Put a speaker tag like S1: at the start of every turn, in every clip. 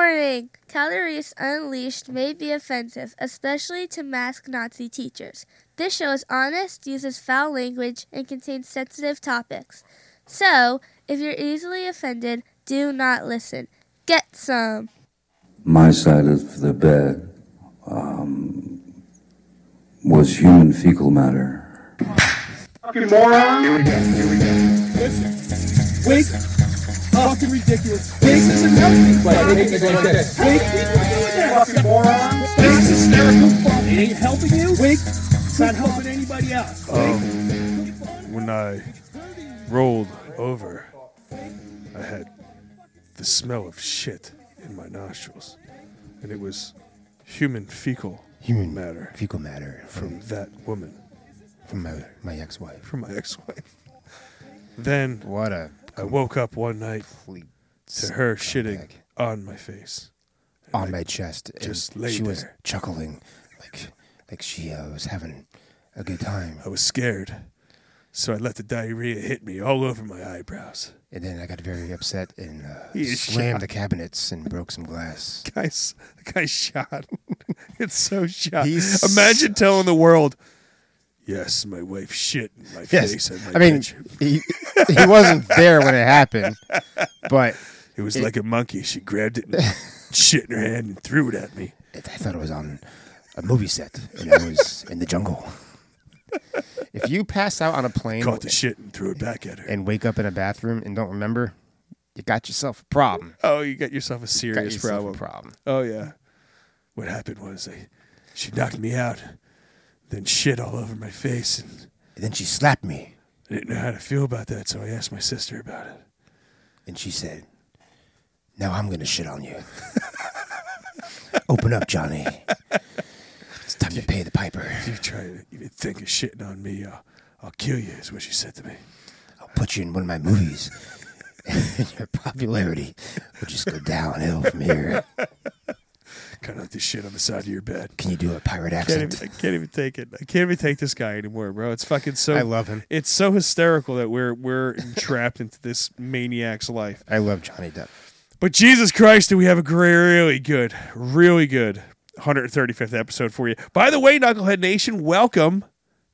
S1: think Calories Unleashed may be offensive, especially to masked Nazi teachers. This show is honest, uses foul language, and contains sensitive topics. So, if you're easily offended, do not listen. Get some.
S2: My side of the bed um, was human fecal matter.
S3: Fucking moron! Here we go.
S4: Here we go.
S3: Listen. Wake up. Fucking ridiculous. Wake is another
S4: Like, make it like this.
S3: Wake people doing that.
S4: Fucking moron.
S3: That's hysterical fun. It ain't helping you. Wake. It's not helping anybody else.
S5: Um, when I rolled over, I had the smell of shit in my nostrils, and it was human fecal
S6: Human
S5: matter Mm.
S6: fecal matter
S5: from that woman,
S6: from my, my ex-wife.
S5: from my ex-wife. Then
S6: What a
S5: I woke up one night
S6: complete
S5: to her shitting on my face.
S6: on my chest. and
S5: just lay
S6: she was
S5: there.
S6: chuckling, like like she uh, was having a good time.
S5: I was scared, so I let the diarrhea hit me all over my eyebrows.
S6: And then I got very upset and uh,
S5: You
S6: slammed
S5: shot.
S6: the cabinets and broke some glass.
S5: Guys, the guy's shot. it's so shot.
S6: He's-
S5: Imagine telling the world, "Yes, my wife shit in my face."
S6: Yes,
S5: and my
S6: I mean
S5: bedroom."
S6: he, he wasn't there when it happened, but
S5: it was
S6: it-
S5: like a monkey. She grabbed it, and shit in her hand, and threw it at me.
S6: I thought it was on a movie set and I was in the jungle. If you pass out on a plane
S5: Caught the shit and threw it back at her.
S6: and wake up in a bathroom and don't remember, you got yourself a problem.
S5: oh, you got yourself a
S6: You
S5: serious
S6: got yourself
S5: problem.
S6: a problem.
S5: Oh yeah. What happened was I, she knocked me out, then shit all over my face, and
S6: And then she slapped me
S5: I didn't know how to feel about that, so I asked my sister about it.
S6: and she said, Now I'm going to shit on you. Open up, Johnny. It's time to pay the piper.
S5: If you try to even think of shitting on me, I'll, I'll kill you, is what she said to me.
S6: I'll put you in one of my movies. and your popularity will just go downhill from here.
S5: Kind of like this shit on the side of your bed.
S6: Can you do a pirate
S5: Can't
S6: accent?
S5: even, I can't even take it. I can't even take this guy anymore, bro. It's fucking so.
S6: I love him.
S5: It's so hysterical that we're we're entrapped into this maniac's life.
S6: I love Johnny Depp.
S5: But Jesus Christ, do we have a great, really good, really good 135th episode for you. By the way, Knucklehead Nation, welcome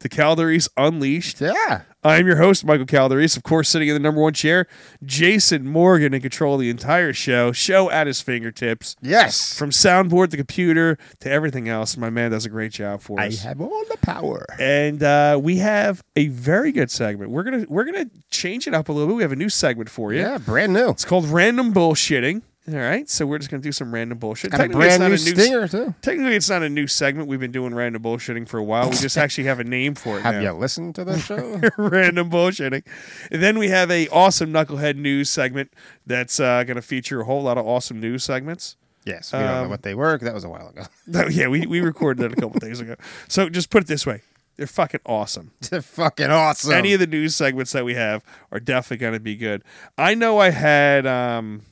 S5: to Calderese Unleashed.
S6: Yeah.
S5: I'm your host, Michael Calderese. Of course, sitting in the number one chair, Jason Morgan in control of the entire show, show at his fingertips.
S6: Yes.
S5: From soundboard to computer to everything else, my man does a great job for
S6: I
S5: us.
S6: have all the power.
S5: and uh, we have a very good segment. We're gonna we're gonna change it up a little bit. We have a new segment for you.
S6: Yeah, brand new.
S5: It's called random bullshitting. All right, so we're just gonna do some random bullshit.
S6: Got a
S5: Technically, it's
S6: brand new
S5: not a
S6: stinger, too.
S5: Technically, it's not a new segment. We've been doing random bullshitting for a while. We just actually have a name for it.
S6: Have
S5: now.
S6: you listened to the show?
S5: random bullshitting. And then we have a awesome knucklehead news segment that's uh, going to feature a whole lot of awesome news segments.
S6: yes, we don't know
S5: Um,
S6: what they were. 'cause That was a while ago.
S5: No, yeah, we, we recorded that a couple days ago. So just put it this way. They're fucking awesome.
S6: They're fucking awesome.
S5: Any of the news segments that we have are definitely going to be good. I know I had um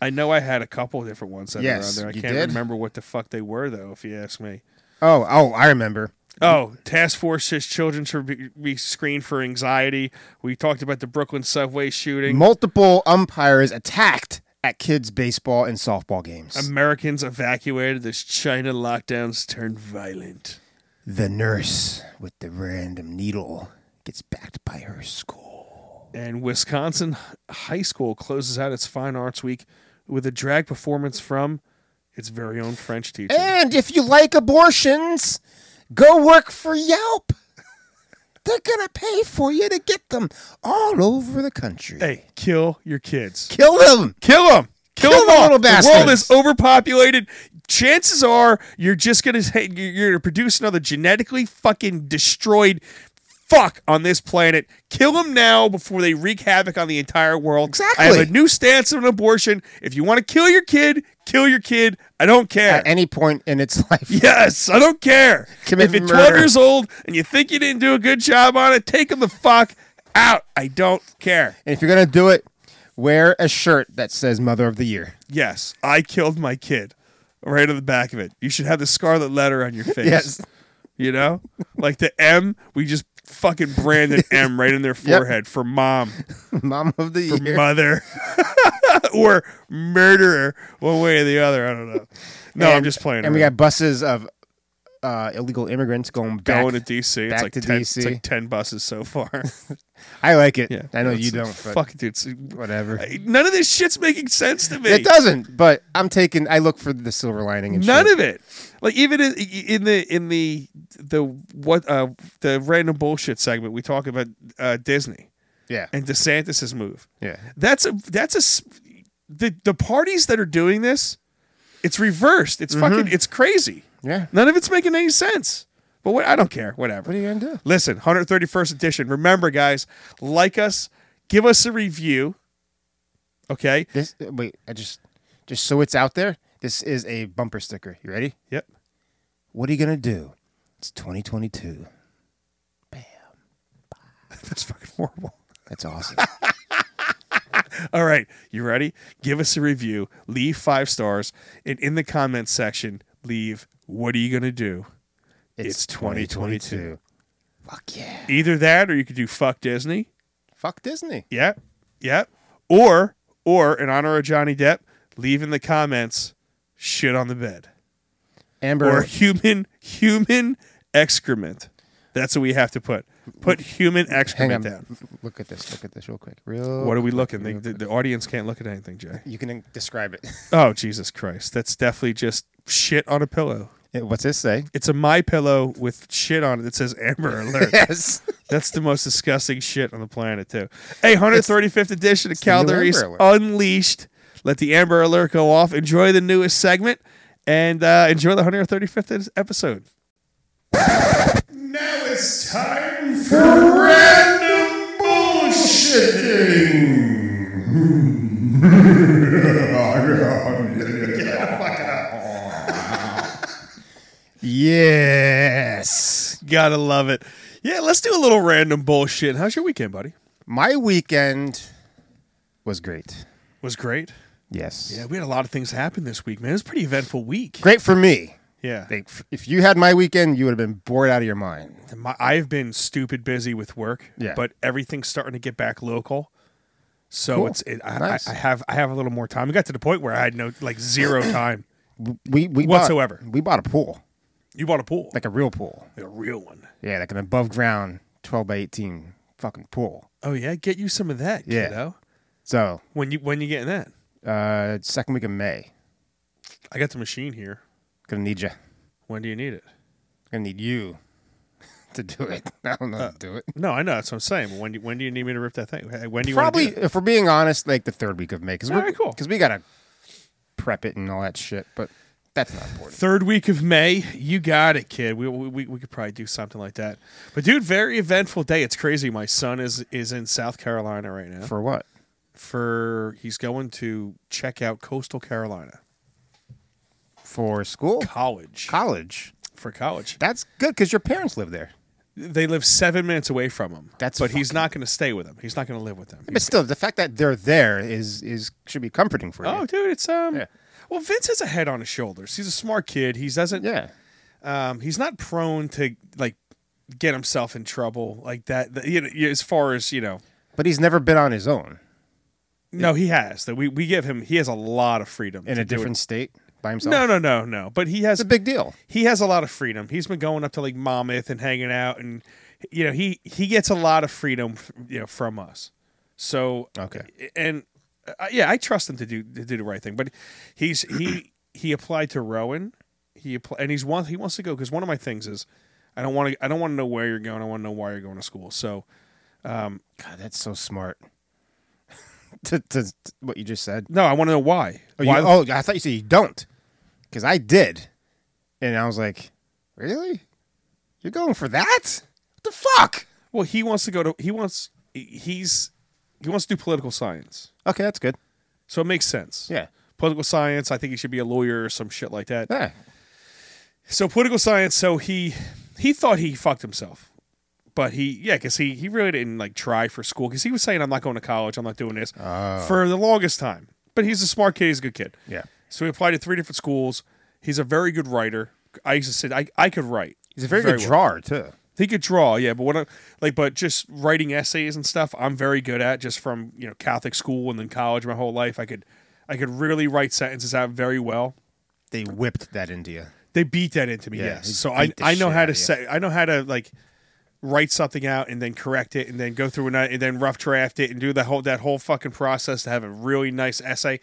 S5: I know I had a couple of different ones that
S6: Yes,
S5: were on there. I
S6: you
S5: can't
S6: did?
S5: remember what the fuck they were though if you ask me.
S6: oh, oh, I remember.
S5: Oh, task force says children should be, be screened for anxiety. We talked about the Brooklyn subway shooting.
S6: Multiple umpires attacked at kids' baseball and softball games.
S5: Americans evacuated as China lockdowns turned violent.
S6: the nurse with the random needle gets backed by her school.
S5: And Wisconsin High School closes out its Fine Arts Week with a drag performance from its very own French teacher.
S6: And if you like abortions, go work for Yelp. They're gonna pay for you to get them all over the country.
S5: Hey, kill your kids.
S6: Kill them.
S5: Kill them. Kill,
S6: Kill
S5: them
S6: the
S5: all.
S6: little
S5: The world
S6: bastards.
S5: is overpopulated. Chances are you're just going to you're going to produce another genetically fucking destroyed fuck on this planet. Kill them now before they wreak havoc on the entire world. I have a
S6: Exactly.
S5: new stance on abortion. If you want to kill your kid, kill your kid. I don't care.
S6: At any point in its life.
S5: Yes, I don't care.
S6: Commit
S5: if you're 12
S6: murder.
S5: years old and you think you didn't do a good job on it, take them the fuck out. I don't care.
S6: And if you're gonna do it, wear a shirt that says Mother of the Year.
S5: Yes, I killed my kid. Right on the back of it. You should have the scarlet letter on your face.
S6: Yes.
S5: You know? Like the M, we just fucking Brandon M right in their forehead for mom,
S6: Mom of the
S5: for
S6: year.
S5: mother, or murderer, one way or the other. I don't know. No, I'm
S6: And-
S5: just playing.
S6: And we
S5: around.
S6: got buses of uh, illegal immigrants going back.
S5: going to DC.
S6: back
S5: it's like
S6: to
S5: ten,
S6: DC.
S5: It's like ten buses so far.
S6: I like it.
S5: Yeah,
S6: I know
S5: it's-
S6: you don't. But
S5: Fuck, dude. it's-
S6: Whatever.
S5: None of this shit's making sense to me.
S6: It doesn't. But I'm taking. I look for the silver lining. And
S5: None
S6: shit.
S5: of it. Like even in, in the in the the what uh the random bullshit segment we talk about uh Disney
S6: Yeah.
S5: and DeSantis's move.
S6: Yeah.
S5: That's a that's a s- the the parties that are doing this. It's reversed. It's fucking. It's crazy.
S6: Mm-hmm. Yeah.
S5: None of it's making any sense. But what I don't care. Whatever.
S6: What are you gonna do?
S5: Listen, 131st edition. Remember, guys, like us, give us a review. Okay.
S6: This. Wait. I just. Just so it's out there. This is a bumper sticker. You ready?
S5: Yep.
S6: What are you gonna do? It's 2022.
S5: That's fucking horrible.
S6: That's awesome.
S5: All right, you ready? Give us a review, leave five stars, and in the comments section, leave what are you going to do? It's 2022.
S6: Fuck yeah.
S5: Either that or you could do fuck Disney.
S6: Fuck Disney.
S5: Yep. Yep. Or or in honor of Johnny Depp, leave in the comments shit on the bed
S6: Amber.
S5: or human human excrement. That's what we have to put. Put human
S6: hang on.
S5: excrement down.
S6: Look at this. Look at this real quick. Real.
S5: What are we looking? The, the, the audience can't look at anything, Jay.
S6: You can describe it.
S5: Oh, Jesus Christ. That's definitely just shit on a pillow.
S6: What's this say?
S5: It's a my pillow with shit on it that says Amber Alert.
S6: Yes.
S5: That's the most disgusting shit on the planet too. Hey, 135th edition of
S6: the new
S5: Calgary's
S6: Amber Alert.
S5: Unleashed. Let the Amber Alert go off. Enjoy the newest segment and uh, enjoy the 135th episode.
S3: Now it's time for random bullshitting.
S6: Yes.
S5: Gotta love it. Yeah, let's do a little random bullshit. How's your weekend, buddy?
S6: My weekend was great.
S5: Was great.
S6: Yes.
S5: Yeah, we had a lot of things happen this week, man. It was a pretty eventful week.
S6: Great for me.
S5: Yeah.
S6: Like, f- If you had my weekend, you would have been bored out of your mind.
S5: my, I've been stupid busy with work,
S6: Yeah.
S5: but everything's starting to get back local. So
S6: Cool.
S5: it's it, I,
S6: Nice.
S5: I, I have I have a little more time. I got to the point where I had no like zero time.
S6: We we
S5: Whatsoever.
S6: Bought, we bought a pool,
S5: You bought a pool,
S6: like a real pool.
S5: a real one.
S6: Yeah, like an above ground, twelve by eighteen fucking pool.
S5: Oh yeah, get you some of that,
S6: Yeah.
S5: kiddo.
S6: So,
S5: When you when you getting that?
S6: uh, second week of May,
S5: I got the machine here.
S6: gonna need you.
S5: When do you need it?
S6: Gonna need you to do it. I don't know
S5: Uh,
S6: how to do it.
S5: No, I know that's what I'm saying. But when do, when do you need me to rip that thing? When do you wanna do
S6: Probably,
S5: it?
S6: if we're being honest, like the third week of May, because
S5: All
S6: we're
S5: right, cool.
S6: because we gotta prep it and all that shit. But that's not important.
S5: Third week of May, you got it, kid. We, we, we- we could probably do something like that. But dude, very eventful day. It's crazy. My son is is in South Carolina right now.
S6: For what?
S5: for he's going to check out coastal carolina
S6: For school?
S5: college
S6: College.
S5: for college
S6: That's good because your parents live there.
S5: they live seven minutes away from him
S6: That's
S5: but he's
S6: fucking-
S5: not going to stay with them he's not going to live with them
S6: But still, the fact that they're there is is should be comforting for you.
S5: oh dude it's um
S6: Yeah.
S5: well vince has a head on his shoulders he's a smart kid he doesn't
S6: yeah.
S5: um he's not prone to like get himself in trouble like that th- you know you- as far as you know
S6: But he's never been on his own
S5: no he has that we, we give him he has a lot of freedom
S6: in
S5: to
S6: a
S5: do it.
S6: different state by himself.
S5: no no no no but he has
S6: it's a big deal.
S5: he has a lot of freedom. He's been going up to like Monmouth and hanging out, and you know he he gets a lot of freedom, you know, from us. So
S6: Okay.
S5: and uh, yeah, I trust him to do to do the right thing. But he's he he applied to Rowan. He applied and he's want he wants to go because one of my things is I don't want to I don't want to know where you're going. I want to know why you're going to school. So
S6: God, that's so smart. to, to, to what you just said.
S5: no, I want to know why.
S6: Oh,
S5: why
S6: you,
S5: the-
S6: oh, I thought you said you don't, because I did, and I was like, really? You're going for that? What the fuck?
S5: Well, he wants to go to he wants he's he wants to do political science.
S6: Okay, that's good.
S5: So it makes sense.
S6: Yeah.
S5: Political science. I think he should be a lawyer or some shit like that.
S6: Yeah.
S5: So political science. So he he thought he fucked himself, but he yeah, because he he really didn't like try for school because he was saying I'm not going to college, I'm not doing this for the longest time. But he's a smart kid. He's a good kid.
S6: Oh. Yeah.
S5: So he applied to three different schools. He's a very good writer. I used to say I, I could write.
S6: He's a very, good
S5: well.
S6: drawer too.
S5: He could draw, yeah, but what I, like, but just writing essays and stuff, I'm very good at. Just from you know Catholic school and then college, my whole life, I could, I could really write sentences out very well.
S6: They whipped that into you.
S5: They beat that into me,
S6: Yeah, they
S5: yes. So I,
S6: beat the
S5: I know
S6: shit
S5: how
S6: out
S5: to
S6: of you.
S5: say, I know how to like write something out and then correct it and then go through and, and then rough draft it and do the whole that whole fucking process to have a really nice essay.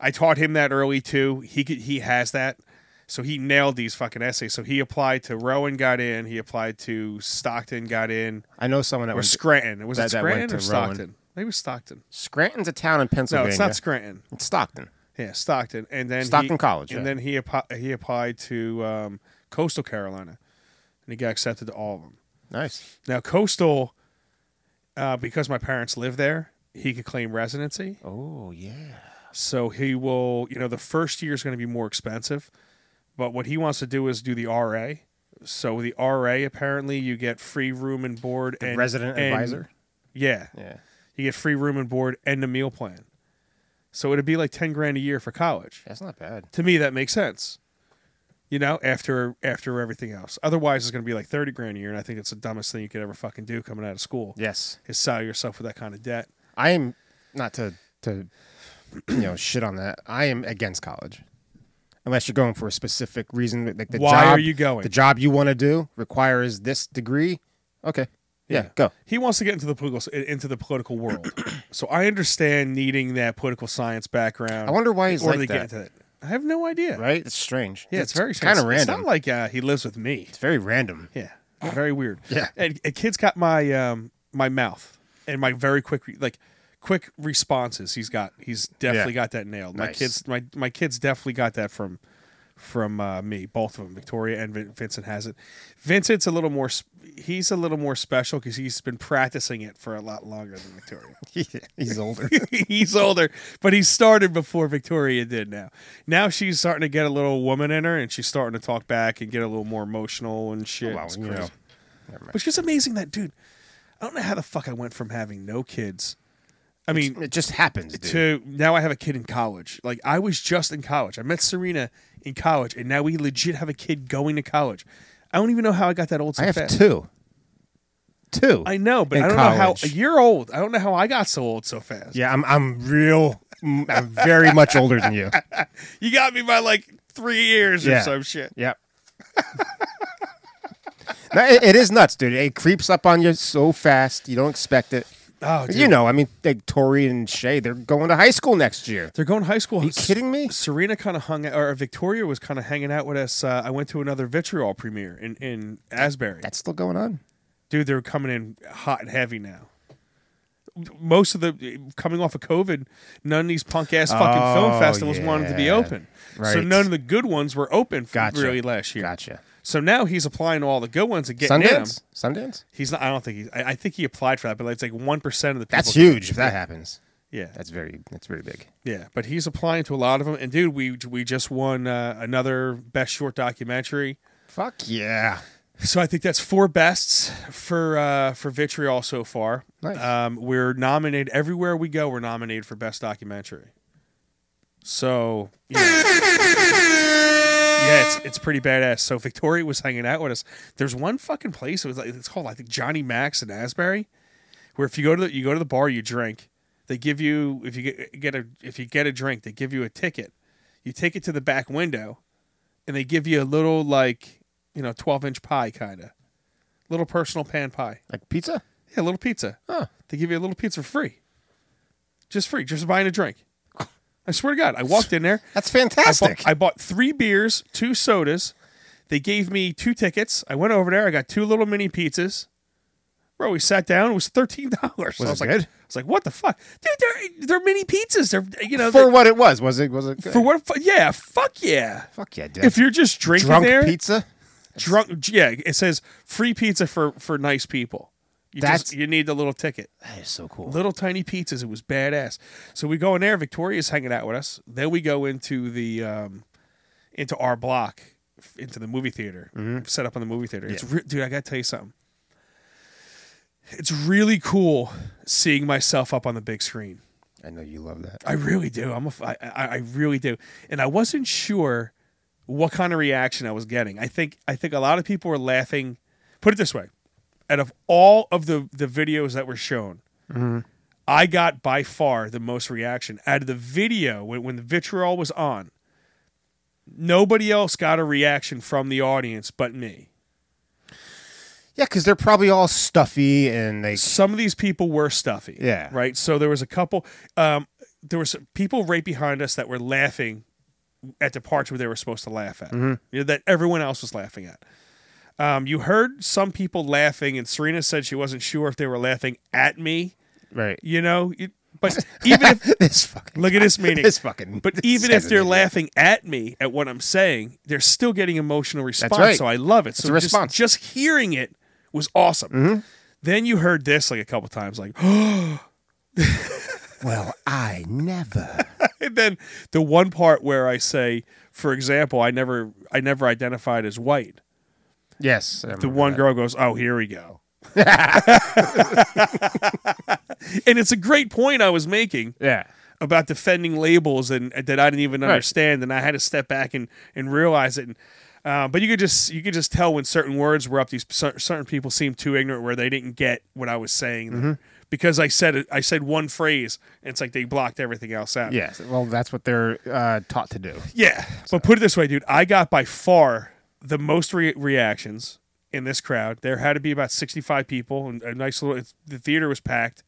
S5: I taught him that early too. He could, he has that. So he nailed these fucking essays. So he applied to Rowan, got in. He applied to Stockton, got in.
S6: I know someone that
S5: Or
S6: was
S5: Scranton. Was it
S6: that- that went
S5: Scranton or
S6: to Rowan.
S5: Stockton? Maybe it was Stockton.
S6: Scranton's a town in
S5: No,
S6: Pennsylvania.
S5: it's not Scranton.
S6: It's Stockton.
S5: Yeah, Stockton. And then
S6: Stockton
S5: he-
S6: College,
S5: And
S6: yeah.
S5: then he appi- he applied to um, Coastal Carolina, and he got accepted to all of them.
S6: Nice.
S5: Now Coastal, uh, because my parents live there, he could claim residency.
S6: Oh yeah.
S5: So he will, you know, the first year is going to be more expensive, but what he wants to do is do the RA. So the RA apparently you get free room and board and
S6: resident
S5: and-
S6: advisor?
S5: Yeah,
S6: Yeah.
S5: you get free room and board and a meal plan. So it'd be like ten grand a year for college.
S6: That's not bad.
S5: To me, that makes sense. You know, after after everything else. Otherwise, it's going to be like thirty grand a year, and I think it's the dumbest thing you could ever fucking do coming out of school.
S6: Yes.
S5: is sell yourself with that kind of debt.
S6: I am not to to you know shit on that. I am against college. Unless you're going for a specific reason, like the
S5: Why
S6: job,
S5: are you going?
S6: The job you want to do requires this degree. Okay, yeah,
S5: Yeah.
S6: go.
S5: He wants to get into the political into the political world. so I understand needing that political science background.
S6: I wonder why he's
S5: in order
S6: like
S5: to
S6: that.
S5: get into it. I have no idea.
S6: Right? It's strange.
S5: Yeah, it's, very
S6: kind
S5: it's-
S6: of random.
S5: It's not like uh, he lives with me.
S6: it's very random.
S5: Yeah, very weird.
S6: Yeah.
S5: and, and kid's got my um my mouth and my very quick re- like quick responses. He's got he's definitely
S6: Yeah.
S5: got that nailed. My
S6: Nice.
S5: kids my my kids definitely got that from from uh, me. Both of them, Victoria and Vin- Vincent has it. Vincent's a little more sp- he's a little more special because he's been practicing it for a lot longer than Victoria.
S6: He's older.
S5: he's older, but he started before Victoria did now. Now she's starting to get a little woman in her and she's starting to talk back and get a little more emotional and shit.
S6: wow,
S5: It's
S6: Oh, you know.
S5: crazy. Which is amazing that dude. I don't know how the fuck I went from having no kids. I mean,
S6: it just happens, dude.
S5: to now I have a kid in college. Like I was just in college. I met Serena in college and now we legit have a kid going to college. I don't even know how I got that old so
S6: I have
S5: fast.
S6: two. Two.
S5: I know, but
S6: in
S5: I don't
S6: college.
S5: know how you're old. I don't know how I got so old so fast.
S6: Yeah, I'm. I'm real. I'm very much older than you.
S5: You got me by like three years or
S6: Yeah.
S5: some shit.
S6: Yep. No, it- it is nuts, dude. It creeps up on you so fast. You don't expect it.
S5: Oh, dude.
S6: You know, I mean, like Tori and Shay, they're going to high school next year.
S5: They're going to high school. Are
S6: you kidding me?
S5: Serena kind of hung, or Victoria was kind of hanging out with us. Uh, I went to another vitriol premiere in in Asbury.
S6: That's still going on.
S5: Dude, they're coming in hot and heavy now. Most of the coming off of COVID, none of these punk ass fucking film
S6: Oh,
S5: festivals wanted to be
S6: yeah.
S5: open. So
S6: Right.
S5: none of the good ones were open for
S6: Gotcha.
S5: really last year.
S6: Gotcha.
S5: So now he's applying to all the good ones and getting in 'em.
S6: Sundance. Sundance.
S5: He's not. I don't think he's. I, I think he applied for that, but like, it's like one percent of the people.
S6: That's huge. If that happens,
S5: Yeah,
S6: that's very. That's very big.
S5: Yeah, but he's applying to a lot of them. And dude, we we just won uh, another best short documentary.
S6: Fuck yeah.
S5: So I think that's four bests for uh, for Vitriol so far.
S6: Nice.
S5: Um, we're nominated everywhere we go. We're nominated for best documentary. So you know. yeah, it's it's pretty badass. So Victoria was hanging out with us. There's one fucking place. It was like it's called I think Johnny Max in Asbury, where if you go to the, you go to the bar, you drink. They give you if you get, get a if you get a drink, they give you a ticket. You take it to the back window, and they give you a little like you know twelve inch pie kind of little personal pan pie.
S6: Like pizza.
S5: Yeah, a little pizza.
S6: Huh.
S5: They give you a little pizza for free. Just free, just buying a drink. I swear to God, I walked in there.
S6: That's
S5: I bought,
S6: fantastic.
S5: I bought three beers, two sodas. They gave me two tickets. I went over there. I got two little mini pizzas. Bro, we sat down. It was thirteen dollars.
S6: Was
S5: I was
S6: it
S5: like,
S6: good?
S5: I was like, what the fuck, dude? They're they're mini pizzas. They're you know
S6: for
S5: they're-
S6: what it was. Was it? Was it? Good?
S5: for what? fu- Yeah, fuck yeah.
S6: Fuck yeah, dude.
S5: If you're just drinking
S6: drunk
S5: there,
S6: pizza.
S5: drunk yeah, it says free pizza for for nice people. You just-
S6: That's-
S5: you need the little ticket
S6: That is so cool.
S5: little tiny pizzas. It was badass. So we go in there. Victoria's hanging out with us. Then we go into the um, into our block, f- into the movie theater. Set up on the movie theater. It's re- dude. I gotta tell you something. It's really cool seeing myself up on the big screen.
S6: I know you love that.
S5: I really do. I'm a f I I I really do. And I wasn't sure what kind of reaction I was getting. I think I think a lot of people were laughing. Put it this way. out of all of the the videos that were shown, I got by far the most reaction out of the video when, when the vitriol was on. Nobody else got a reaction from the audience but me.
S6: Yeah, because they're probably all stuffy and they.
S5: Some of these people were stuffy.
S6: Yeah.
S5: Right. So there was a couple. Um, there was people right behind us that were laughing at the parts where they were supposed to laugh at. You know, that everyone else was laughing at. Um, you heard some people laughing, and Serena said she wasn't sure if they were laughing at me.
S6: Right.
S5: You know, You- but even if
S6: this fucking.
S5: Look at this meaning.
S6: This fucking-
S5: But
S6: this
S5: even if
S6: says
S5: they're
S6: it.
S5: laughing at me at what I'm saying, they're still getting emotional response.
S6: right.
S5: So I love it. so
S6: a response. Mm-hmm.
S5: Just, just hearing it was awesome. Then you heard this like a couple times, like,
S6: Well, I never.
S5: and then the one part where I say, for example, I never, I never identified as white.
S6: yes.
S5: The one girl goes, "Oh, here we go," and it's a great point I was making.
S6: Yeah.
S5: about defending labels and uh, that I didn't even understand, and I had to step back and, and realize it. And, uh, but you could just you could just tell when certain words were up. These cer- certain people seemed too ignorant where they didn't get what I was saying there. because I said it, I said one phrase, and it's like they blocked everything else out.
S6: Yes. Well, that's what they're uh, taught to do.
S5: Yeah. But put it this way, dude. I got by far the most re- reactions in this crowd. There had to be about 65 people, and a nice little, it's, the theater was packed.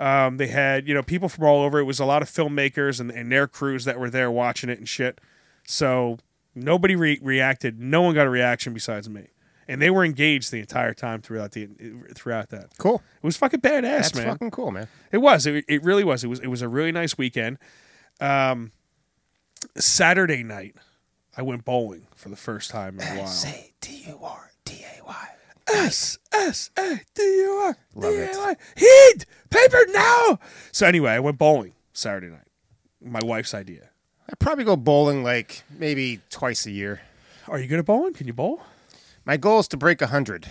S5: Um, they had, you know, people from all over. It was a lot of filmmakers and, and their crews that were there watching it and shit. So nobody re- reacted. No one got a reaction besides me. And they were engaged the entire time throughout the throughout that.
S6: Cool.
S5: It was fucking badass,
S6: That's
S5: man.
S6: fucking cool, man.
S5: It was. It, it really was. It was. It was a really nice weekend. Um, Saturday night, I went bowling for the first time in a while.
S6: Say T U R T A Y.
S5: S S A D U R
S6: Love it.
S5: D A Y. Heat paper now. So anyway, I went bowling Saturday night. My wife's idea.
S6: I probably go bowling like maybe twice a year.
S5: Are you good at bowling? Can you bowl?
S6: My goal is to break hundred.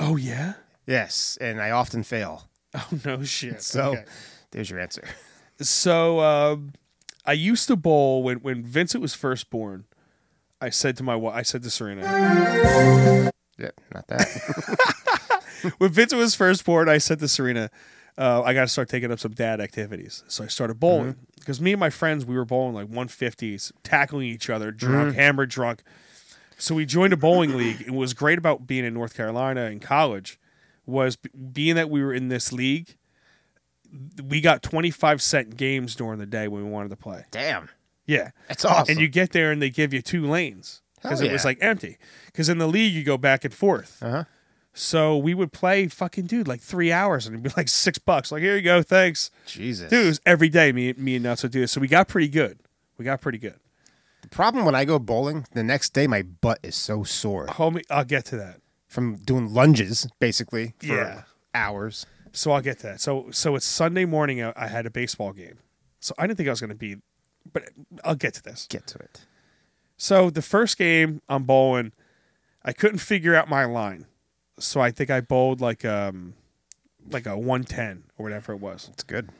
S5: Oh yeah.
S6: Yes, and I often fail.
S5: Oh no shit.
S6: So
S5: Okay.
S6: there's your answer.
S5: so um, I used to bowl when when Vincent was first born. I said to my wife, I said to Serena.
S6: Yeah, not that.
S5: when Vincent was first born, I said to Serena, uh, I got to start taking up some dad activities. So I started bowling because me and my friends, we were bowling like 150s, tackling each other, drunk, hammered, drunk. So we joined a bowling league. And what was great about being in North Carolina in college was b- being that we were in this league, we got 25 cent games during the day when we wanted to play.
S6: Damn,
S5: Yeah.
S6: that's awesome.
S5: And you get there and they give you two lanes because
S6: Hell
S5: it was
S6: yeah.
S5: like empty. Because in the league, you go back and forth.
S6: Uh-huh.
S5: So we would play fucking dude like three hours and it'd be like six bucks. Like, here you go. Thanks.
S6: Jesus,
S5: Dude, it was every day me, me and Nuts would do this. So we got pretty good. We got pretty good.
S6: The problem when I go bowling, the next day my butt is so sore
S5: Homie, I'll get to that.
S6: from doing lunges basically for
S5: Yeah.
S6: hours.
S5: So I'll get to that. So so it's Sunday morning. I, I had a baseball game. So I didn't think I was going to be, but I'll get to this.
S6: Get to it.
S5: So the first game I'm bowling, I couldn't figure out my line. So I think I bowled like um like a 110 or whatever it was.
S6: It's good.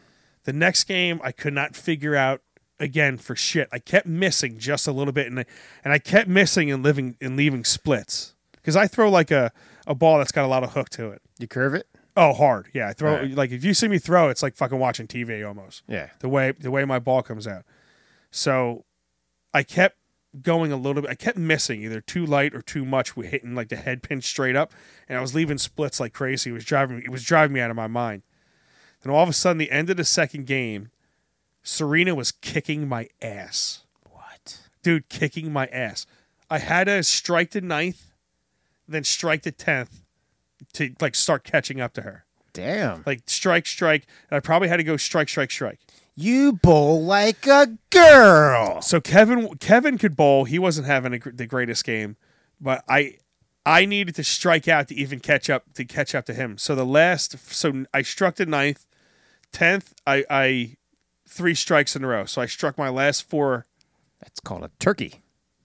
S5: The next game I could not figure out again for shit. I kept missing just a little bit and I, and I kept missing and living and leaving splits cuz I throw like a a ball that's got a lot of hook to it.
S6: You curve it.
S5: Oh, hard. Yeah, I throw
S6: Right.
S5: like if you see me throw, it's like fucking watching TV almost
S6: Yeah.
S5: the way the way my ball comes out. So I kept going a little bit. I kept missing either too light or too much. We hitting like the head pin straight up, and I was leaving splits like crazy. It was driving it was driving me out of my mind. Then all of a sudden, the end of the second game, Serena was kicking my ass,
S6: What?
S5: dude, kicking my ass. I had to strike the ninth, then strike the tenth to like start catching up to her.
S6: Damn.
S5: Like strike, strike, and I probably had to go strike, strike, strike.
S6: You bowl like a girl.
S5: So Kevin Kevin could bowl. He wasn't having a, gr- the greatest game, but I I needed to strike out to even catch up to catch up to him. So the last so I struck the ninth, tenth. I I three strikes in a row. So I struck my last four.
S6: That's called a turkey.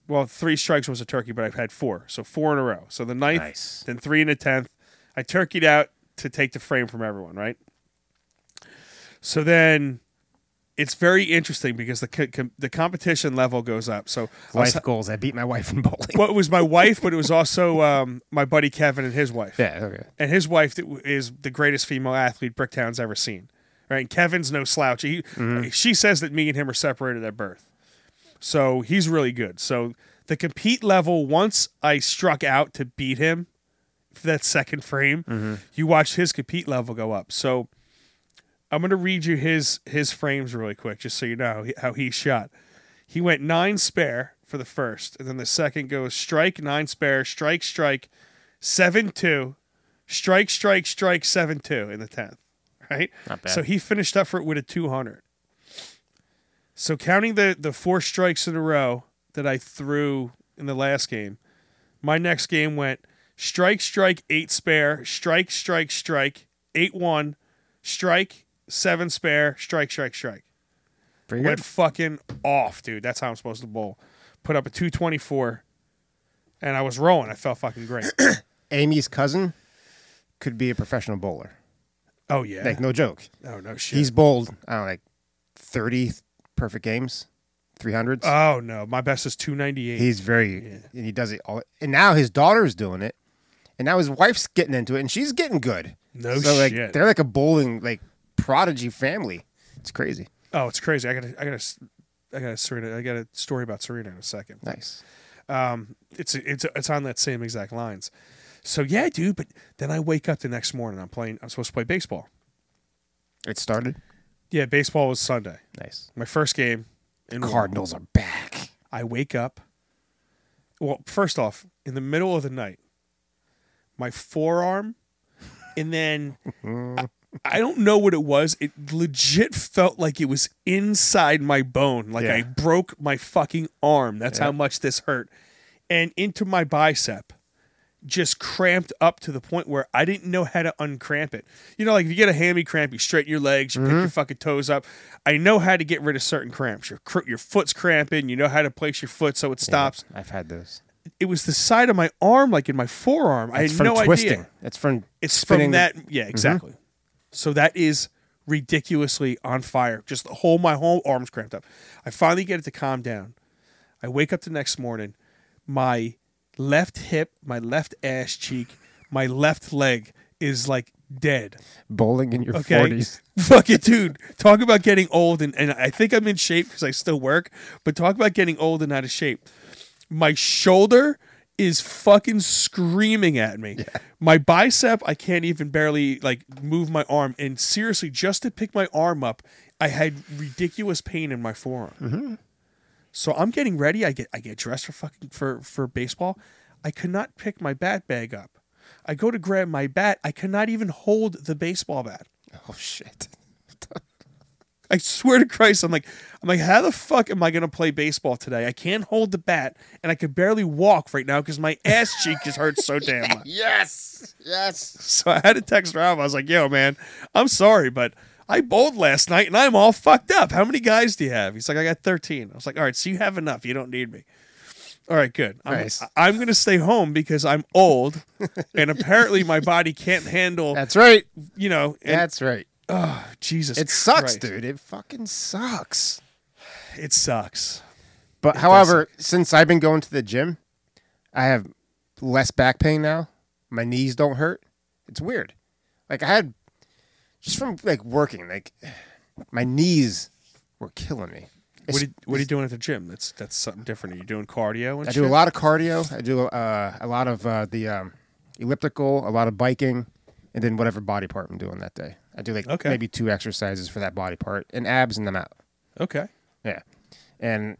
S5: Well, three strikes was a turkey, but I've had four. So four in a row. So the ninth,
S6: Nice.
S5: then three in the tenth. I turkeyed out to take the frame from everyone. Right. So then it's very interesting because the co- com- the competition level goes up. So I was-
S6: Life goals. Oh, I beat my wife in bowling.
S5: well, it was my wife, but it was also um, my buddy Kevin and his wife.
S6: Yeah, okay.
S5: and his wife that w- is the greatest female athlete Bricktown's ever seen. Right, and Kevin's no slouch. He, uh, She says that me and him are separated at birth, so he's really good. So the compete level, once I struck out to beat him for that second frame, you watched his compete level go up. So I'm going to read you his his frames really quick, just so you know how he, how he shot. He went nine spare for the first, and then the second goes strike, nine spare, strike, strike, seven two, strike, strike, strike, seven two in the tenth. Right. Not
S6: bad.
S5: So he finished up for it with a two hundred. So counting the the four strikes in a row that I threw in the last game, my next game went strike, strike, eight spare, strike, strike, strike, eight one, strike, seven spare, strike, strike, strike.
S6: Pretty
S5: Went
S6: good.
S5: fucking off, dude. That's how I'm supposed to bowl. Put up a 224, and I was rolling. I felt fucking great.
S6: Amy's cousin could be a professional bowler.
S5: oh yeah.
S6: Like no joke.
S5: oh no shit.
S6: He's bowled. I don't know, like thirty perfect games, three hundreds.
S5: oh no, my best is 298.
S6: He's very and he does it all. And now his daughter's doing it, and now his wife's getting into it, and she's getting good.
S5: No
S6: so, like,
S5: shit.
S6: They're like a bowling like prodigy family. It's crazy.
S5: oh, it's crazy. I got to I got to I got to Serena. I got a story about Serena in a second.
S6: Nice.
S5: it's it's it's on that same exact lines. So yeah, dude. But then I wake up the next morning. I'm playing. I'm supposed to play baseball.
S6: It started.
S5: Yeah, baseball was Sunday.
S6: Nice.
S5: My first game. In
S6: Cardinals are back.
S5: I wake up. Well, first off, in the middle of the night, my forearm, and then I, I don't know what it was. It legit felt like it was inside my bone. Like
S6: Yeah.
S5: I broke my fucking arm. That's how much this hurt. And into my bicep, just cramped up to the point where I didn't know how to uncramp it. You know, like if you get a hammy cramp, you straighten your legs, you pick your fucking toes up. I know how to get rid of certain cramps. Your cr- your foot's cramping. You know how to place your foot so it stops.
S6: I've had those.
S5: It was the side of my arm, like in my forearm. I
S6: It's
S5: had
S6: from
S5: no
S6: twisting.
S5: idea.
S6: It's from
S5: It's
S6: spinning
S5: from
S6: the- Mm-hmm.
S5: that. Yeah, exactly. So that is ridiculously on fire. Just the whole my whole arms cramped up. I finally get it to calm down. I wake up the next morning, my left hip, my left ass cheek, my left leg is like dead.
S6: bowling in your
S5: Okay.
S6: forties.
S5: Fuck it, dude. Talk about getting old and, and I think I'm in shape because I still work, but talk about getting old and out of shape. My shoulder is fucking screaming at me. My bicep, I can't even barely like move my arm. And seriously, just to pick my arm up, I had ridiculous pain in my forearm.
S6: Mm-hmm.
S5: So I'm getting ready. I get I get dressed for fucking for for baseball. I could not pick my bat bag up. I go to grab my bat. I could not even hold the baseball bat.
S6: Oh shit.
S5: I swear to Christ, I'm like, I'm like, how the fuck am I gonna play baseball today? I can't hold the bat, and I could barely walk right now because my ass cheek just hurts so damn much.
S6: Yes. Yes.
S5: So I had to text Rob. I was like, Yo, man, I'm sorry, but I bowled last night and I'm all fucked up. How many guys do you have? He's like, I got 13. I was like, All right, so you have enough. You don't need me. All right, good. I'm,
S6: Nice.
S5: I'm gonna stay home because I'm old, and apparently my body can't handle.
S6: That's right.
S5: You know, and,
S6: That's right.
S5: oh Jesus,
S6: It sucks,
S5: Christ.
S6: dude. It fucking sucks.
S5: It sucks.
S6: But however, since I've been going to the gym, I have less back pain now. My knees don't hurt. It's weird. Like I had just from like working, like my knees were killing me.
S5: What are, you, what are you doing at the gym? That's that's something different. Are you doing cardio and
S6: I
S5: shit?
S6: do a lot of cardio. I do uh, a lot of uh, the um, elliptical, a lot of biking, and then whatever body part I'm doing that day. I do like
S5: Okay.
S6: maybe two exercises for that body part, and abs, and then out.
S5: Okay.
S6: Yeah, and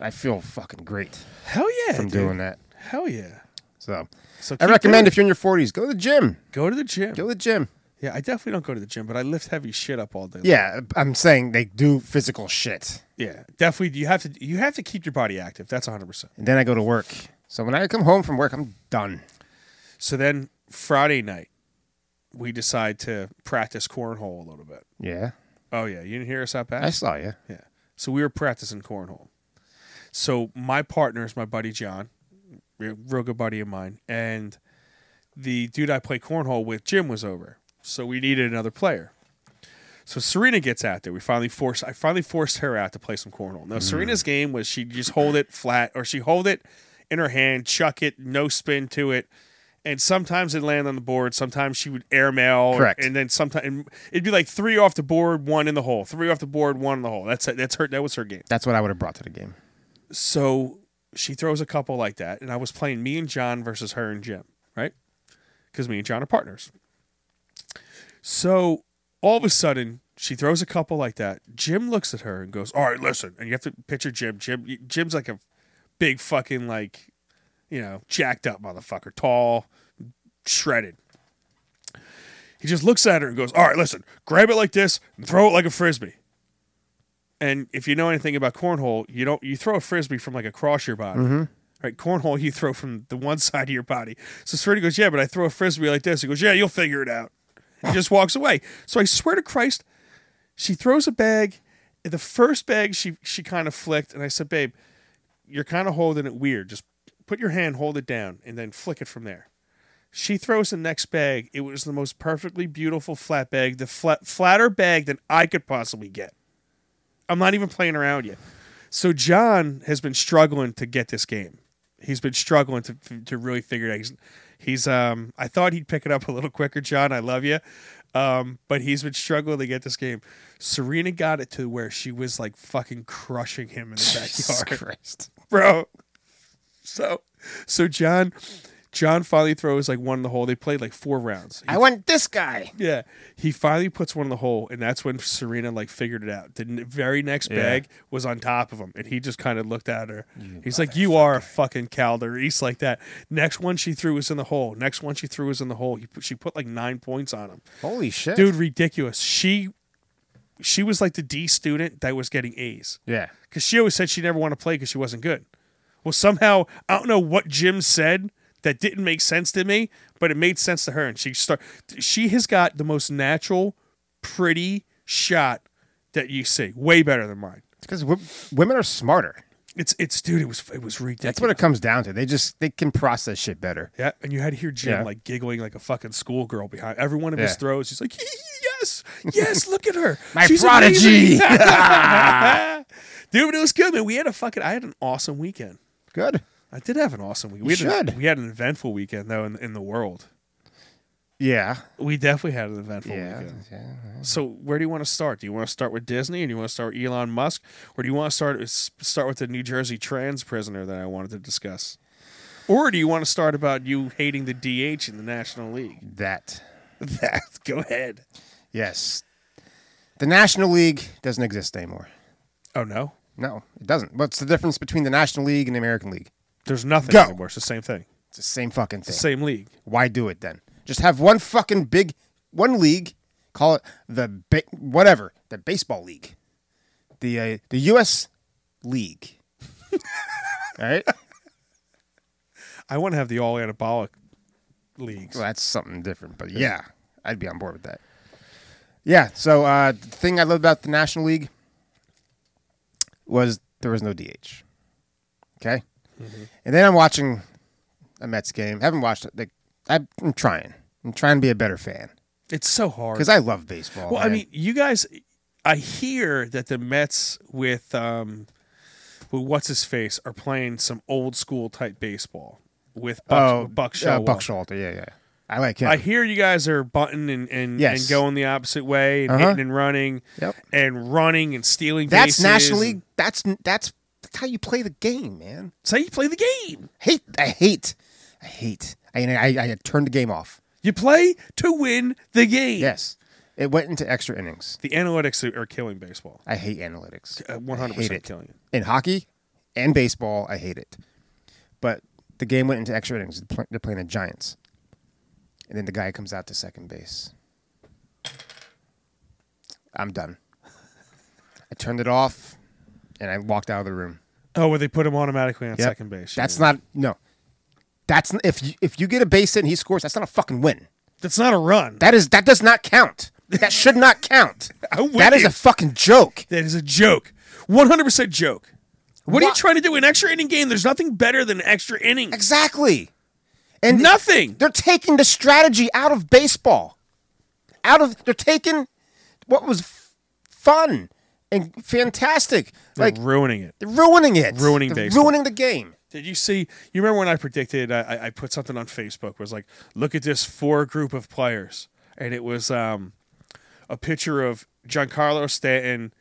S6: I feel fucking great
S5: Hell yeah.
S6: from
S5: dude.
S6: doing that.
S5: Hell yeah.
S6: So,
S5: So
S6: I
S5: keep
S6: recommend
S5: doing
S6: if you're in your 40s, go to the gym.
S5: it. go to the gym.
S6: Go to the gym.
S5: yeah, I definitely don't go to the gym, but I lift heavy shit up all day.
S6: Yeah, I'm saying they do physical shit.
S5: Yeah. Definitely you have to you have to keep your body active. That's 100%.
S6: And then I go to work. So when I come home from work, I'm done.
S5: So then Friday night we decide to practice cornhole a little bit.
S6: Yeah.
S5: Oh yeah, you didn't hear us out back?
S6: I saw you.
S5: Yeah. So we were practicing cornhole. So my partner is my buddy John, a real good buddy of mine, and the dude I play cornhole with, Jim, was over. So we needed another player. So Serena gets out there. We finally force I finally forced her out to play some cornhole. Now Serena's game was she just hold it flat or she hold it in her hand, chuck it, no spin to it. And sometimes it land on the board. Sometimes she would airmail,
S6: Correct.
S5: And then sometimes it'd be like three off the board, one in the hole. Three off the board, one in the hole. That's that's her. That was her game
S6: That's what I would have brought to the game.
S5: so she throws a couple like that, and I was playing me and John versus her and Jim, right? Because me and John are partners. So all of a sudden, she throws a couple like that. Jim looks at her and goes, "All right, listen." And you have to picture Jim. Jim, Jim's like a big fucking like, you know, jacked up motherfucker, tall, shredded. He just looks at her and goes, "All right, listen. Grab it like this and throw it like a frisbee." and if you know anything about cornhole, you don't you throw a frisbee from like across your body. Right, cornhole you throw from the one side of your body. So Serena goes, yeah, but I throw a frisbee like this. He goes, yeah, you'll figure it out. He just walks away. So I swear to Christ, she throws a bag. The first bag she she kind of flicked, and I said, babe, you're kind of holding it weird. Just put your hand, hold it down, and then flick it from there. She throws the next bag. It was the most perfectly beautiful flat bag, the flat, flatter bag than I could possibly get. I'm not even playing around yet. So John has been struggling to get this game. He's been struggling to to really figure it out. He's, he's um I thought he'd pick it up a little quicker, John. I love you. Um, but he's been struggling to get this game. Serena got it to where she was like fucking crushing him in the
S6: Jesus
S5: backyard
S6: Christ.
S5: bro. So, so John, John finally throws like one in the hole. They played like four rounds. He-
S6: I want this guy.
S5: yeah, he finally puts one in the hole, and that's when Serena like figured it out. The n- very next bag was on top of him, and he just kind of looked at her. He's like, "You are a fucking Calderese like that." Next one she threw was in the hole. Next one she threw was in the hole. He put, she put like nine points on him,
S6: Holy shit.
S5: dude. Ridiculous. She, she was like the D student that was getting A's
S6: Yeah.
S5: because she always said she never wanted to play because she wasn't good. Well, somehow I don't know what Jim said that didn't make sense to me, but it made sense to her, and she start. She has got the most natural, pretty shot that you see, way better than mine.
S6: It's because w- women are smarter.
S5: It's it's dude, it was it was ridiculous.
S6: That's what it comes down to. They just they can process shit better.
S5: Yeah, and you had to hear Jim
S6: Yeah.
S5: like giggling like a fucking schoolgirl behind every one of
S6: Yeah.
S5: his throws. He's like, yes, yes, look at her,
S6: My
S5: She's
S6: prodigy."
S5: amazing." Dude, but it was good, man. We had a fucking, I had an awesome weekend.
S6: Good.
S5: I did have an awesome week.
S6: You
S5: We had
S6: should.
S5: a, we had an eventful weekend though in, in the world.
S6: Yeah.
S5: We definitely had an eventful
S6: Yeah.
S5: weekend.
S6: yeah.
S5: So where do you want to start? Do you want to start with Disney, and you want to start with Elon Musk, or do you want to start s- start with the New Jersey trans prisoner that I wanted to discuss, or do you want to start about you hating the DH in the National League?
S6: That.
S5: That go ahead.
S6: Yes. The National League doesn't exist anymore.
S5: Oh no,
S6: No, it doesn't. What's the difference between the National League and the American League?
S5: there's nothing
S6: Go.
S5: anymore. It's the same thing.
S6: It's the same fucking thing.
S5: Same league.
S6: Why do it then? Just have one fucking big one league. Call it the ba- whatever the baseball league, the uh, the U.S. league. All right,
S5: I want to have the all anabolic leagues.
S6: well, that's something different, but yeah, I'd be on board with that. Yeah. So uh, the thing I love about the National League was there was no DH. Okay,
S5: Mm-hmm.
S6: and then I'm watching a Mets game. haven't watched it. Like I'm trying. I'm trying to be a better fan.
S5: It's so hard.
S6: Because I love baseball.
S5: Well, I
S6: man.
S5: mean, you guys, I hear that the Mets with um, with what's his face are playing some old school type baseball with Buck,
S6: oh,
S5: Buck Showalter.
S6: uh, Buck Showalter. Yeah, yeah. I like him.
S5: I hear you guys are bunting and and,
S6: Yes.
S5: and going the opposite way and
S6: Uh-huh.
S5: hitting and running
S6: Yep.
S5: and running and stealing.
S6: that's
S5: bases.
S6: National League. That's that's that's how you play the game, man.
S5: It's how you play the game.
S6: Hate. I hate. I hate. I I, I had turned the game off.
S5: You play to win the game.
S6: Yes, it went into extra innings.
S5: The analytics are- are killing baseball.
S6: I hate analytics.
S5: Uh,
S6: I hate
S5: 100%
S6: it.
S5: killing it.
S6: in hockey and baseball, I hate it. But the game went into extra innings. They're pl- They're playing the Giants. And then the guy comes out to second base. I'm done. I turned it off and I walked out of the room.
S5: Oh, where they put him automatically on
S6: Yep.
S5: second base.
S6: That's
S5: Yeah.
S6: not no. That's n- if you, if you get a base hit and he scores, that's not a fucking win.
S5: That's not a run.
S6: That is that does not count. That should not count.
S5: I'm with
S6: That is
S5: you.
S6: a fucking joke.
S5: That is a joke. 100% joke. What are you
S6: Wha-
S5: trying to do? An extra inning game? There's nothing better than an extra inning.
S6: Exactly. And
S5: Nothing.
S6: They're taking the strategy out of baseball. Out of they're taking what was fun and fantastic.
S5: They're
S6: like
S5: ruining it.
S6: they're ruining it,
S5: ruining
S6: They're
S5: baseball.
S6: ruining the game.
S5: Did you see? You remember when I predicted? I- I, I put something on Facebook. Was like, look at this four group of players, and it was um, a picture of Giancarlo Stanton,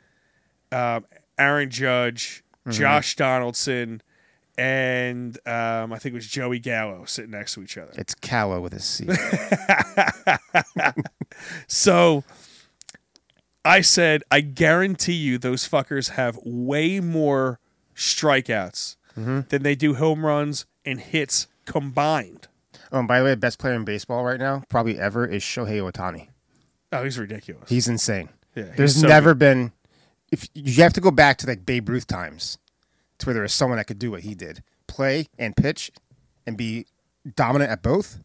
S5: um, Aaron Judge,
S6: Mm-hmm.
S5: Josh Donaldson, and um, I think it was Joey Gallo sitting next to each other.
S6: It's Callow with a C.
S5: So I said, I guarantee you those fuckers have way more strikeouts
S6: Mm-hmm.
S5: than they do home runs and hits combined.
S6: oh, and by the way, best player in baseball right now, probably ever, is Shohei Otani.
S5: Oh, he's ridiculous.
S6: He's insane.
S5: Yeah, he's
S6: There's
S5: so
S6: never been. If you have to go back to like Babe Ruth times, to where there was someone that could do what he did, play and pitch, and be dominant at both.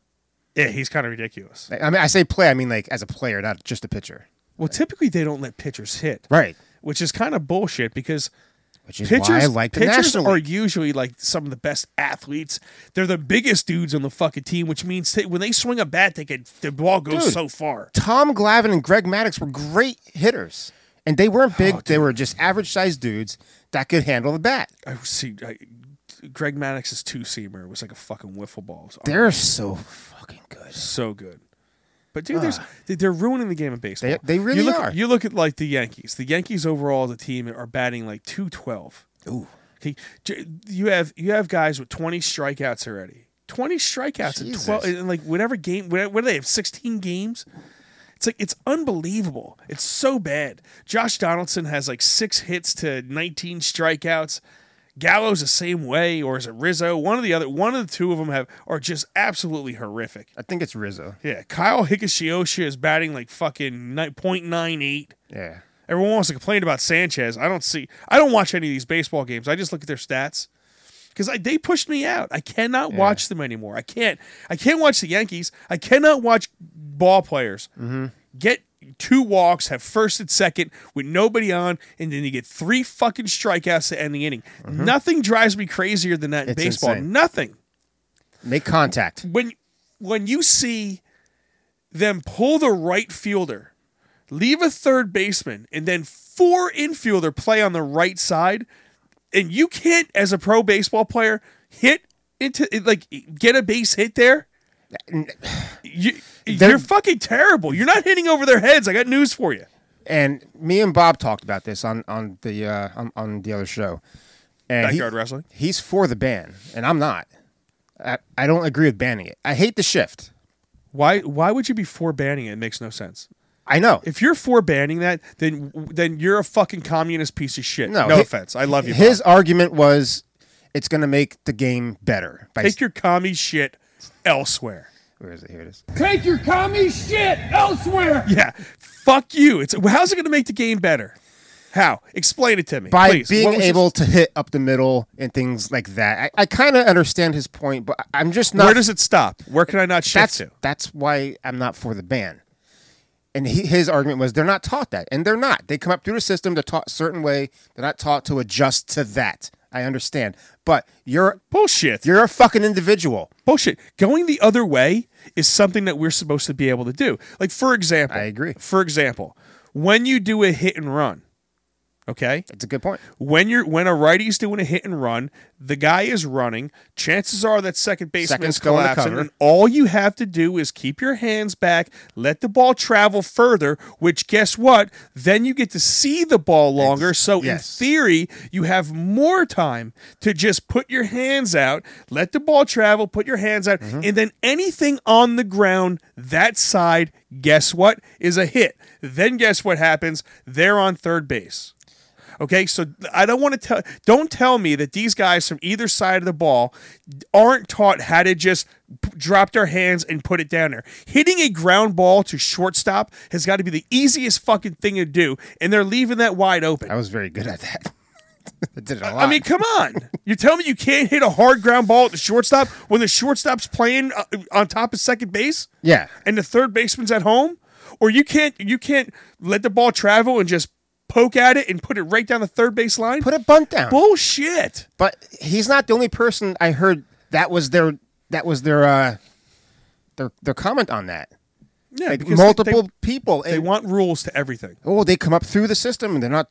S5: yeah, he's kind of ridiculous.
S6: Like, I mean, I say play, I mean like as a player, not just a pitcher.
S5: Well, typically they don't let pitchers hit,
S6: Right.
S5: which is kind of bullshit because
S6: Which is
S5: pitchers,
S6: why I like the
S5: pitchers
S6: National
S5: are
S6: League.
S5: usually like some of the best athletes. They're the biggest dudes on the fucking team, which means they, when they swing a bat, they can the ball goes
S6: Dude.
S5: so far.
S6: Tom Glavine and Greg Maddox were great hitters, and they weren't
S5: Oh,
S6: big. they were just average sized dudes that could handle the bat.
S5: I see. I, Greg Maddox's two seamer was like a fucking wiffle ball. It was
S6: They're so fucking good.
S5: so good. But dude, there's they- they're ruining the game of baseball.
S6: Ah. They- they really
S5: you look,
S6: are.
S5: You look at like the Yankees. The Yankees overall, the team are batting like two twelve.
S6: Ooh.
S5: Okay, j- you have you have guys with twenty strikeouts already. Twenty strikeouts in
S6: Jesus.
S5: twelve, and like whatever game, whatever, what do they have? Sixteen games. It's like it's unbelievable. It's so bad. Josh Donaldson has like six hits to nineteen strikeouts. Gallo's the same way, or is it Rizzo? One of the other, one of the two of them have are just absolutely horrific.
S6: I think it's Rizzo.
S5: Yeah, Kyle Hikashiosha is batting like fucking ni- .98.
S6: Yeah.
S5: Everyone wants to complain about Sanchez. I don't see. I don't watch any of these baseball games. I just look at their stats because they pushed me out. I cannot watch them anymore. I can't. I can't watch the Yankees. I cannot watch ball players
S6: Mm-hmm.
S5: get two walks, have first and second with nobody on, and then you get three fucking strikeouts to end the inning. Nothing drives me crazier than that in
S6: Mm-hmm. It's
S5: baseball.
S6: insane.
S5: Nothing
S6: Make contact.
S5: when when you see them pull the right fielder, leave a third baseman, and then four infielder play on the right side, and you can't, as a pro baseball player, hit into like get a base hit there. You,
S6: They're-
S5: you're fucking terrible. You're not hitting over their heads. I got news for you.
S6: And me and Bob talked about this on on the uh, on, on the other show. And he-
S5: Backyard wrestling?
S6: He's for the ban, and I'm not. I, I don't agree with banning it. I hate the shift.
S5: Why? Why would you be for banning it? It makes no sense.
S6: I know.
S5: If you're for banning that, then then you're a fucking communist piece of shit. No,
S6: hi-
S5: offense. I love you. Bob.
S6: His argument was it's going to make the game better. By
S5: Take your commie shit elsewhere.
S6: where is it? Here it is.
S3: Take your commie shit elsewhere.
S5: Yeah. Fuck you. It's how's it going to make the game better? How? Explain it to me.
S6: By
S5: please. What
S6: being
S5: was
S6: able
S5: this-
S6: to hit up the middle and things like that. I, I kind of understand his point, but I- I'm just not.
S5: Where does it stop? Where can I not shift
S6: that's
S5: to?
S6: that's why I'm not for the ban. And he, his argument was they're not taught that, and they're not. They come up through the system, they're taught a certain way. They're not taught to adjust to that. I understand, but you're
S5: Bullshit.
S6: you're a fucking individual.
S5: Bullshit. Going the other way is something that we're supposed to be able to do. Like for example,
S6: I agree.
S5: For example, when you do a hit and run, okay?
S6: That's a good point.
S5: when you're when a righty's doing a hit and run, the guy is running. Chances are that second baseman
S6: Second's
S5: is
S6: going to
S5: collapsing,
S6: cover.
S5: and all you have to do is keep your hands back, let the ball travel further. Which guess what? Then you get to see the ball longer. so
S6: yes.
S5: in theory, you have more time to just put your hands out, let the ball travel, put your hands out, and then anything on the ground that side, guess what, is a hit. Then guess what happens? They're on third base. Okay, so I don't want to tell. Don't tell me that these guys from either side of the ball aren't taught how to just p- drop their hands and put it down there. Hitting a ground ball to shortstop has got to be the easiest fucking thing to do, and they're leaving that wide open.
S6: I was very good at that. I did it a lot.
S5: I mean, come on! You tell me you can't hit a hard ground ball at the shortstop when the shortstop's playing uh, on top of second base?
S6: yeah,
S5: and the third baseman's at home, or you can't you can't let the ball travel and just poke at it and put it right down the third base line.
S6: put a bunt down.
S5: Bullshit.
S6: but he's not the only person I heard that was their that was their uh their their comment on that.
S5: Yeah,
S6: like
S5: because they-
S6: multiple
S5: they-
S6: people.
S5: They
S6: and-
S5: want rules to everything.
S6: oh, they come up through the system and they're not.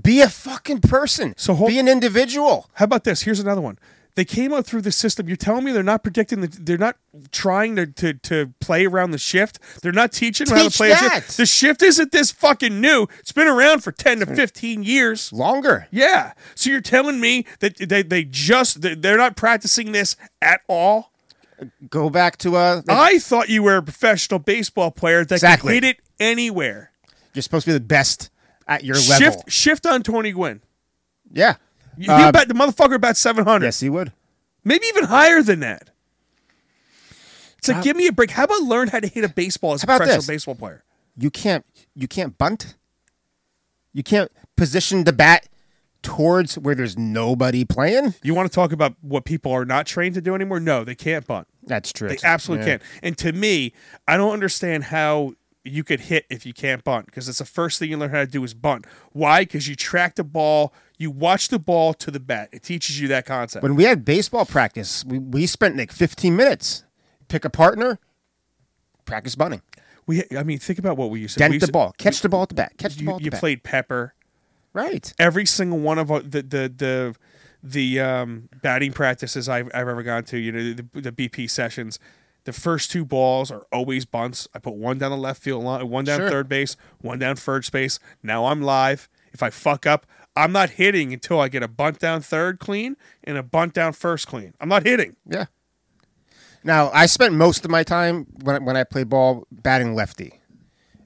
S6: Be a fucking person.
S5: So hold-
S6: be an individual.
S5: How about this? Here's another one. They came out through the system. You're telling me they're not predicting the, they're not trying to, to to play around the shift. They're not teaching them how to
S6: Teach
S5: play a
S6: that.
S5: shift. The shift isn't this fucking new. It's been around for 10 to 15 years.
S6: Longer.
S5: Yeah. So you're telling me that they, they just they- they're not practicing this at all?
S6: Go back to uh, like,
S5: I thought you were a professional baseball player that
S6: Exactly.
S5: could hit it anywhere.
S6: you're supposed to be the best at your level.
S5: Shift shift on Tony Gwynn.
S6: Yeah.
S5: You,
S6: Uh,
S5: you bet the motherfucker about 700.
S6: Yes, he would.
S5: Maybe even higher than that. It's like, give me a break. How about learn how to hit a baseball as a
S6: How about
S5: professional
S6: this?
S5: baseball player?
S6: You can't. You can't bunt. You can't position the bat towards where there's nobody playing.
S5: You want to talk about what people are not trained to do anymore? No, they can't bunt.
S6: That's true.
S5: They absolutely
S6: Yeah.
S5: can't. And to me, I don't understand how you could hit if you can't bunt because it's the first thing you learn how to do is bunt. Why? Because you track the ball, you watch the ball to the bat. It teaches you that concept.
S6: When we had baseball practice, we, we spent like 15 minutes. Pick a partner, practice bunting,
S5: we, I mean, think about what we used to. we
S6: dent
S5: used
S6: the
S5: to-
S6: ball, catch the ball at the bat, catch the ball
S5: You,
S6: at the
S5: you
S6: bat.
S5: played Pepper.
S6: right.
S5: every single one of our- the the the the um, batting practices I've, I've ever gone to, you know, the, the BP sessions, the first two balls are always bunts. I put one down the left field line, one down
S6: Sure.
S5: third base, one down first base. Now I'm live. If I fuck up, I'm not hitting until I get a bunt down third clean and a bunt down first clean. I'm not hitting.
S6: Yeah. Now I spent most of my time when I- when I played ball batting lefty,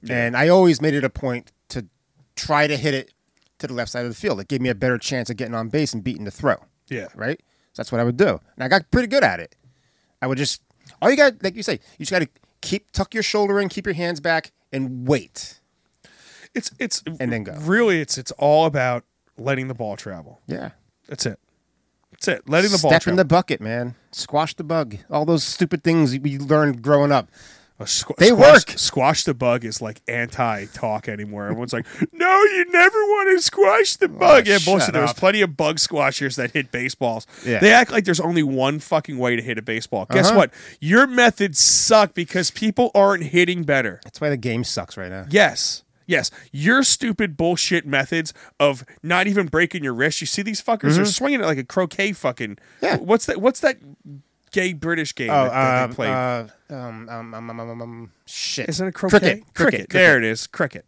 S6: and I always made it a point to try to hit it to the left side of the field. It gave me a better chance of getting on base and beating the throw.
S5: Yeah.
S6: Right. So that's what I would do, and I got pretty good at it. I would just all you got, like you say, you just got to keep tuck your shoulder in, keep your hands back, and wait.
S5: It's it's
S6: And then go.
S5: Really, it's it's all about letting the ball travel.
S6: Yeah.
S5: That's it. That's it. Letting the ball
S6: Step in
S5: travel.
S6: the bucket, man. Squash the bug. All those stupid things we learned growing up.
S5: A squ-
S6: They
S5: squash,
S6: work.
S5: Squash the bug is like anti-talk anymore. Everyone's like, "No, you never want to squash the bug." yeah,
S6: Oh, shut
S5: bullshit. There's
S6: up.
S5: plenty of bug squashers that hit baseballs.
S6: Yeah. Uh-huh.
S5: They act like there's only one fucking way to hit a baseball. Guess what? Your methods suck because people aren't hitting better.
S6: That's why the game sucks right now.
S5: Yes. Yes, your stupid bullshit methods of not even breaking your wrist. You see these fuckers are swinging it like a croquet fucking.
S6: Mm-hmm. Yeah.
S5: What's that? What's that gay British game
S6: Oh,
S5: that, that
S6: uh,
S5: they played?
S6: uh, um, um, um, um, um, um, shit.
S5: Isn't it croquet?
S6: Cricket. Cricket.
S5: cricket. There it is. Cricket.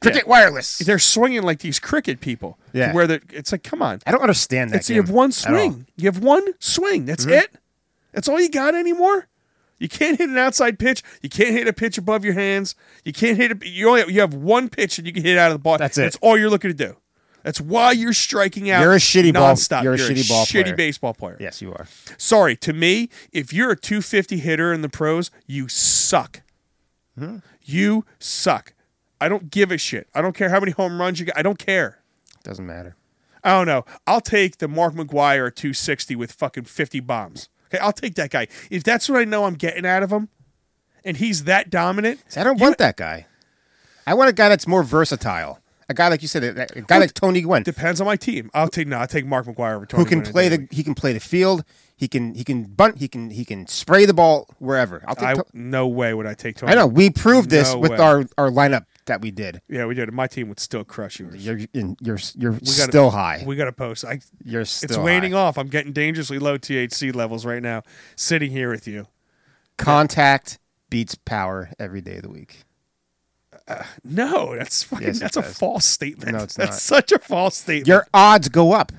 S6: Cricket wireless.
S5: they're swinging like these cricket people. to
S6: Yeah.
S5: Where they're, it's like, come on.
S6: I don't understand that
S5: It's,
S6: game
S5: you have one
S6: at all. Mm-hmm.
S5: swing. You have one swing. That's it. That's all you got anymore. You can't hit an outside pitch. You can't hit a pitch above your hands. You can't hit a. You only you have one pitch and you can hit out of the ball.
S6: That's it.
S5: That's all you're looking to do. That's why you're striking out.
S6: You're a shitty ball-
S5: nonstop.
S6: you're a shitty ball
S5: Shitty
S6: player.
S5: baseball player.
S6: Yes, you are.
S5: Sorry, to me, if you're a 250 hitter in the pros, you suck.
S6: Hmm.
S5: You suck. I don't give a shit. I don't care how many home runs you got. I don't care.
S6: Doesn't matter.
S5: I don't know. I'll take the Mark McGuire at 260 with fucking 50 bombs. Okay, I'll take that guy. If that's what I know I'm getting out of him, and he's that dominant,
S6: See, I don't want that guy. I want a guy that's more versatile. A guy like you said, a a guy like Tony Gwynn,
S5: depends on my team. I'll take no, I'll take Mark McGuire over Tony
S6: who can
S5: Gwynn
S6: play
S5: any day.
S6: the he can play the field. He can he can bunt. He can he can spray the ball wherever. I'll take.
S5: I
S6: To-
S5: no way would I take Tony.
S6: I know we proved this
S5: No
S6: with
S5: way.
S6: our our lineup that we did.
S5: Yeah, we did. My team would still crush yours.
S6: You're in, you're you're
S5: We gotta-
S6: still high.
S5: We got to post. I
S6: you're still
S5: it's waning
S6: high.
S5: off. I'm getting dangerously low THC levels right now, sitting here with you.
S6: Contact beats power every day of the week.
S5: No, that's fucking,
S6: Yes, it
S5: that's a
S6: does.
S5: false statement.
S6: No, it's
S5: that's
S6: not.
S5: such a false statement.
S6: Your odds go up.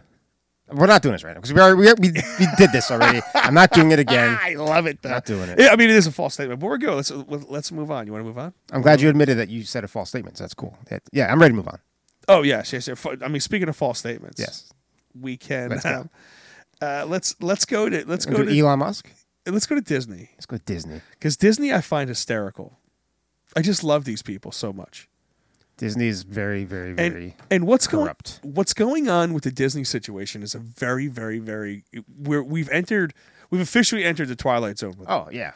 S6: We're not doing this right now because we, already- we, already- we we did this already. I'm not doing it again.
S5: I love it though.
S6: Not doing it.
S5: Yeah, I mean, it is a false statement. But we're good. Let's let's move on. You want to move on?
S6: I'm glad you admitted that you said a false statement. So that's cool. That- yeah, I'm ready to move on.
S5: Oh yes, yes. yes. I mean, speaking of false statements,
S6: Yes.
S5: we can.
S6: Let's go.
S5: uh, uh, let's let's go to let's go
S6: Go
S5: to
S6: Elon Musk.
S5: let's go to Disney
S6: Let's go to Disney.
S5: because Disney I find hysterical. I just love these people so much.
S6: Disney is very, very,
S5: and
S6: very.
S5: and what's
S6: corrupt.
S5: going what's going on with the Disney situation is a very very very we're, we've entered we've officially entered the twilight zone with
S6: oh yeah,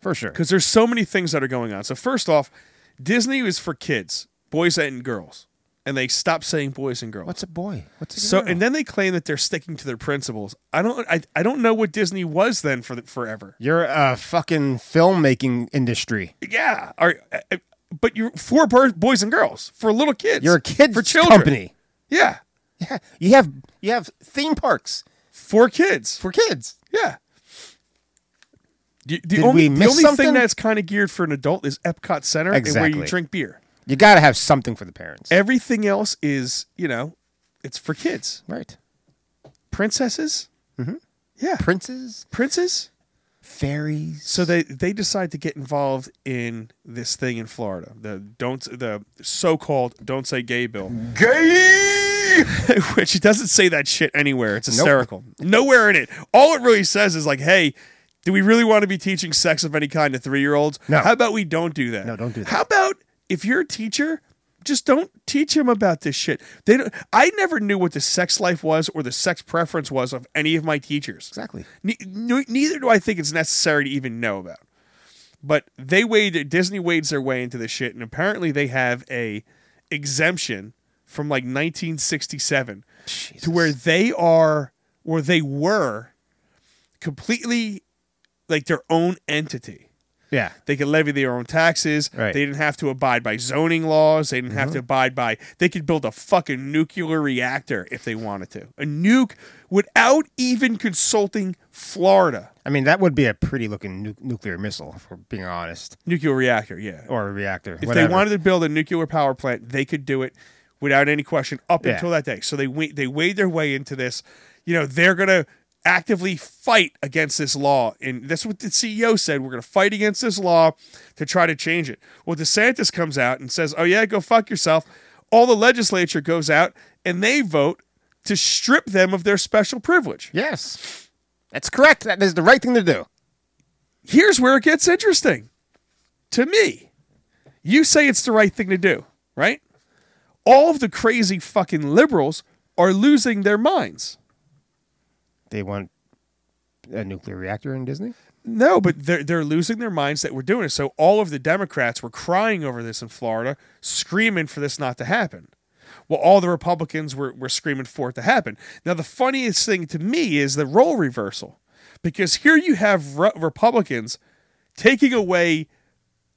S6: for sure.
S5: because there's so many things that are going on. So first off, Disney is for kids, boys and girls. and they stop saying boys and girls.
S6: What's a boy? What's a
S5: so
S6: girl?
S5: and then they claim that they're sticking to their principles. I don't I, I don't know what Disney was then for the, forever.
S6: You're a fucking filmmaking industry.
S5: Yeah, are uh, but you're for bir- boys and girls for little kids.
S6: You're a kid
S5: for children.
S6: company.
S5: Yeah,
S6: Yeah, you have you have theme parks
S5: for kids.
S6: for kids.
S5: Yeah. The, the
S6: Did
S5: only,
S6: we
S5: the
S6: miss
S5: only
S6: something?
S5: thing that's kind of geared for an adult is Epcot Center and where you
S6: Exactly.
S5: drink beer.
S6: You got to have something for the parents,
S5: Everything else is, you know, it's for kids.
S6: right?
S5: Princesses? Mm-hmm. Yeah.
S6: Princes,
S5: Princes?
S6: fairies.
S5: So they, they decide to get involved in this thing in Florida. The don't the so called don't say gay bill.
S4: Gay!
S5: which it doesn't say that shit anywhere. It's hysterical. Nowhere in it. All it really says is like, hey, do we really want to be teaching sex of any kind to three year olds?
S6: No.
S5: How about we don't do that?
S6: No, don't do that.
S5: How about if you're a teacher, just don't teach him about this shit. They don't, I never knew what the sex life was or the sex preference was of any of my teachers.
S6: Exactly.
S5: Ne- ne- neither do I think it's necessary to even know about. But they wade Disney wades their way into this shit, and apparently they have a exemption from like 1967 to where they are, or they were, completely like their own entity.
S6: Yeah,
S5: They could levy their own taxes.
S6: Right.
S5: They didn't have to abide by zoning laws. They didn't have to abide by. They could build a fucking nuclear reactor if they wanted to. A nuke without even consulting Florida.
S6: I mean that would be a pretty looking nu- nuclear missile, if we're being honest,
S5: Nuclear reactor, yeah.
S6: or a reactor.
S5: If
S6: whatever.
S5: they wanted to build a nuclear power plant, they could do it without any question up
S6: Yeah.
S5: until that day. So they wa- they wade their way into this. You know, they're gonna actively fight against this law, and that's what the CEO said. We're gonna fight against this law to try to change it. Well, DeSantis comes out and says, "Oh yeah, go fuck yourself." All the legislature goes out and they vote to strip them of their special privilege.
S6: yes, that's correct. That is the right thing to do.
S5: here's where it gets interesting to me. You say it's the right thing to do, right? All of the crazy fucking liberals are losing their minds.
S6: They want a nuclear reactor in Disney.
S5: No, but they're, they're losing their minds that we're doing it. So all of the Democrats were crying over this in Florida, screaming for this not to happen. Well, all the Republicans were, were screaming for it to happen. Now, the funniest thing to me is the role reversal because here you have re- Republicans taking away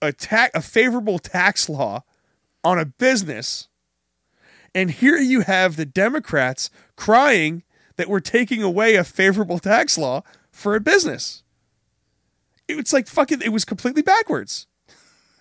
S5: a, ta- a favorable tax law on a business. And here you have the Democrats crying that we're taking away a favorable tax law for a business it was like fucking it was completely backwards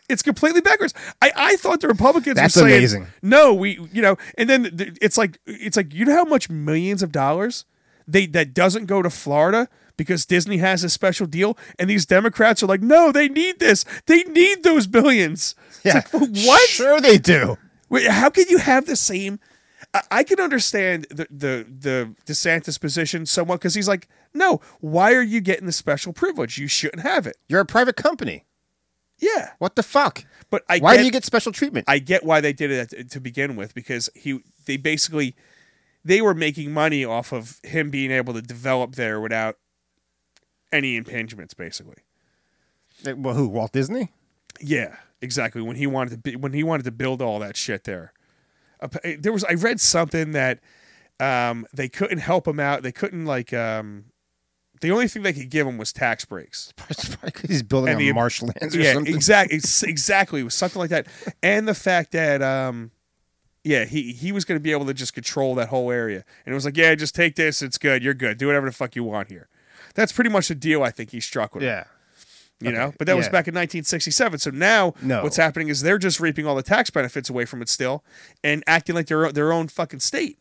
S5: it's completely backwards i, I thought the republicans
S6: That's
S5: were saying
S6: amazing.
S5: no we you know and then th- it's like it's like you know how much millions of dollars they that doesn't go to florida because disney has a special deal and these democrats are like no they need this they need those billions it's like, what
S6: Sure, they do.
S5: Wait, how can you have the same? I, I can understand the the the DeSantis position somewhat because he's like, no, why are you getting the special privilege? You shouldn't have it.
S6: You're a private company.
S5: Yeah,
S6: What the fuck?
S5: but I
S6: Why
S5: get,
S6: do you get special treatment?
S5: I get why they did it at- to begin with because he they basically they were making money off of him being able to develop there without any impingements, basically.
S6: Uh, well, who? Walt Disney?
S5: Yeah, exactly. When he wanted to be, when he wanted to build all that shit there, Ap- there was I read something that um, they couldn't help him out. They couldn't like um, the only thing they could give him was tax breaks.
S6: He's building
S5: And
S6: on
S5: the-
S6: marshlands or
S5: yeah,
S6: something.
S5: exactly. Exactly, it was something like that, and the fact that um, yeah, he he was going to be able to just control that whole area, and it was like, yeah, just take this. It's good. You're good. Do whatever the fuck you want here. That's pretty much the deal I think he struck with. him.
S6: Yeah.
S5: you
S6: Okay,
S5: know but that was
S6: yeah.
S5: back in 1967 so now
S6: No.
S5: what's happening is they're just reaping all the tax benefits away from it still and acting like they're their own fucking state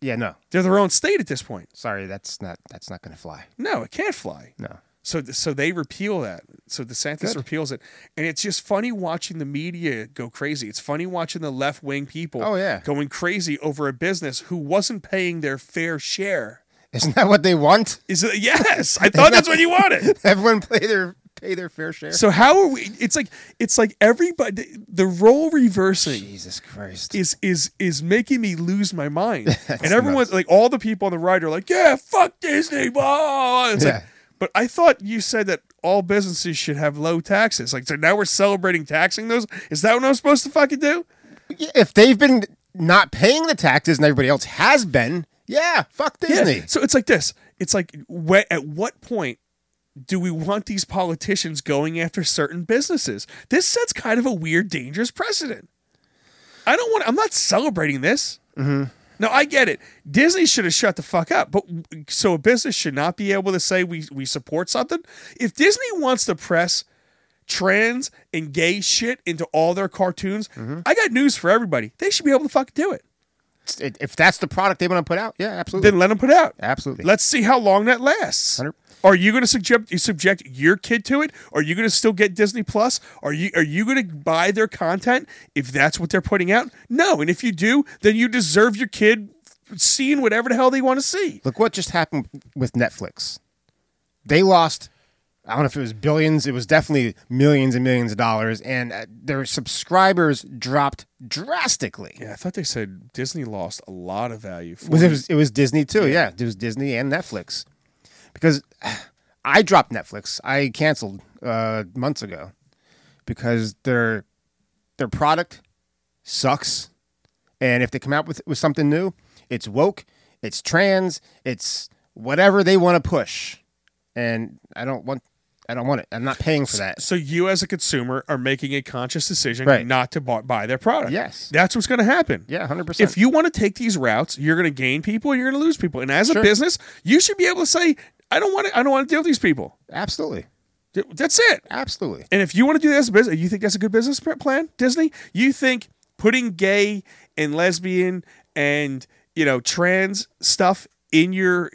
S6: Yeah, no.
S5: they're their own state at this point
S6: Sorry, that's not that's not gonna fly.
S5: no it can't fly
S6: No.
S5: so so they repeal that so DeSantis
S6: Good.
S5: repeals it and it's just funny watching the media go crazy it's funny watching the left wing people
S6: Oh, yeah.
S5: going crazy over a business who wasn't paying their fair share
S6: Isn't that what they want?
S5: is it, yes i thought that's what you wanted
S6: Everyone play their pay their fair share.
S5: so how are we it's like it's like everybody the role reversing
S6: Jesus Christ.
S5: is is is making me lose my mind. and everyone's
S6: nuts.
S5: like, all the people on the ride are like, "Yeah, fuck Disney." Blah. It's like,
S6: Yeah.
S5: but I thought you said that all businesses should have low taxes. Like, so now we're celebrating taxing those. Is that what I'm supposed to fucking do?
S6: if they've been not paying the taxes and everybody else has been, yeah, fuck Disney.
S5: Yeah. So it's like this. It's like wh- at what point do we want these politicians going after certain businesses? This sets kind of a weird, dangerous precedent. I don't want. I'm not celebrating this. No, I get it. Disney should have shut the fuck up. But so a business should not be able to say we we support something. If Disney wants to press trans and gay shit into all their cartoons, I got news for everybody. They should be able to fucking do it.
S6: It's- it- If that's the product they want to put out, yeah, absolutely.
S5: Then let them put it out.
S6: absolutely.
S5: Let's see how long that lasts.
S6: Hundred-
S5: Are you going to subject you subject your kid to it? Are you going to still get Disney Plus? Are you are you going to buy their content if that's what they're putting out? No, and if you do, then you deserve your kid seeing whatever the hell they want to see.
S6: Look what just happened with Netflix. They lost, I don't know if it was billions, it was definitely millions and millions of dollars, and uh, their subscribers dropped drastically.
S5: Yeah, I thought they said Disney lost a lot of value. For
S6: Was it was it was Disney too? Yeah. it was Disney and Netflix. Because I dropped Netflix. I canceled uh, months ago because their their product sucks. And if they come out with with something new, it's woke, it's trans, it's whatever they want to push. And I don't want I don't want it. I'm not paying for that.
S5: So you, as a consumer, are making a conscious decision
S6: Right.
S5: not to buy, buy their product.
S6: Yes.
S5: that's what's going to happen.
S6: Yeah, 100%.
S5: If you want to take these routes, you're going to gain people and you're going to lose people. And as a business, you should be able to say, "I don't want to. I don't want to deal with these people."
S6: absolutely.
S5: Th- That's it.
S6: Absolutely.
S5: And if you want to do that as a business, you think that's a good business pr- plan, Disney? You think putting gay and lesbian and you know trans stuff in your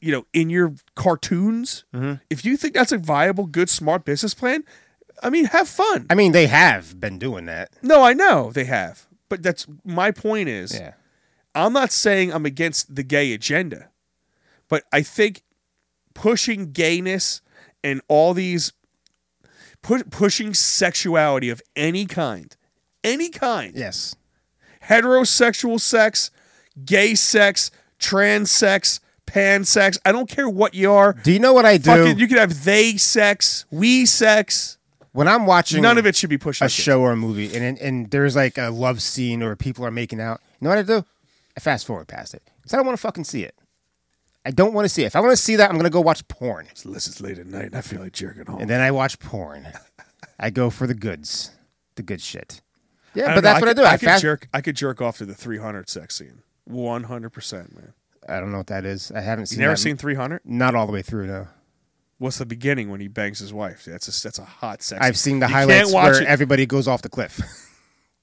S5: you know in your cartoons? If you think that's a viable, good, smart business plan, I mean, have fun.
S6: I mean, they have been doing that.
S5: no, I know they have, but that's my point is.
S6: Yeah.
S5: I'm not saying I'm against the gay agenda, but I think pushing gayness and all these pu- pushing sexuality of any kind, any kind,
S6: Yes.
S5: heterosexual sex, gay sex, trans sex, pansex, I don't care what you are.
S6: Do you know what I do?
S5: Fucking, you could have they sex, we sex.
S6: when I'm watching
S5: None of it should be pushed.
S6: a show or a movie and, and and there's like a love scene or people are making out, you know what I do? I fast forward past it because I don't want to fucking see it. I don't want to see it. If I want to see that, I'm gonna go watch porn,
S5: Unless it's late at night and I feel like jerking off.
S6: and then I watch porn. I go for the goods, the good shit. Yeah,
S5: I
S6: but
S5: don't know,
S6: that's what
S5: could-
S6: I do. I,
S5: could
S6: fast.
S5: jerk. I could jerk off to the 300 sex scene. 100 percent, man.
S6: I don't know what that is. I haven't
S5: You
S6: seen.
S5: never
S6: that.
S5: seen 300?
S6: Not all the way through. No,
S5: What's the beginning when he bangs his wife? That's a, that's a hot sex.
S6: I've seen the
S5: You can't
S6: highlights
S5: watch
S6: where
S5: it.
S6: everybody goes off the cliff.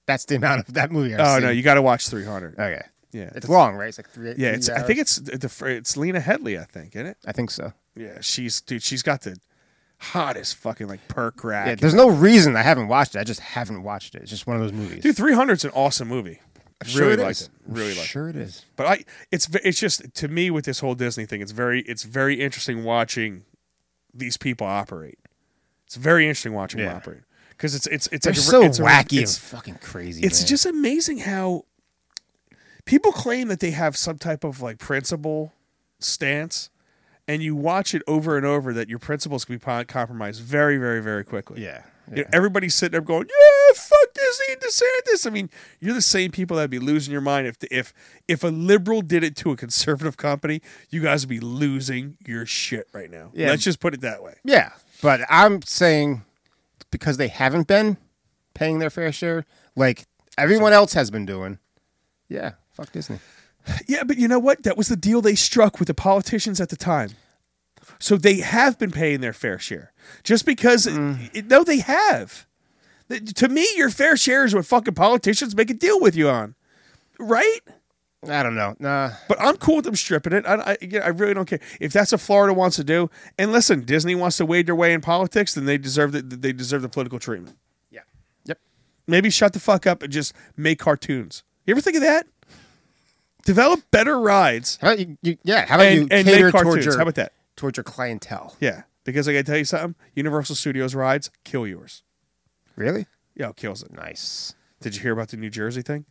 S6: that's the amount of that movie. I've
S5: oh no,
S6: seen.
S5: you got to watch 300.
S6: Okay.
S5: Yeah,
S6: Uh, It's
S5: that's-
S6: long, right? It's like three.
S5: yeah, it's. I think
S6: it's.
S5: it's the fr- it's Lena Headley, I think, isn't it?
S6: I think so.
S5: Yeah, she's dude. She's got the hottest fucking like perk rack.
S6: Yeah, there's no reason I haven't watched it. I just haven't watched it. It's just one of those movies.
S5: dude, 300's an awesome movie.
S6: I'm sure
S5: Really
S6: it
S5: liked
S6: is.
S5: it. Really
S6: I'm
S5: liked it.
S6: sure it is.
S5: But I, it's ve- it's just to me with this whole Disney thing, it's very it's very interesting watching these people operate. It's very interesting watching them
S6: Yeah.
S5: operate because it's it's it's
S6: They're
S5: like a ver-
S6: so
S5: it's a-
S6: wacky and
S5: it's-
S6: fucking crazy.
S5: it's
S6: man.
S5: just amazing how people claim that they have some type of like principle stance and you watch it over and over that your principles can be po- compromised very very very quickly
S6: yeah.
S5: You know, everybody's sitting there going, "Yeah, fuck Disney and DeSantis." I mean, you're the same people that'd be losing your mind if the, if if a liberal did it to a conservative company. You guys would be losing your shit right now.
S6: Yeah.
S5: Let's just put it that way.
S6: Yeah, but I'm saying because they haven't been paying their fair share, like everyone else has been doing. Yeah, fuck Disney.
S5: Yeah, but you know what? That was the deal they struck with the politicians at the time. So they have been paying their fair share. Just because, it- no, they have. Th- To me, your fair share is what fucking politicians make a deal with you on, right?
S6: I don't know. Nah,
S5: But I'm cool with them stripping it. I, I, again, I really don't care if that's what Florida wants to do. And listen, Disney wants to wade their way in politics, then they deserve the, they deserve the political treatment.
S6: yeah, yep.
S5: Maybe shut the fuck up and just make cartoons. You ever think of that? Develop better rides.
S6: How about you, you, yeah, how about
S5: And-
S6: you
S5: and make
S6: cater
S5: cartoons.
S6: towards your
S5: How about that?
S6: towards your clientele?
S5: Yeah, because I gotta tell you something. Universal Studios rides kill yours.
S6: Really
S5: Yeah, it kills it.
S6: nice.
S5: Did you hear about the New Jersey thing?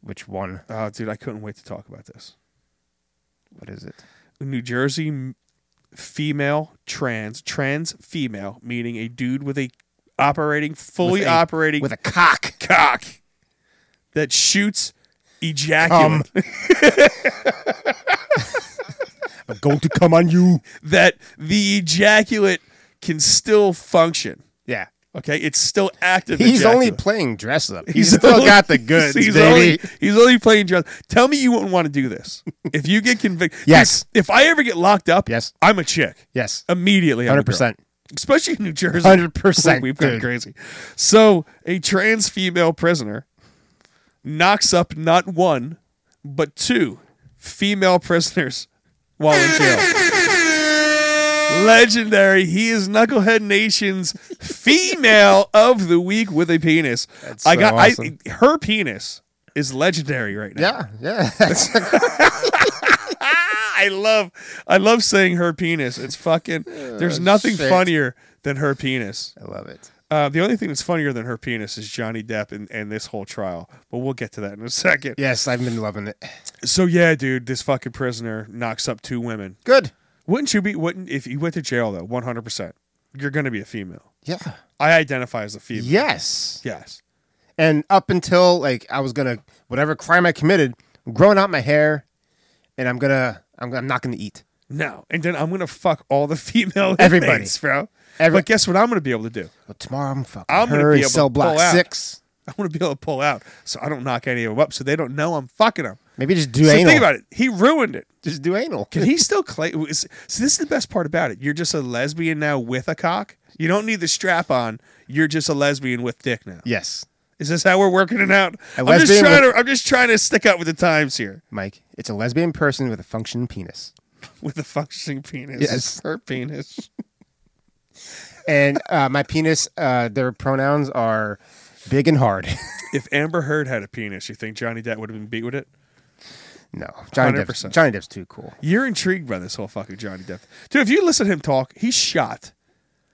S6: Which one?
S5: Oh, dude, I couldn't wait to talk about this.
S6: What is it?
S5: New Jersey m- female trans trans female meaning a dude with a operating fully
S6: With a-
S5: operating
S6: With a cock.
S5: cock that shoots
S6: Um,
S5: ejaculate
S6: I'm going to come on you.
S5: that the ejaculate can still function.
S6: Yeah.
S5: Okay, it's still active.
S6: He's only
S5: ejaculate.
S6: playing dress up. He's, still
S5: only-
S6: got the goods,
S5: he's Only,
S6: baby.
S5: he's only playing dress. Tell me you wouldn't want to do this if you get convicted.
S6: Yes.
S5: If I ever get locked up,
S6: Yes.
S5: I'm a chick.
S6: yes.
S5: Immediately, I'm a girl.
S6: 100%.
S5: especially in New Jersey.
S6: 100%,
S5: We've gone
S6: dude.
S5: crazy. So, a trans female prisoner knocks up not one, but two female prisoners while in jail. Legendary. He is Knucklehead Nation's female of the week with a penis.
S6: That's
S5: I
S6: so
S5: got
S6: awesome.
S5: I her penis is legendary right now.
S6: Yeah. Yeah. That's
S5: Ah, I love I love saying her penis. It's fucking there's nothing
S6: Oh, shit.
S5: funnier than her penis.
S6: I love it.
S5: Uh, the only thing that's funnier than her penis is Johnny Depp and, and this whole trial, but we'll get to that in a second.
S6: Yes, I've been loving it.
S5: So yeah, dude, this fucking prisoner knocks up two women.
S6: Good.
S5: Wouldn't you be? Wouldn't if you went to jail though? One hundred percent, you're gonna be a female.
S6: Yeah.
S5: I identify as a female.
S6: Yes.
S5: Yes.
S6: And up until like I was gonna whatever crime I committed, I'm growing out my hair, and I'm gonna I'm, I'm not gonna eat.
S5: No. And then I'm gonna fuck all the female
S6: Everybody.
S5: inmates, bro.
S6: Every-
S5: but guess what? I'm gonna be able to do.
S6: But tomorrow I'm fucking
S5: I'm gonna
S6: her
S5: be
S6: in
S5: able to
S6: cell block
S5: pull out.
S6: six.
S5: I'm gonna be able to pull out, so I don't knock any of them up, so they don't know I'm fucking them.
S6: Maybe just do
S5: so
S6: anal.
S5: think about it. He ruined it.
S6: Just do anal.
S5: Can he still claim? is- So this is the best part about it. You're just a lesbian now with a cock. You don't need the strap on. You're just a lesbian with dick now.
S6: yes,
S5: Is this how we're working it out?
S6: A
S5: I'm just
S6: lesbian
S5: trying to. I'm just trying to stick up with the times here
S6: Mike. It's a lesbian person with a functioning penis.
S5: with the functioning penis.
S6: Yes.
S5: her penis.
S6: And uh, my penis. Uh, their pronouns are big and hard.
S5: if Amber Heard had a penis, you think Johnny Depp would have been beat with it?
S6: no, Johnny Depp's
S5: 100%.
S6: Johnny Depp's too cool.
S5: You're intrigued by this whole fucking Johnny Depp, dude. If you listen to him talk, he's shot.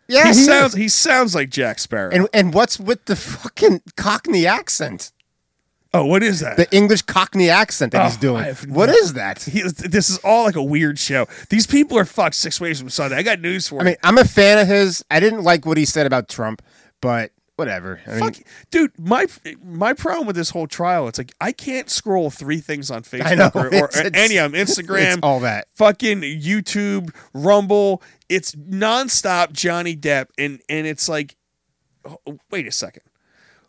S6: Yeah,
S5: he
S6: he is.
S5: sounds. He sounds like Jack Sparrow.
S6: And and what's with the fucking Cockney accent?
S5: oh, what is that?
S6: The English Cockney accent that he's
S5: Oh,
S6: doing.
S5: I have
S6: What
S5: no-
S6: is that?
S5: He- this is all like a weird show. These people are fucked six ways from Sunday. I got news for
S6: I
S5: you.
S6: mean, I'm a fan of his. I didn't like what he said about Trump, but whatever. I mean,
S5: Fuck, dude. My my problem with this whole trial, it's like I can't scroll three things on Facebook
S6: I know,
S5: or, or
S6: it's- it's-
S5: any of them, Instagram,
S6: it's all that.
S5: fucking YouTube, Rumble. It's nonstop Johnny Depp, and and it's like, oh, wait a second,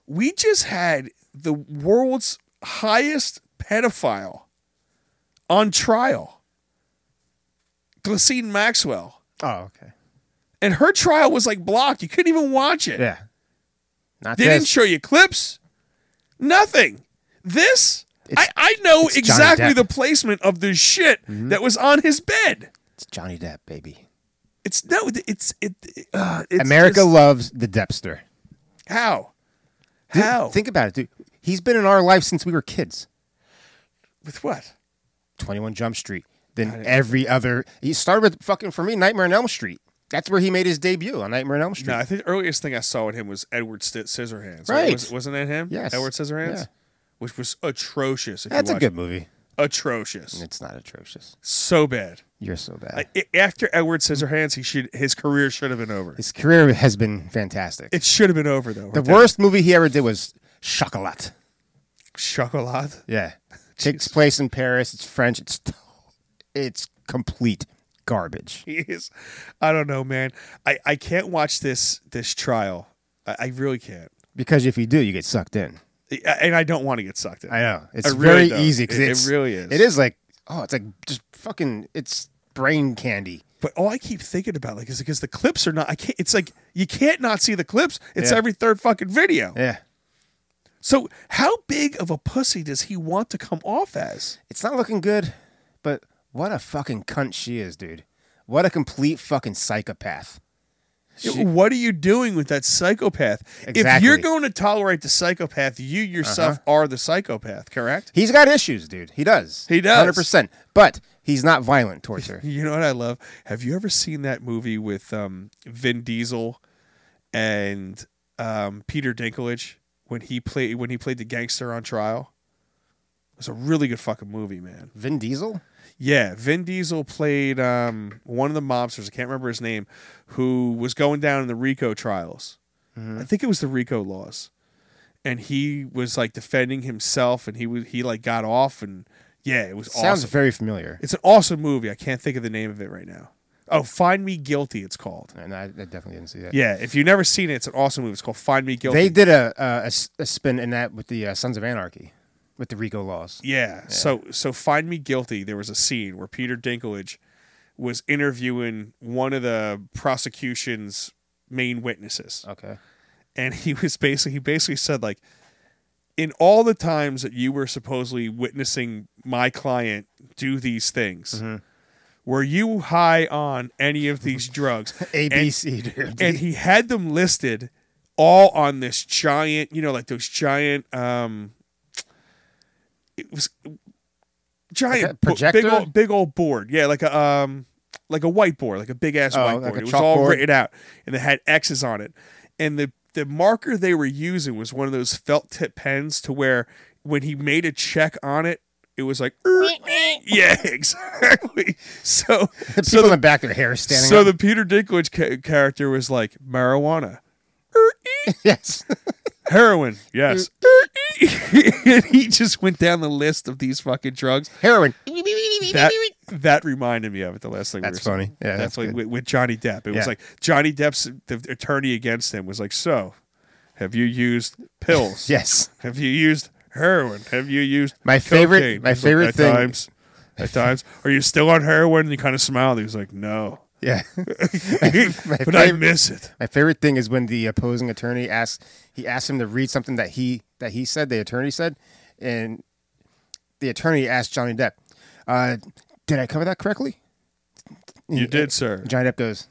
S5: we just had the world's highest pedophile on trial, Glacine Maxwell,
S6: Oh, okay.
S5: and her trial was like blocked. You couldn't even watch it.
S6: Yeah. Not
S5: They didn't
S6: this.
S5: show you clips. Nothing. This I,
S6: It's-
S5: I know
S6: Johnny
S5: exactly
S6: Depp. Mm-hmm.
S5: the placement of the shit that was on his bed.
S6: it's Johnny Depp, baby.
S5: It's no. It's it. Uh, it's
S6: America
S5: just-
S6: loves the Deppster.
S5: how?
S6: Dude,
S5: how?
S6: Think about it, dude. He's been in our life since we were kids.
S5: with what?
S6: 21 Jump Street. Then every other. He started with fucking, for me, Nightmare on Elm Street. That's where he made his debut on Nightmare on Elm Street.
S5: No, I think the earliest thing I saw with him was Edward St- Scissorhands.
S6: Right.
S5: Was, wasn't that him?
S6: Yes.
S5: Edward Scissorhands,
S6: Yeah.
S5: which was atrocious. If
S6: That's
S5: you
S6: a
S5: watch
S6: good movie.
S5: it. Atrocious.
S6: It's not atrocious.
S5: So bad.
S6: You're so bad.
S5: I- I- after Edward Scissorhands, he should his career should have been over.
S6: His career has been fantastic.
S5: It should have been over though.
S6: the
S5: right there.
S6: worst movie he ever did was Chocolat.
S5: Chocolat.
S6: Yeah. Takes place in Paris. It's French. It's it's complete garbage.
S5: he is. I don't know, man. I, I can't watch this this trial. I, I really can't,
S6: Because if you do, you get sucked in.
S5: I- and I don't want to get sucked in.
S6: I know. It's
S5: I really
S6: very
S5: don't.
S6: easy. 'cause
S5: It- it
S6: it's-
S5: really is.
S6: It is like oh, it's like just fucking. It's brain candy.
S5: But all I keep thinking about like is because the clips are not. I can't. It's like you can't not see the clips. It's
S6: Yeah.
S5: every third fucking video.
S6: Yeah.
S5: So how big of a pussy does he want to come off as?
S6: It's not looking good, but what a fucking cunt she is, dude. What a complete fucking psychopath. She-
S5: what are you doing with that psychopath? If you're
S6: Exactly. Uh-huh.
S5: going to tolerate the psychopath, you yourself are the psychopath. Correct.
S6: He's got issues, dude. He does.
S5: He does.
S6: Hundred percent. But he's not violent towards her.
S5: You know what I love? Have you ever seen that movie with um, Vin Diesel and um, Peter Dinklage when he played when he played the gangster on trial? It's a really good fucking movie, man.
S6: Vin Diesel.
S5: Yeah, Vin Diesel played um, one of the mobsters. I can't remember his name, who was going down in the RICO trials. I think it was the RICO laws, and he was like defending himself, and he was he like got off, and yeah, it was
S6: Sounds
S5: awesome.
S6: very familiar.
S5: It's an awesome movie. I can't think of the name of it right now. Oh, Find Me Guilty. It's called.
S6: And I, I definitely didn't see that.
S5: Yeah, if you've never seen it, it's an awesome movie. It's called Find Me Guilty.
S6: They did a, a- a s- a spin in that with the uh, Sons of Anarchy, with the RICO laws.
S5: Yeah. So so find me guilty. There was a scene where Peter Dinklage was interviewing one of the prosecution's main witnesses,
S6: Okay.
S5: and he was basically he basically said like, in all the times that you were supposedly witnessing my client do these things.
S6: Mm-hmm.
S5: Were you high on any of these drugs?
S6: A
S5: And-
S6: B C. dude.
S5: and he had them listed all on this giant, you know, like those giant um it was giant
S6: Like a
S5: bo- big
S6: projector?
S5: old big old board. Yeah, like a um like a whiteboard, like a big ass
S6: Oh,
S5: whiteboard.
S6: like a
S5: it was all
S6: chalkboard?
S5: written out and they had X's on it. And the the marker they were using was one of those felt tip pens to where when he made a check on it, it was like "Er, yeah, exactly. So
S6: the people
S5: so
S6: in the back, their hair is standing.
S5: so
S6: up.
S5: the Peter Dinklage ca- character was like marijuana,
S6: yes,
S5: heroin, yes. and he just went down the list of these fucking drugs.
S6: heroin.
S5: That that reminded me of it. The last thing we
S6: That's
S5: were saying.
S6: funny. Yeah, that's
S5: like
S6: good.
S5: with, with Johnny Depp. It was
S6: Yeah.
S5: like Johnny Depp's the attorney against him was like, so have you used pills?
S6: Yes,
S5: Have you used heroin? Have you used
S6: My favorite-
S5: cocaine?"
S6: my
S5: He's
S6: favorite
S5: at
S6: thing-
S5: Times, at times, are you still on heroin? And he kind of smiled. He was like, no,
S6: yeah.
S5: but I
S6: favorite-
S5: miss it.
S6: My favorite thing is when the opposing attorney asks he asked him to read something that he that he said the attorney said, and the attorney asked Johnny Depp, uh, "Did I cover that correctly?"
S5: You did, sir.
S6: Johnny Depp goes,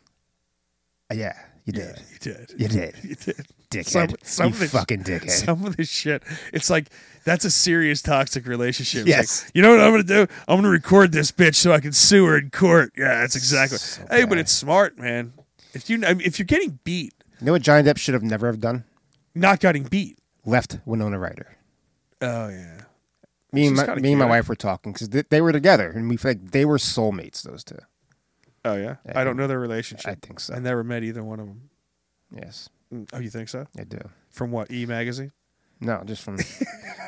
S6: "Uh, "Yeah, you did.
S5: Yeah, you did.
S6: You did,
S5: You did.
S6: dickhead.
S5: some
S6: you
S5: of the-
S6: fucking dickhead."
S5: Some of this shit, it's like that's a serious toxic relationship. It's
S6: Yes.
S5: like, you know what I'm gonna do? I'm gonna record this bitch so I can sue her in court. Yeah, that's exactly. hey, but it's smart, man. If you I mean, if you're getting beat,
S6: you know what Johnny Depp should have never have done?
S5: not getting beat.
S6: Left Winona Ryder.
S5: Oh yeah.
S6: Me
S5: She's
S6: and my,
S5: kinda
S6: me and my
S5: cute.
S6: wife were talking because they, they were together, and we feel like they were soulmates. Those two.
S5: Oh yeah. I don't know their relationship.
S6: I think so.
S5: I never met either one of them.
S6: Yes,
S5: Oh, you think so?
S6: I do.
S5: From what E magazine?
S6: No, just from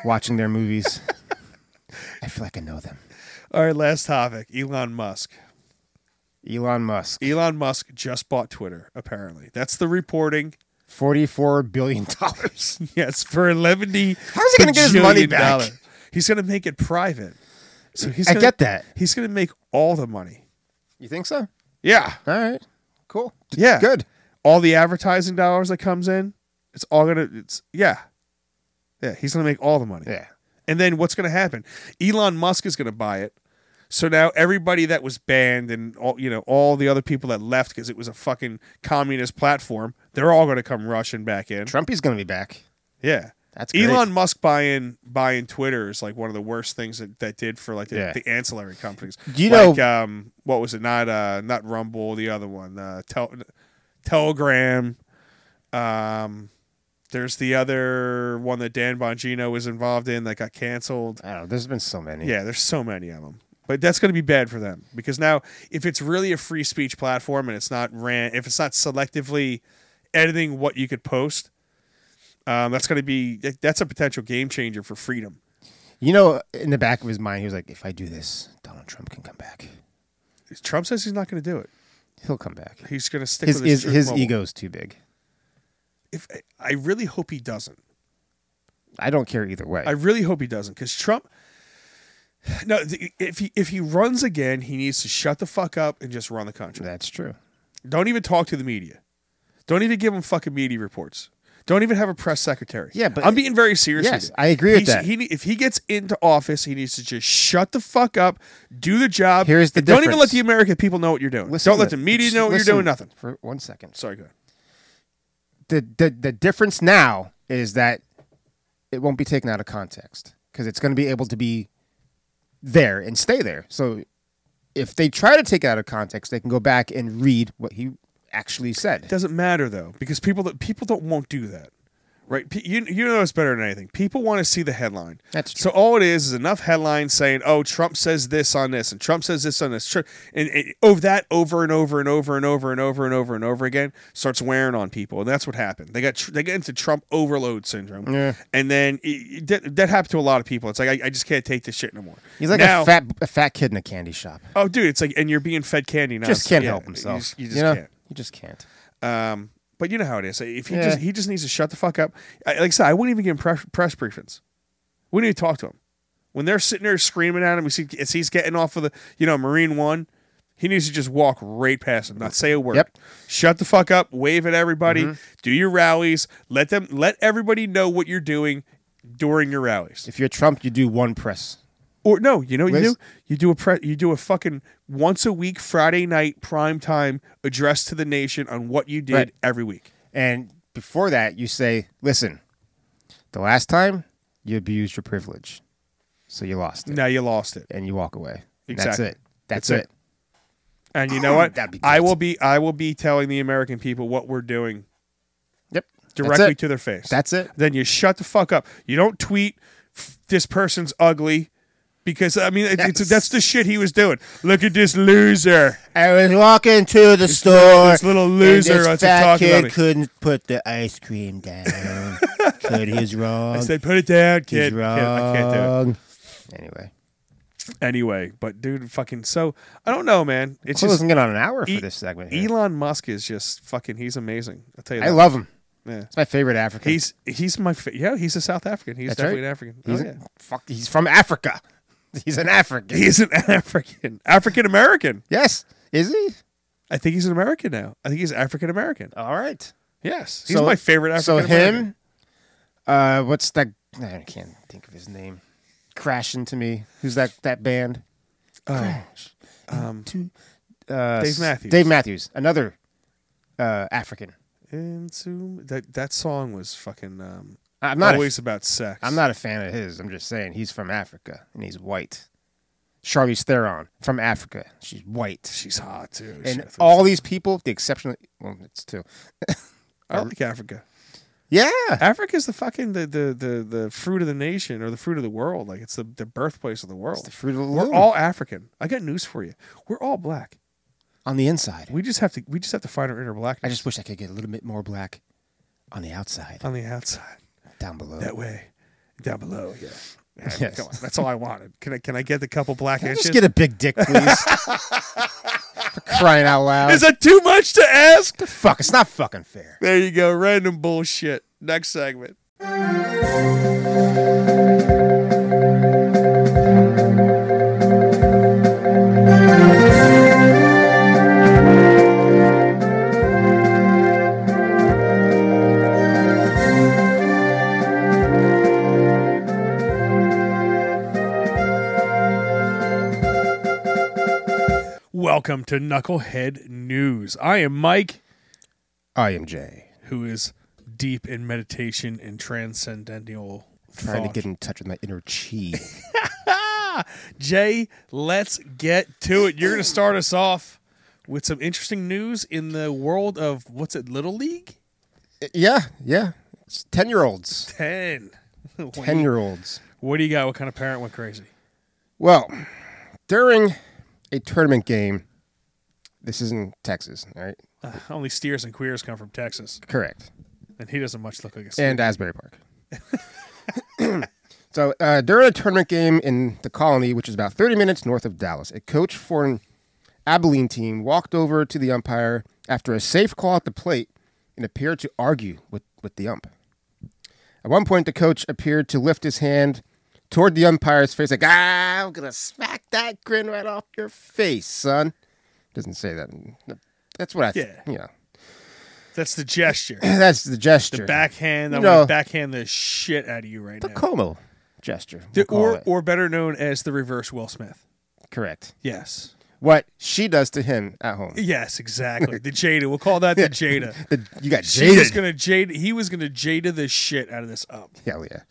S6: watching their movies. I feel like I know them.
S5: All right, last topic. Elon Musk.
S6: Elon Musk,
S5: Elon Musk just bought Twitter. Apparently, that's the reporting.
S6: forty-four billion dollars.
S5: Yes, for eleventy.
S6: How's he gonna get his money
S5: bajillion
S6: back?
S5: dollar- He's gonna make it private. So he's.
S6: I
S5: Gonna,
S6: get that.
S5: He's gonna make all the money.
S6: You think so?
S5: Yeah,
S6: All right, cool. D-
S5: yeah.
S6: good.
S5: All the advertising dollars that comes in, it's all gonna. It's yeah, yeah. He's gonna make all the money.
S6: Yeah,
S5: And then what's gonna happen? Elon Musk is gonna buy it. So now everybody that was banned and all you know all the other people that left because it was a fucking communist platform, they're all gonna come rushing back in.
S6: Trumpy's gonna be back.
S5: Yeah.
S6: That's great.
S5: Elon Musk buying buying Twitter is like one of the worst things that, that did for like the,
S6: Yeah.
S5: the ancillary companies.
S6: Do you
S5: like,
S6: know-
S5: um, what was it? Not uh, not Rumble, the other one, uh, tel- Telegram. Um, there's the other one that Dan Bongino was involved in that got canceled.
S6: I don't know. There's been so many.
S5: Yeah, there's so many of them. But that's going to be bad for them because now, if it's really a free speech platform and it's not ran, if it's not selectively editing what you could post, um, that's going to be that- that's a potential game changer for freedom.
S6: You know, in the back of his mind, he was like, "If I do this, Donald Trump can come back.
S5: Trump says he's not going to do it.
S6: He'll come back."
S5: He's going to stick
S6: His
S5: with his,
S6: his,
S5: Truth
S6: his
S5: Mobile.
S6: ego's too big.
S5: If I really hope he doesn't.
S6: I don't care either way.
S5: I really hope he doesn't because Trump. No, th- if he if he runs again, he needs to shut the fuck up and just run the country.
S6: That's true.
S5: Don't even talk to the media. Don't even give them fucking media reports. Don't even have a press secretary.
S6: Yeah, but-
S5: I'm being very serious.
S6: Yes,
S5: with you.
S6: I agree with
S5: He sh-
S6: that.
S5: He, ne- if he gets into office, he needs to just shut the fuck up, do the job.
S6: Here's the
S5: and don't even let
S6: difference.
S5: the American people know what you're doing.
S6: Listen
S5: don't let
S6: to-
S5: the media
S6: just
S5: know what
S6: listen
S5: you're doing. Nothing.
S6: For one second.
S5: Sorry, go ahead.
S6: the, the the difference now is that it won't be taken out of context because it's going to be able to be there and stay there. So if they try to take it out of context, they can go back and read what he actually
S5: It
S6: said.
S5: doesn't matter though because people that people don't won't do that. right? P- You you know it's better than anything. People want to see the headline.
S6: That's
S5: So all it is is enough headlines saying, "Oh, Trump says this on this, and Trump says this on this," Tr- and, and over that over and over and over and over and over and over and over again starts wearing on people, and that's what happened. They got tr- they get into Trump overload syndrome,
S6: Yeah.
S5: and then it, it- that, that happened to a lot of people. It's like I, I just can't take this shit no more.
S6: He's like
S5: Now-
S6: a fat a fat kid in a candy shop.
S5: Oh, dude, it's like, and you're being fed candy now.
S6: Just
S5: so
S6: can't
S5: yeah,
S6: help himself.
S5: You just, you just
S6: know?
S5: can't.
S6: You just can't.
S5: Um, but you know how it is. If he
S6: Yeah.
S5: just he just needs to shut the fuck up. I, like I said, I wouldn't even give him press, press briefings. We need to talk to him. When they're sitting there screaming at him, we see as he's getting off of the you know Marine One, he needs to just walk right past him, not say a word.
S6: Yep. Mm-hmm.
S5: Shut the fuck up. Wave at everybody. Do your rallies. Let them let everybody know what you're doing during your rallies.
S6: If you're Trump, you do one press.
S5: Or no, you know what you
S6: Liz?
S5: do? You do a pre- you do a fucking once a week Friday night prime time address to the nation on what you did
S6: Right.
S5: every week.
S6: And before that, you say, "Listen, the last time you abused your privilege, so you lost it,
S5: Now you lost it.
S6: and you walk away. And
S5: Exactly.
S6: That's it. That's,
S5: That's
S6: it.
S5: it. And you know what?
S6: That'd be
S5: I
S6: great.
S5: will be I will be telling the American people what we're doing
S6: Yep.
S5: directly
S6: That's it.
S5: to their face.
S6: That's it.
S5: Then you shut the fuck up. You don't tweet "F- this person's ugly because I mean it, it's,
S6: Yes.
S5: that's the shit he was doing. Look at this loser.
S6: I was walking to the store.
S5: this little loser
S6: and
S5: wants
S6: this
S5: to
S6: fat
S5: talk
S6: kid
S5: about me.
S6: couldn't put the ice cream down. Kid, he's wrong.
S5: I said, put it down,
S6: he's
S5: kid. Kid,
S6: wrong.
S5: I can't do it.
S6: Anyway,
S5: anyway but dude fucking so i don't know man it's just
S6: closing in on an hour for
S5: E-
S6: this segment. here.
S5: elon musk is just fucking he's amazing i'll tell you that.
S6: I love him.
S5: yeah.
S6: It's my favorite African.
S5: he's he's my fa- yeah he's a south african he's
S6: That's
S5: definitely
S6: right.
S5: an african
S6: He's,
S5: oh, yeah.
S6: fuck, he's from Africa. He's an African.
S5: he's an african african american
S6: yes, is he?
S5: i think he's an american now i think he's african american
S6: All right.
S5: yes he's my favorite
S6: Oh. So
S5: african
S6: him. Uh, what's that? I can't think of his name. Crashing to me. Who's that? That band.
S5: Oh.
S6: Crash. Um, uh,
S5: Dave
S6: s-
S5: Matthews.
S6: Dave Matthews. Another uh, African.
S5: into that that song was fucking um
S6: I'm not.
S5: always
S6: A,
S5: about sex
S6: I'm not a fan of his. I'm just saying he's from Africa and he's white. Charlize Theron from Africa. She's white.
S5: she's hot too
S6: And
S5: Shit.
S6: all these people, with the exception of well, it's two.
S5: i don't like africa
S6: Yeah.
S5: Africa's the fucking the, the the the fruit of the nation or the fruit of the world. Like it's the, the birthplace of the world.
S6: It's the fruit of the
S5: We're
S6: loom.
S5: all African. I got news for you. We're all black.
S6: on the inside.
S5: We just have to we just have to find our inner blackness.
S6: I just wish I could get a little bit more black on the outside,
S5: on the outside.
S6: down below.
S5: Uh, That way. Down below. Yeah. Yeah,
S6: Yes.
S5: come on. That's all I wanted. Can I can I get the couple black
S6: Can I
S5: inches?
S6: just get a big dick, please. For crying out loud.
S5: Is that too much to ask?
S6: Fuck, it's not fucking fair.
S5: There you go. Random bullshit. Next segment. Welcome to Knucklehead News. I am Mike.
S6: I am Jay.
S5: who is deep in meditation and transcendental
S6: Trying
S5: thought.
S6: to get in touch with my inner chi.
S5: Jay, let's get to it. You're going to start us off with some interesting news in the world of what's it, Little League?
S6: yeah, yeah. It's 10 year olds.
S5: 10. What do you-
S6: 10 year olds.
S5: What do you got? What kind of parent went crazy?
S6: Well, during a tournament game, this is in Texas, all right?
S5: Uh, only steers and queers come from Texas,
S6: Correct.
S5: and he doesn't much look like a steer.
S6: and Asbury Park. so uh, during a tournament game in the colony, which is about 30 minutes north of Dallas, a coach for an Abilene team walked over to the umpire after a safe call at the plate and appeared to argue with, with the ump. At one point, the coach appeared to lift his hand toward the umpire's face, like, ah, I'm going to smack that grin right off your face, son. Doesn't say that. That's what I think.
S5: Yeah.
S6: You know,
S5: That's the gesture.
S6: that's the
S5: The
S6: gesture.
S5: backhand. I'm
S6: You
S5: going to
S6: know-
S5: backhand the shit out of you right
S6: The
S5: now.
S6: Como gesture.
S5: The-
S6: we'll call
S5: or,
S6: it.
S5: or better known as the reverse Will Smith.
S6: Correct.
S5: Yes.
S6: What she does to him at home.
S5: Yes, exactly. The Jada. We'll call that the Jada.
S6: The- you got
S5: She was
S6: jaded.
S5: gonna Jada. He was gonna Jada the shit out of this up.
S6: Hell yeah.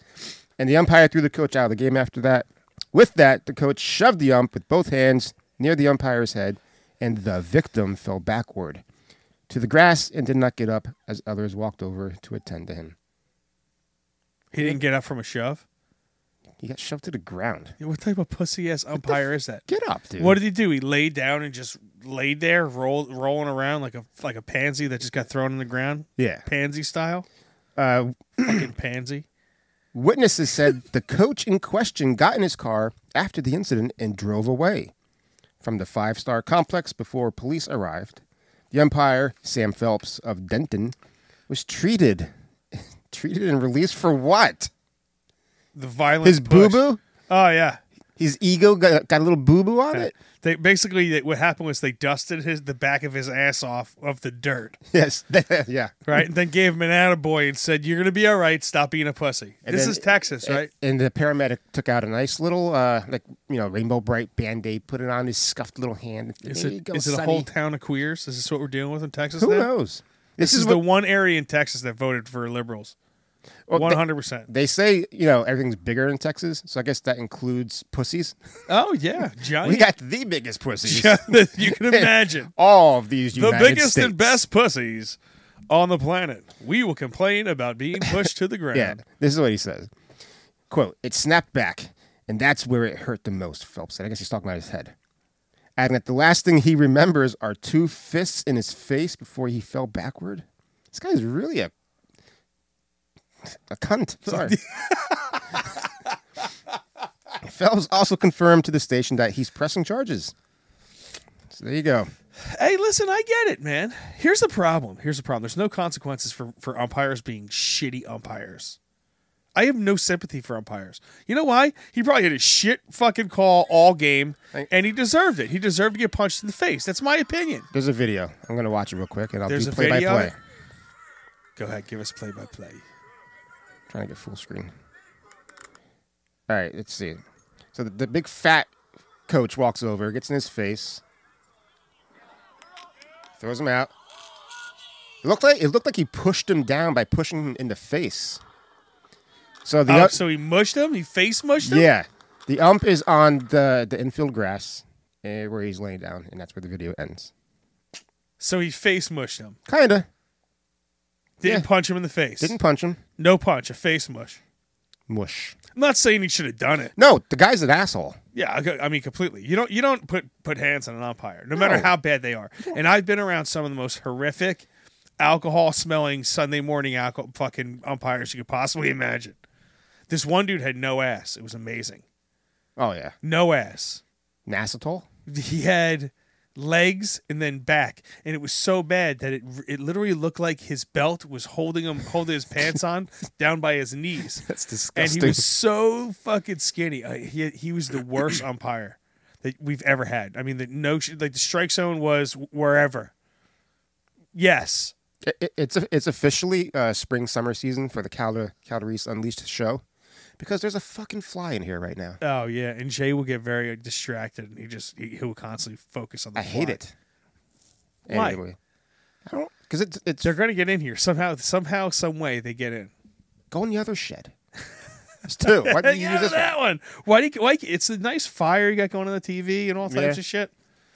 S6: And the umpire threw the coach out of the game after that. With that, the coach shoved the ump with both hands near the umpire's head, and the victim fell backward to the grass and did not get up as others walked over to attend to him.
S5: He didn't get up from a shove.
S6: He got shoved to the ground.
S5: Yeah, What type of pussy ass umpire is that?
S6: Get up, dude.
S5: What did he do? He laid down and just laid there, roll, rolling around like a like a pansy that just got thrown in the ground,
S6: Yeah.
S5: pansy style.
S6: Uh,
S5: Fucking pansy.
S6: Witnesses said the coach in question got in his car after the incident and drove away from the five star complex before police arrived. The umpire, Sam Phelps of Denton, was treated treated and released for what?
S5: The violent.
S6: His boo
S5: push.
S6: boo?
S5: Oh yeah.
S6: His ego got, got a little boo boo on it?
S5: They basically they, what happened was they dusted his the back of his ass off of the dirt,
S6: Yes. yeah.
S5: right, and then gave him an attaboy and said, "You're gonna be all right. Stop being a pussy."
S6: And
S5: this
S6: then-
S5: is Texas, right?
S6: And the paramedic took out a nice little, uh, like, you know, rainbow bright band aid, put it on his scuffed little hand.
S5: Is
S6: There
S5: it
S6: you
S5: is
S6: go,
S5: it a
S6: sonny.
S5: whole town of queers? Is this what we're dealing with in Texas?
S6: Who
S5: now?
S6: knows?
S5: This, is, the one area in Texas that voted for liberals.
S6: well,
S5: One
S6: they-
S5: hundred percent.
S6: They say you know everything's bigger in Texas, so I guess that includes pussies.
S5: Oh yeah, giant.
S6: We got the biggest pussies.
S5: you can imagine
S6: All of these
S5: the
S6: United
S5: biggest
S6: States.
S5: and best pussies on the planet. We will complain about being pushed to the ground.
S6: Yeah, this is what he says. Quote: It snapped back, and that's where it hurt the most. Phelps said. I guess he's talking about his head. And that the last thing he remembers are two fists in his face before he fell backward. This guy's really a a cunt. Sorry. Phelps also confirmed to the station that he's pressing charges. So there you go.
S5: Hey, listen, I get it, man. Here's the problem. Here's the problem. There's no consequences for, for umpires being shitty umpires. I have no sympathy for umpires. You know why? He probably had a shit fucking call all game, and he deserved it. He deserved to get punched in the face. That's my opinion.
S6: There's a video. I'm gonna watch it real quick, and I'll
S5: There's
S6: do
S5: a
S6: play by
S5: video of
S6: play.
S5: it? Go ahead, give us play by play.
S6: Trying to get full screen. All right, let's see. So the, the big fat coach walks over, gets in his face, throws him out. It looked like it looked like he pushed him down by pushing him in the face. So the
S5: Oh,
S6: ump,
S5: so he mushed him? He face mushed him?
S6: yeah, the ump is on the the infield grass eh, where he's laying down, and that's where the video ends.
S5: So he face mushed him.
S6: Kinda
S5: Didn't
S6: Yeah.
S5: punch him in the face.
S6: didn't punch him.
S5: No punch, a face mush.
S6: Mush.
S5: I'm not saying he should have done it.
S6: No, the guy's an asshole.
S5: Yeah, I go- I mean completely. You don't you don't put put hands on an umpire, no, matter how bad they are. And I've been around some of the most horrific, alcohol smelling Sunday morning alcohol fucking umpires you could possibly imagine. This one dude had no ass. It was amazing.
S6: Oh yeah,
S5: No ass.
S6: Nasatol.
S5: He had legs and then back, and it was so bad that it it literally looked like his belt was holding him holding his pants on down by his knees.
S6: That's
S5: and
S6: disgusting.
S5: he was so fucking skinny. Uh, he he was the worst umpire that we've ever had. I mean, the no like the strike zone was wherever. Yes,
S6: It- it- it's it's officially uh, spring summer season for the Calder Calderese Unleashed show because there's a fucking fly in here right now.
S5: oh yeah, and Jay will get very uh, distracted, and he just he, he will constantly focus on the.
S6: I hate
S5: fly.
S6: it.
S5: Why?
S6: I don't because it's it's
S5: They're gonna get in here somehow, somehow, some way. They get in.
S6: go in the other shed. There's two. Why
S5: Hey,
S6: did you
S5: get out
S6: use
S5: of
S6: this? One?
S5: that one. Why do you like? It's a nice fire you got going on the TV and all types
S6: Yeah.
S5: of shit.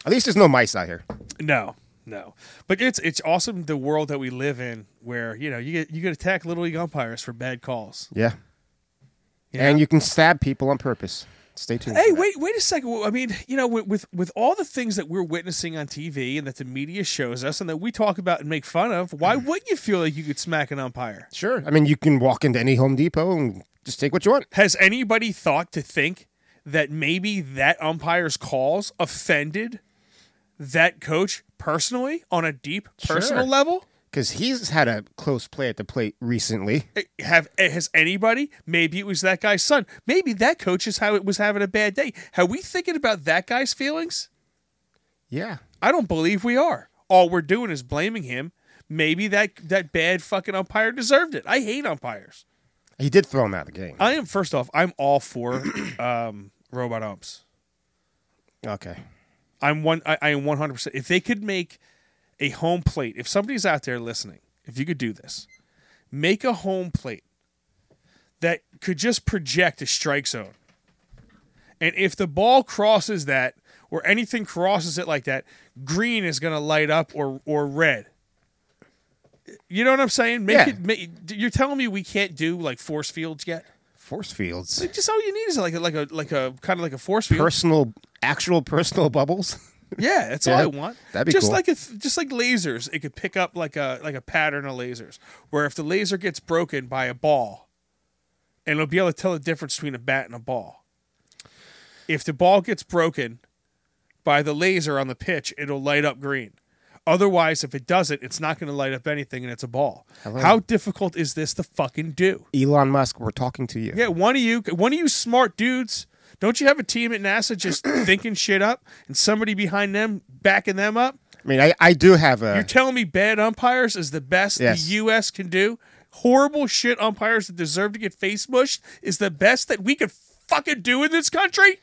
S6: At least there's no mice out here.
S5: No, no. But it's it's awesome the world that we live in where you know you get you get attack little league umpires for bad calls.
S6: Yeah.
S5: Yeah.
S6: And you can stab people on purpose. Stay tuned.
S5: Hey,
S6: for that.
S5: wait, wait a second. Well, I mean, you know, with, with with all the things that we're witnessing on TV and that the media shows us and that we talk about and make fun of, why wouldn't you feel like you could smack an umpire?
S6: Sure. I mean, you can walk into any Home Depot and just take what you want.
S5: Has anybody thought to think that maybe that umpire's calls offended that coach personally on a deep personal
S6: Sure.
S5: level?
S6: Because he's had a close play at the plate recently.
S5: Eh, have has anybody maybe it was that guy's son maybe that coach is how it was having a bad day Are we thinking about that guy's feelings
S6: Yeah.
S5: i don't believe we are all we're doing is blaming him maybe that that bad fucking umpire deserved it i hate umpires
S6: He did throw him out of the game.
S5: i am first off i'm all for um robot umps
S6: Okay.
S5: I'm one. I, I am 100. percent If they could make a home plate, if somebody's out there listening, if you could do this, make a home plate that could just project a strike zone, and if the ball crosses that or anything crosses it like that, green is going to light up or or red. You know what I'm saying? Make
S6: Yeah.
S5: it. Make, you're telling me we can't do like force fields yet?
S6: Force fields.
S5: Just all you need is like a, like a like a kind of like a force field.
S6: Personal, actual personal bubbles.
S5: yeah, that's all
S6: Yeah.
S5: I want.
S6: That'd be
S5: just
S6: cool.
S5: like a, just like lasers. It could pick up like a like a pattern of lasers. Where if the laser gets broken by a ball, and it'll be able to tell the difference between a bat and a ball. If the ball gets broken by the laser on the pitch, it'll light up green. Otherwise, if it doesn't, it's not going to light up anything, and it's a ball. How difficult is this to fucking do?
S6: Elon Musk, we're talking to you.
S5: Yeah, one of you, one of you smart dudes. Don't you have a team at NASA just thinking shit up, and somebody behind them backing them up?
S6: I mean, I, I do have a.
S5: You're telling me bad umpires is the best
S6: Yes.
S5: the U.S. can do? Horrible shit umpires that deserve to get face mushed is the best that we could fucking do in this country?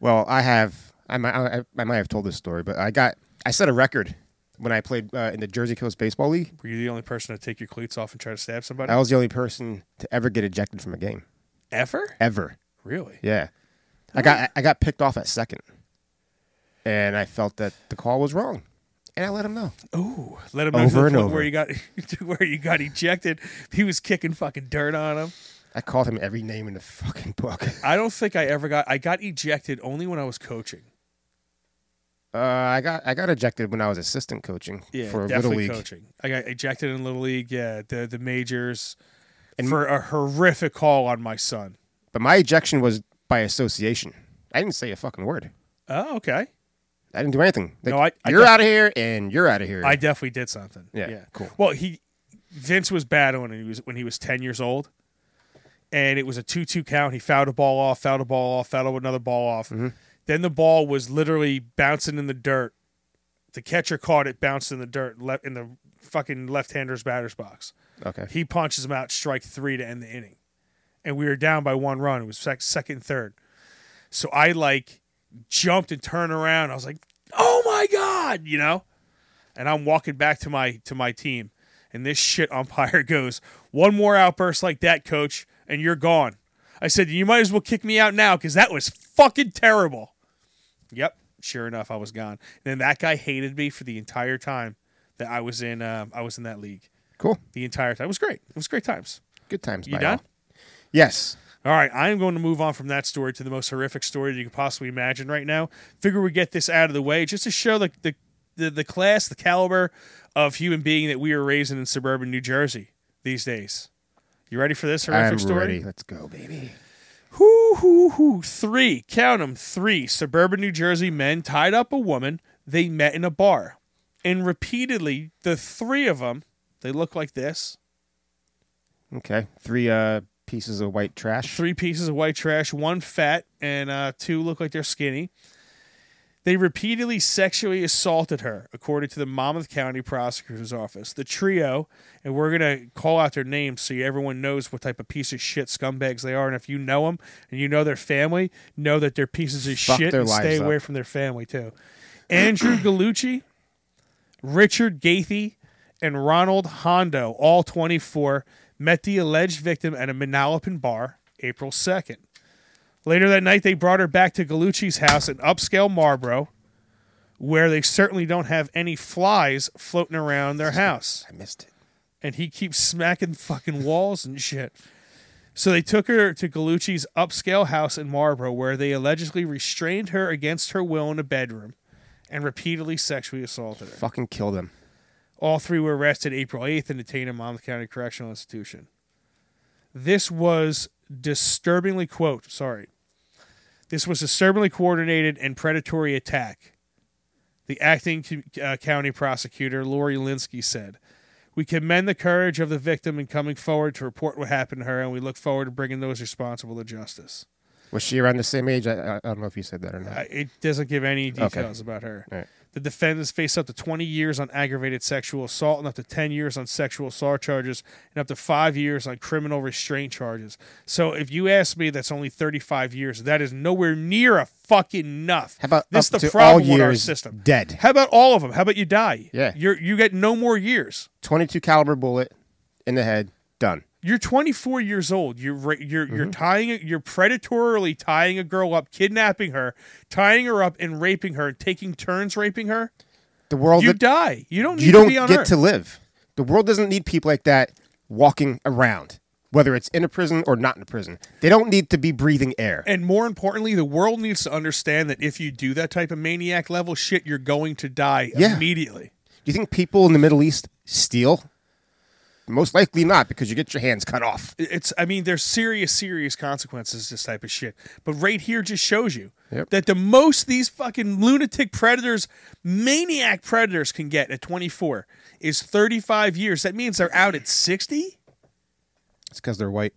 S6: Well, I have. I might. I, I might have told this story, but I got. I set a record when I played uh, in the Jersey Coast Baseball League.
S5: Were you the only person to take your cleats off and try to stab somebody?
S6: I was the only person to ever get ejected from a game
S5: Ever?
S6: ever.
S5: Really?
S6: Yeah, I got. I got picked off at second, and I felt that the call was wrong, and I let him know.
S5: Ooh, let him know
S6: Over
S5: to the
S6: and
S5: point
S6: over.
S5: where you got to where you got ejected. He was kicking fucking dirt on him.
S6: I called him every name in the fucking book.
S5: I don't think I ever got. I got ejected only when I was coaching.
S6: Uh, I got. I got ejected when I was assistant coaching
S5: Yeah,
S6: for little
S5: definitely
S6: league.
S5: coaching. I got ejected in little league. Yeah, the the majors, for a horrific call on my son.
S6: But my ejection was by association. I didn't say a fucking word.
S5: Oh, okay.
S6: I didn't do anything. Like,
S5: No, I- I
S6: you're
S5: def-
S6: out of here, and you're out of here.
S5: I definitely did something.
S6: Yeah, cool.
S5: Well, he Vince was bad when he was when he was ten years old, and it was a two-two count. He fouled a ball off, fouled a ball off, fouled another ball off.
S6: Mm-hmm.
S5: Then the ball was literally bouncing in the dirt. The catcher caught it, bounced in the dirt, left in the fucking left-hander's batter's box.
S6: okay.
S5: He punches him out, strike three to end the inning. And we were down by one run. It was sec- second, and third. So I like jumped and turned around. I was like, oh my God, you know? And I'm walking back to my to my team. And this shit umpire goes, one more outburst like that, coach, and you're gone. I said, you might as well kick me out now because that was fucking terrible. Yep. Sure enough, I was gone. And then that guy hated me for the entire time that I was in um, I was in that league
S6: Cool.
S5: the entire time. It was great. It was great times.
S6: Good times.
S5: You
S6: by
S5: done?
S6: all. Yes.
S5: All right, I am going to move on from that story to the most horrific story that you could possibly imagine right now. Figure we get this out of the way just to show the the, the, the class, the caliber of human being that we are raising in suburban New Jersey these days. You ready for this horrific
S6: I'm
S5: story?
S6: ready. Let's go, baby.
S5: Hoo, hoo, hoo. Three, count 'em, three suburban New Jersey men tied up a woman they met in a bar. And repeatedly, the three of them, they look like this.
S6: Okay. Three uh pieces of white trash.
S5: three pieces of white trash, one fat, and uh, two look like they're skinny. They repeatedly sexually assaulted her, according to the Monmouth County Prosecutor's Office. The trio, and we're going to call out their names so everyone knows what type of piece of shit scumbags they are. And if you know them and you know their family, know that they're pieces of
S6: Fuck
S5: shit
S6: their
S5: and
S6: lives
S5: stay
S6: up.
S5: away from their family, too. Andrew Galucci, Richard Gaithy, and Ronald Hondo, all 24, met the alleged victim at a Manalapan bar April 2nd. Later that night, they brought her back to Galucci's house in upscale Marlboro, where they certainly don't have any flies floating around their house
S6: I missed it.
S5: and he keeps smacking fucking walls and shit. So they took her to Galucci's upscale house in Marlboro, where they allegedly restrained her against her will in a bedroom and repeatedly sexually assaulted her.
S6: Fucking kill them.
S5: All three were arrested April 8th and detained at Monmouth County Correctional Institution. This was disturbingly quote, sorry. This was disturbingly coordinated and predatory attack. The acting co- uh, county prosecutor, Lori Linsky, said, We commend the courage of the victim in coming forward to report what happened to her, and we look forward to bringing those responsible to justice.
S6: Was she around the same age? I, I, I don't know if you said that or not.
S5: I, it doesn't give any details about her.
S6: All right.
S5: The defendants face up to 20 years on aggravated sexual assault and up to 10 years on sexual assault charges and up to five years on criminal restraint charges. So if you ask me, that's only 35 years. That is nowhere near a fucking enough.
S6: How about
S5: this?
S6: up
S5: the
S6: to
S5: problem
S6: all
S5: with our
S6: years
S5: system.
S6: dead?
S5: How about all of them? How about you die?
S6: Yeah.
S5: You're you get no more years.
S6: 22 caliber bullet in the head. Done.
S5: You're 24 years old. You're ra- you're you're
S6: Mm-hmm.
S5: tying a- you're predatorily tying a girl up, kidnapping her, tying her up, and raping her, taking turns raping her.
S6: The world
S5: you
S6: that
S5: die. You don't need
S6: you
S5: to
S6: don't
S5: be on
S6: get
S5: Earth.
S6: to live. The world doesn't need people like that walking around, whether it's in a prison or not in a prison. They don't need to be breathing air.
S5: And more importantly, the world needs to understand that if you do that type of maniac level shit, you're going to die
S6: Yeah.
S5: immediately.
S6: Do you think people in the Middle East steal? Most likely not, because you get your hands cut off.
S5: It's, I mean, there's serious, serious consequences to this type of shit. But right here just shows you
S6: Yep.
S5: that the most these fucking lunatic predators, maniac predators can get at 24 is 35 years. That means they're out at 60?
S6: It's because they're white.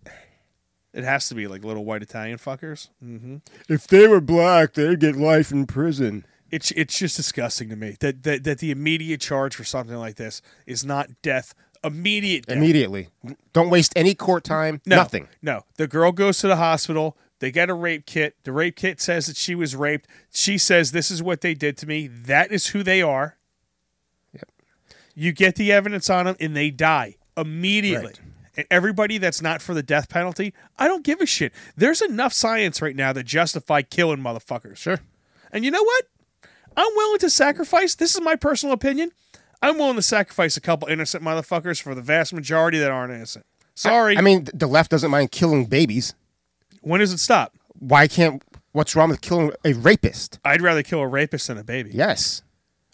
S5: It has to be like little white Italian fuckers.
S6: If they were black, they'd get life in prison.
S5: It's it's just disgusting to me that that, that the immediate charge for something like this is not death, immediate death.
S6: Immediately. Don't waste any court time.
S5: No,
S6: Nothing.
S5: No. The girl goes to the hospital. They get a rape kit. The rape kit says that she was raped. She says, This is what they did to me. That is who they are.
S6: Yep.
S5: You get the evidence on them and they die immediately.
S6: Right.
S5: And everybody that's not for the death penalty, I don't give a shit. There's enough science right now that justify killing motherfuckers.
S6: Sure.
S5: And you know what? I'm willing to sacrifice. This is my personal opinion. I'm willing to sacrifice a couple innocent motherfuckers for the vast majority that aren't innocent. Sorry.
S6: I mean, th- the left doesn't mind killing babies.
S5: when does it stop?
S6: Why can't? What's wrong with killing a rapist?
S5: I'd rather kill a rapist than a baby.
S6: Yes.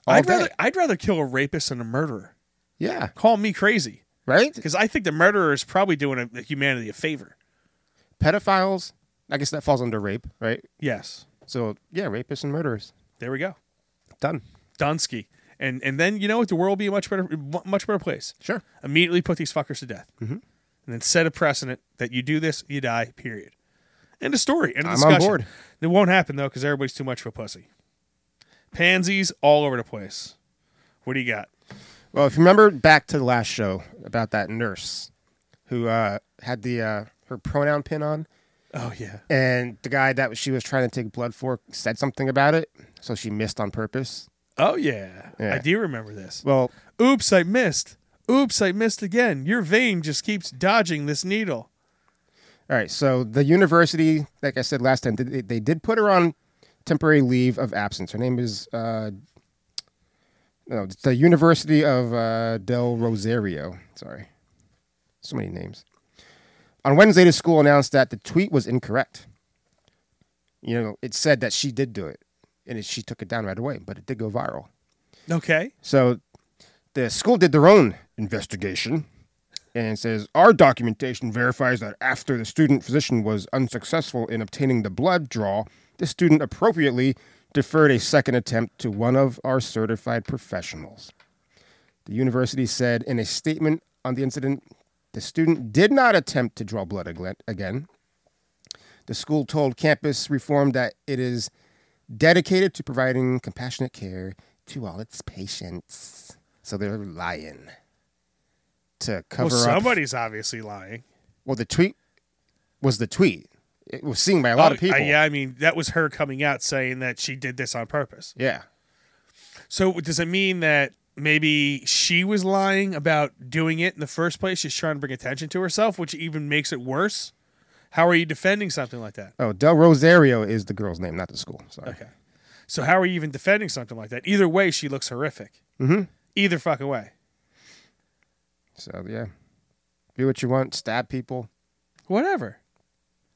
S6: All
S5: I'd
S6: day.
S5: rather I'd rather kill a rapist than a murderer.
S6: Yeah.
S5: Call me crazy
S6: Right.
S5: because I think the murderer is probably doing a, humanity a favor.
S6: Pedophiles. I guess that falls under rape, right?
S5: Yes,
S6: So yeah, rapists and murderers.
S5: there we go,
S6: Done.
S5: Dunsky, and and then you know what? The world will be a much better much better place.
S6: Sure.
S5: Immediately put these fuckers to death, mm-hmm. and then set a precedent that you do this, you die. Period. End of story. End of
S6: I'm on
S5: discussion.
S6: board.
S5: It won't happen though because everybody's too much of a pussy. Pansies all over the place. What do you got?
S6: Well, if you remember back to the last show about that nurse who uh, had the uh, her pronoun pin on,
S5: Oh yeah.
S6: and the guy that she was trying to take blood for said something about it, so she missed on purpose.
S5: Oh yeah.
S6: Yeah.
S5: I do remember this.
S6: Well,
S5: Oops, I missed. Oops, I missed again. Your vein just keeps dodging this needle.
S6: All right. So the university, like I said last time, they, they did put her on temporary leave of absence. Her name is uh, no, it's the University of uh, Del Rosario. Sorry, so many names. On Wednesday, the school announced that the tweet was incorrect. You know, it said that she did do it, and it, she took it down right away, but it did go viral.
S5: Okay.
S6: So the school did their own investigation and it says our documentation verifies that after the student physician was unsuccessful in obtaining the blood draw, the student appropriately deferred a second attempt to one of our certified professionals. The university said in a statement on the incident, the student did not attempt to draw blood agla- again. The school told campus reform that it is dedicated to providing compassionate care to all its patients. So they're lying to cover
S5: Well,
S6: up.
S5: somebody's obviously lying.
S6: Well, the tweet was the tweet. It was seen by a lot
S5: Oh,
S6: of people.
S5: I, yeah, I mean, that was her coming out saying that she did this on purpose.
S6: Yeah.
S5: So does it mean that maybe she was lying about doing it in the first place? She's trying to bring attention to herself, which even makes it worse. How are you defending something like that?
S6: Oh, Del Rosario is the girl's name, not the school. Sorry.
S5: Okay. So how are you even defending something like that? Either way, she looks horrific. Mm-hmm. Either fucking way.
S6: So yeah, do what you want. Stab people,
S5: Whatever.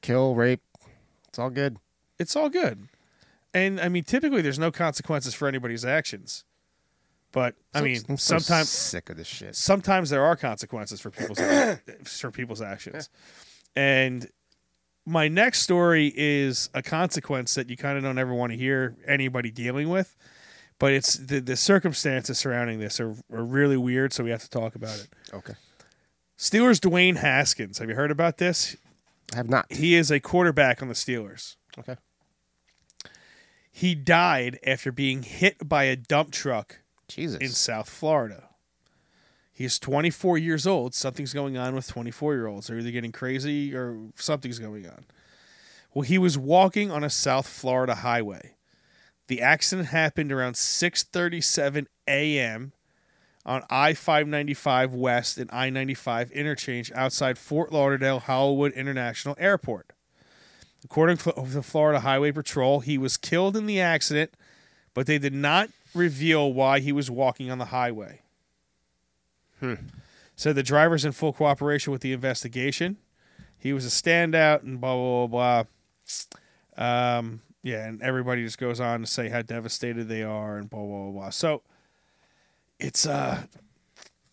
S6: kill, rape. It's all good.
S5: it's all good. And I mean, typically there's no consequences for anybody's actions, but I mean,
S6: I'm so
S5: sometimes
S6: sick of this shit.
S5: sometimes there are consequences for people's for people's actions. And my next story is a consequence that you kind of don't ever want to hear anybody dealing with, but it's the the circumstances surrounding this are, are really weird, so we have to talk about it.
S6: Okay,
S5: Steelers Dwayne Haskins, have you heard about this?
S6: I have not.
S5: He is a quarterback on the Steelers.
S6: Okay,
S5: he died after being hit by a dump truck
S6: Jesus.
S5: in South Florida. He is 24 years old. Something's going on with 24 year olds. They're either getting crazy or something's going on. Well, he was walking on a South Florida highway. The accident happened around 6:37 a.m. on I-595 West and I-95 interchange outside Fort Lauderdale Hollywood International Airport. According to the Florida Highway Patrol, he was killed in the accident, but they did not reveal why he was walking on the highway. Said the driver's in full cooperation with the investigation. He was a standout and blah blah blah blah. Um, yeah, and everybody just goes on to say how devastated they are and blah blah blah. blah. So it's uh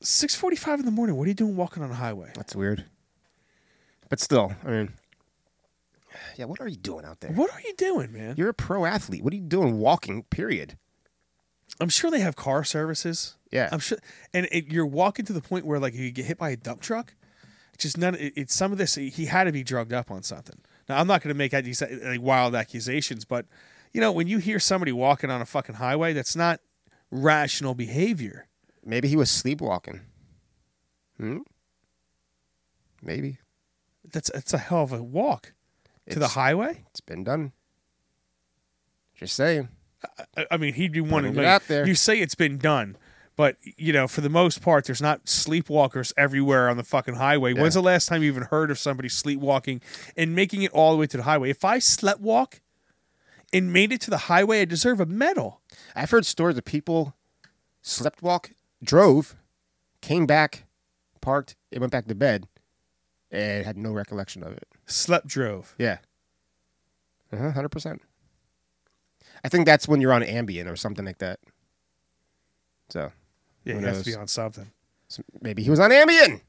S5: six forty five in the morning. What are you doing walking on a highway?
S6: That's weird. But still, I mean, yeah, what are you doing out there?
S5: What are you doing, man?
S6: You're a pro athlete. What are you doing walking, period?
S5: I'm sure they have car services.
S6: Yeah.
S5: I'm sure, and it, you're walking to the point where like you get hit by a dump truck. Just none. It, it's some of this. He had to be drugged up on something. Now I'm not going to make these like wild accusations, but you know when you hear somebody walking on a fucking highway, that's not rational behavior.
S6: Maybe he was sleepwalking. Hmm? Maybe.
S5: That's it's a hell of a walk to the
S6: It's-
S5: highway.
S6: It's been done. Just saying.
S5: I, I mean, he'd be one of
S6: it out there.
S5: You say it's been done, but you know for the most part, there's not sleepwalkers everywhere on the fucking highway. When's the last time you even heard of somebody sleepwalking and making it all the way to the highway? If I slept walk and made it to the highway, I deserve a medal.
S6: I've heard stories of people slept walk, drove, came back, parked, and went back to bed and had no recollection of it.
S5: Slept drove.
S6: Yeah. Uh-huh, 100%. I think that's when you're on Ambien or something like that. So
S5: Yeah,
S6: Who
S5: you have to
S6: knows?
S5: be on something.
S6: so maybe he was on Ambien.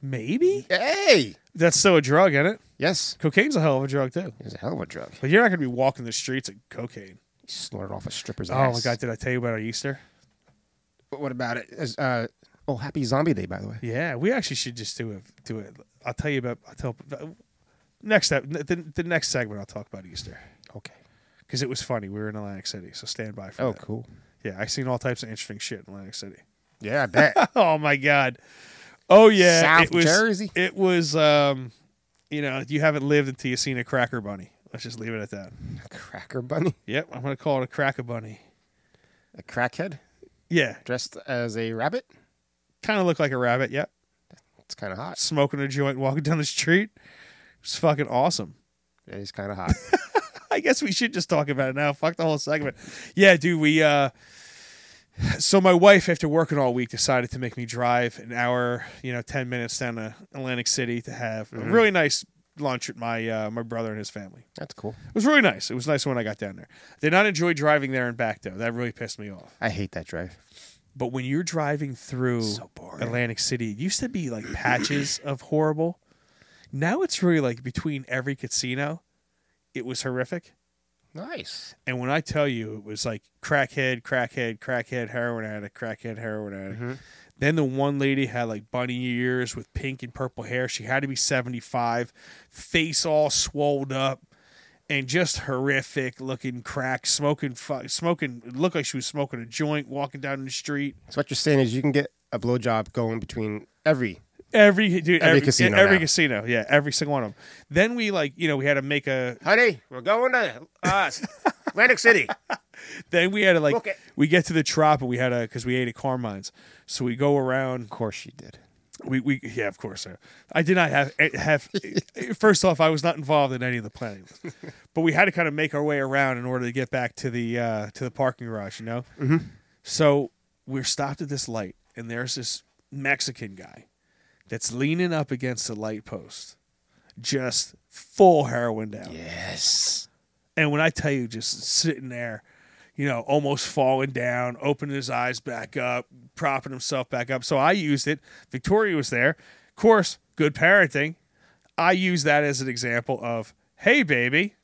S5: Maybe
S6: Hey.
S5: that's still a drug, isn't it?
S6: Yes.
S5: Cocaine's a hell of a drug too.
S6: It was a hell of a drug.
S5: But you're not gonna be walking the streets of cocaine.
S6: He snorted off a stripper's
S5: Oh
S6: ass.
S5: my god, did I tell you about our Easter?
S6: But What about it? As- Uh, oh, happy Zombie Day, by the way.
S5: Yeah, we actually should just do it. Do it. I'll tell you about. I'll tell next step. The, the next segment, I'll talk about Easter
S6: Okay.
S5: because it was funny. We were in Atlantic City, so stand by for
S6: Oh,
S5: that.
S6: cool.
S5: Yeah, I seen all types of interesting shit in Atlantic City.
S6: Yeah, I bet.
S5: Oh my god. Oh yeah,
S6: South
S5: it was,
S6: Jersey.
S5: It was. Um, you know, you haven't lived until you seen a cracker bunny. Let's just leave it at that.
S6: Cracker Bunny,
S5: Yep, I'm gonna call it a cracker bunny.
S6: a crackhead
S5: Yeah,
S6: dressed as a rabbit.
S5: kind of looked like a rabbit. Yep,
S6: It's kind of hot.
S5: smoking a joint, walking down the street. It's fucking awesome.
S6: It is kind of hot.
S5: I guess we should just talk about it now. Fuck the whole segment. Yeah, dude, we uh so my wife after working all week decided to make me drive an hour, you know, 10 minutes down to Atlantic City to have a
S6: Mm-hmm.
S5: really nice lunch at my uh, my brother and his family.
S6: That's cool.
S5: It was really nice. It was nice when I got down there. I Did not enjoy driving there and back though. That really pissed me off.
S6: I hate that drive.
S5: But when you're driving through
S6: So boring.
S5: Atlantic City, it used to be like patches of horrible. Now it's really like between every casino. It was horrific.
S6: Nice.
S5: And when I tell you it was like crackhead, crackhead, crackhead, heroin addict, crackhead, heroin addict.
S6: Mm-hmm.
S5: Then the one lady had like bunny ears with pink and purple hair. She had to be 75, face all swolled up and just horrific looking crack, smoking, fu- smoking, it looked like she was smoking a joint, walking down the street.
S6: So what you're saying is you can get a blowjob going between every.
S5: Every, dude, every,
S6: casino
S5: Every
S6: now.
S5: casino. Yeah, every single one of them. Then we like, you know, we had to make a,
S6: Honey, we're going to uh, Atlantic City.
S5: then we had to like,
S6: Book it.
S5: we get to the trop and we had a, cause we ate at Carmine's. So we go around.
S6: Of course you did.
S5: We, we yeah, of course. I, I did not have eh, have. first off, I was not involved in any of the planning, but we had to kind of make our way around in order to get back to the uh, to the parking garage. You know, mm-hmm. so we're stopped at this light, and there's this Mexican guy that's leaning up against the light post, just full heroin down.
S6: Yes.
S5: And when I tell you, just sitting there, you know, almost falling down, opening his eyes back up, propping himself back up. So I used it. Victoria was there. Of course, good parenting. I use that as an example of, hey, baby,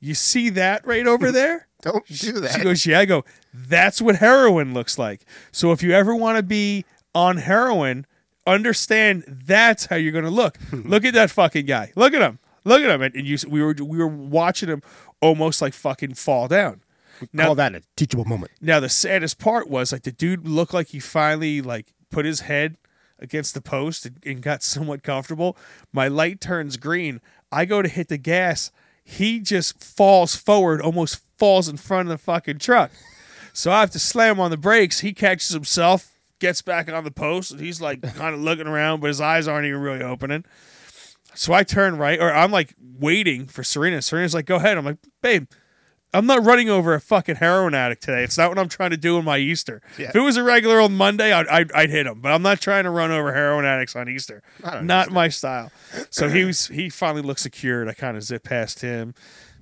S5: you see that right over there?
S6: Don't do that.
S5: She goes, yeah. I go, that's what heroin looks like. So if you ever want to be on heroin, understand that's how you're going to look. look at that fucking guy. Look at him. Look at him. And, and you, we were we were watching him almost like fucking fall down.
S6: Call that a teachable moment.
S5: Now the saddest part was like the dude looked like he finally like put his head against the post and, and got somewhat comfortable. My light turns green. I go to hit the gas. He just falls forward, almost falls in front of the fucking truck. So I have to slam on the brakes. He catches himself, gets back on the post, and he's like kind of looking around, but his eyes aren't even really opening. So I turn right, or I'm like waiting for Serena. Serena's like, "Go ahead." I'm like, "Babe, I'm not running over a fucking heroin addict today. It's not what I'm trying to do on my Easter.
S6: Yeah.
S5: If it was a regular old Monday, I'd, I'd, I'd hit him. But I'm not trying to run over heroin addicts on Easter.
S6: Not on
S5: not my style. So he was he finally looked secured. I kind of zipped past him,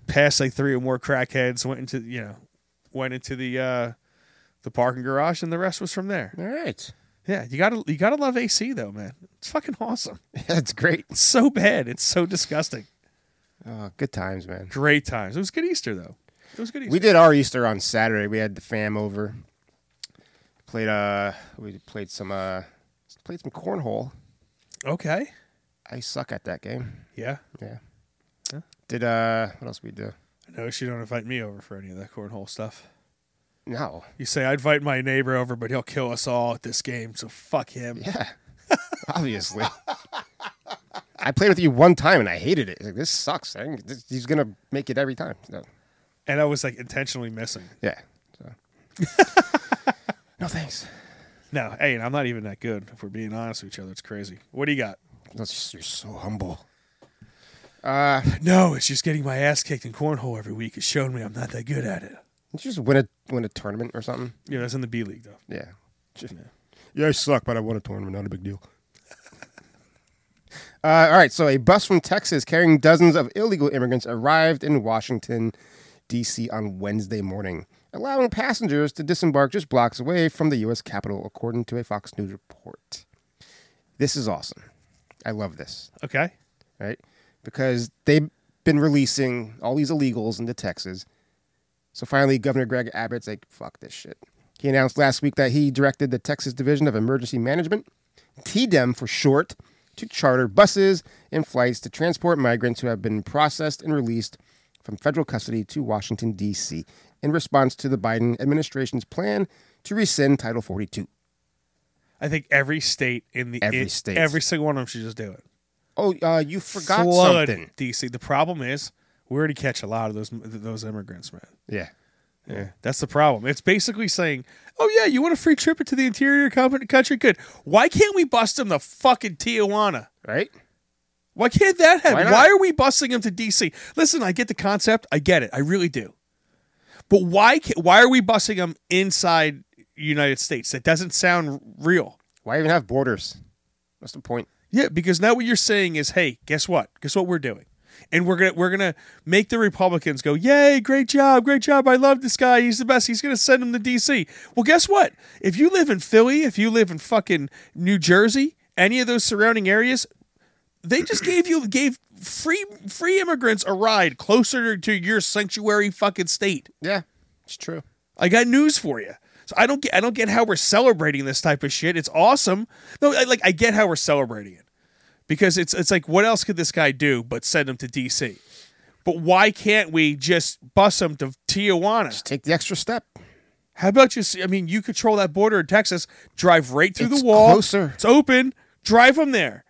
S5: past like three or more crackheads. Went into you know, went into the uh, the parking garage, and the rest was from there.
S6: All right.
S5: Yeah, you gotta you gotta love AC though, man. It's fucking awesome.
S6: That's great.
S5: It's so bad. It's so disgusting.
S6: Oh, good times, man.
S5: Great times. It was a good Easter though. It was a good Easter.
S6: We did our Easter on Saturday. We had the fam over. Played uh we played some uh played some cornhole.
S5: okay.
S6: I suck at that game.
S5: Yeah.
S6: Yeah. Did uh what else we do?
S5: I know she don't invite me over for any of that cornhole stuff.
S6: No.
S5: You say I invite my neighbor over, but he'll kill us all at this game, so fuck him.
S6: Yeah. Obviously. I played with you one time and I hated it. Like this sucks. I think this, he's gonna make it every time. No.
S5: And I was like intentionally missing.
S6: Yeah. So. no thanks.
S5: No, hey, and I'm not even that good. If we're being honest with each other, it's crazy. What do you got?
S6: That's just- you're so humble.
S5: No, it's just getting my ass kicked in cornhole every week. It's shown me I'm not that good at it.
S6: Did you just win a win a tournament or something?
S5: Yeah, that's in the B league though.
S6: Yeah. yeah. I suck, but I won a tournament. Not a big deal. uh, all right. So, a bus from Texas carrying dozens of illegal immigrants arrived in Washington, D.C. on Wednesday morning, allowing passengers to disembark just blocks away from the U.S. Capitol, according to a Fox News report. This is awesome. I love this,
S5: Okay.
S6: right? Because they've been releasing all these illegals into Texas. So finally, Governor Greg Abbott's like, fuck this shit. He announced last week that he directed the Texas Division of Emergency Management, TDEM for short, to charter buses and flights to transport migrants who have been processed and released from federal custody to Washington, D.C., in response to the Biden administration's plan to rescind Title 42.
S5: I think every state in the
S6: Every
S5: in-
S6: state.
S5: every single one of them should just do it.
S6: Oh, uh, you forgot
S5: Flood
S6: something.
S5: DC. The problem is we already catch a lot of those those immigrants, man.
S6: Yeah.
S5: Yeah, that's the problem. It's basically saying, "Oh yeah, you want a free trip into the interior company, country? Good. Why can't we bust them to fucking Tijuana?
S6: Right?
S5: Why can't that happen?
S6: Why
S5: Why,
S6: not?
S5: are we busting them to DC? Listen, I get the concept. I get it. I really do. But why? Can, why are we busting them inside United States? That doesn't sound real.
S6: Why even have borders? What's the point?
S5: Yeah, because now what you're saying is, hey, guess what? Guess what we're doing? And we're gonna we're gonna make the Republicans go, yay, great job, great job. I love this guy. He's the best. He's gonna send him to DC. Well, guess what? If you live in Philly, if you live in fucking New Jersey, any of those surrounding areas, they just gave you gave free free immigrants a ride closer to your sanctuary fucking state.
S6: Yeah, it's true.
S5: I got news for you. So I don't get I don't get how we're celebrating this type of shit. It's awesome. No, I, like I get how we're celebrating it because it's it's like what else could this guy do but send him to DC? But why can't we just bus him to Tijuana?
S6: Take the extra step.
S5: How about just I mean you control that border in Texas, drive right through
S6: It's
S5: the wall.
S6: closer.
S5: It's open. Drive him there.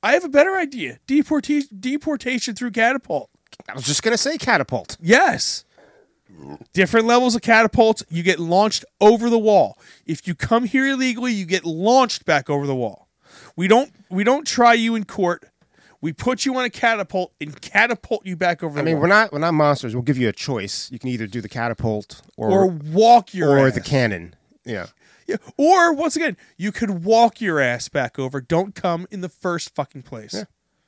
S5: I have a better idea. Deportation deportation through catapult.
S6: I was just going to say catapult.
S5: Yes. Different levels of catapults, you get launched over the wall. If you come here illegally, you get launched back over the wall. We don't we don't try you in court. We put you on a catapult and catapult you back over
S6: I
S5: the
S6: mean,
S5: wall.
S6: we're not we're not monsters. We'll give you a choice. You can either do the catapult
S5: or
S6: or
S5: walk your
S6: or,
S5: ass.
S6: the cannon. Yeah,
S5: Yeah. Or once again, you could walk your ass back over. Don't come in the first fucking place.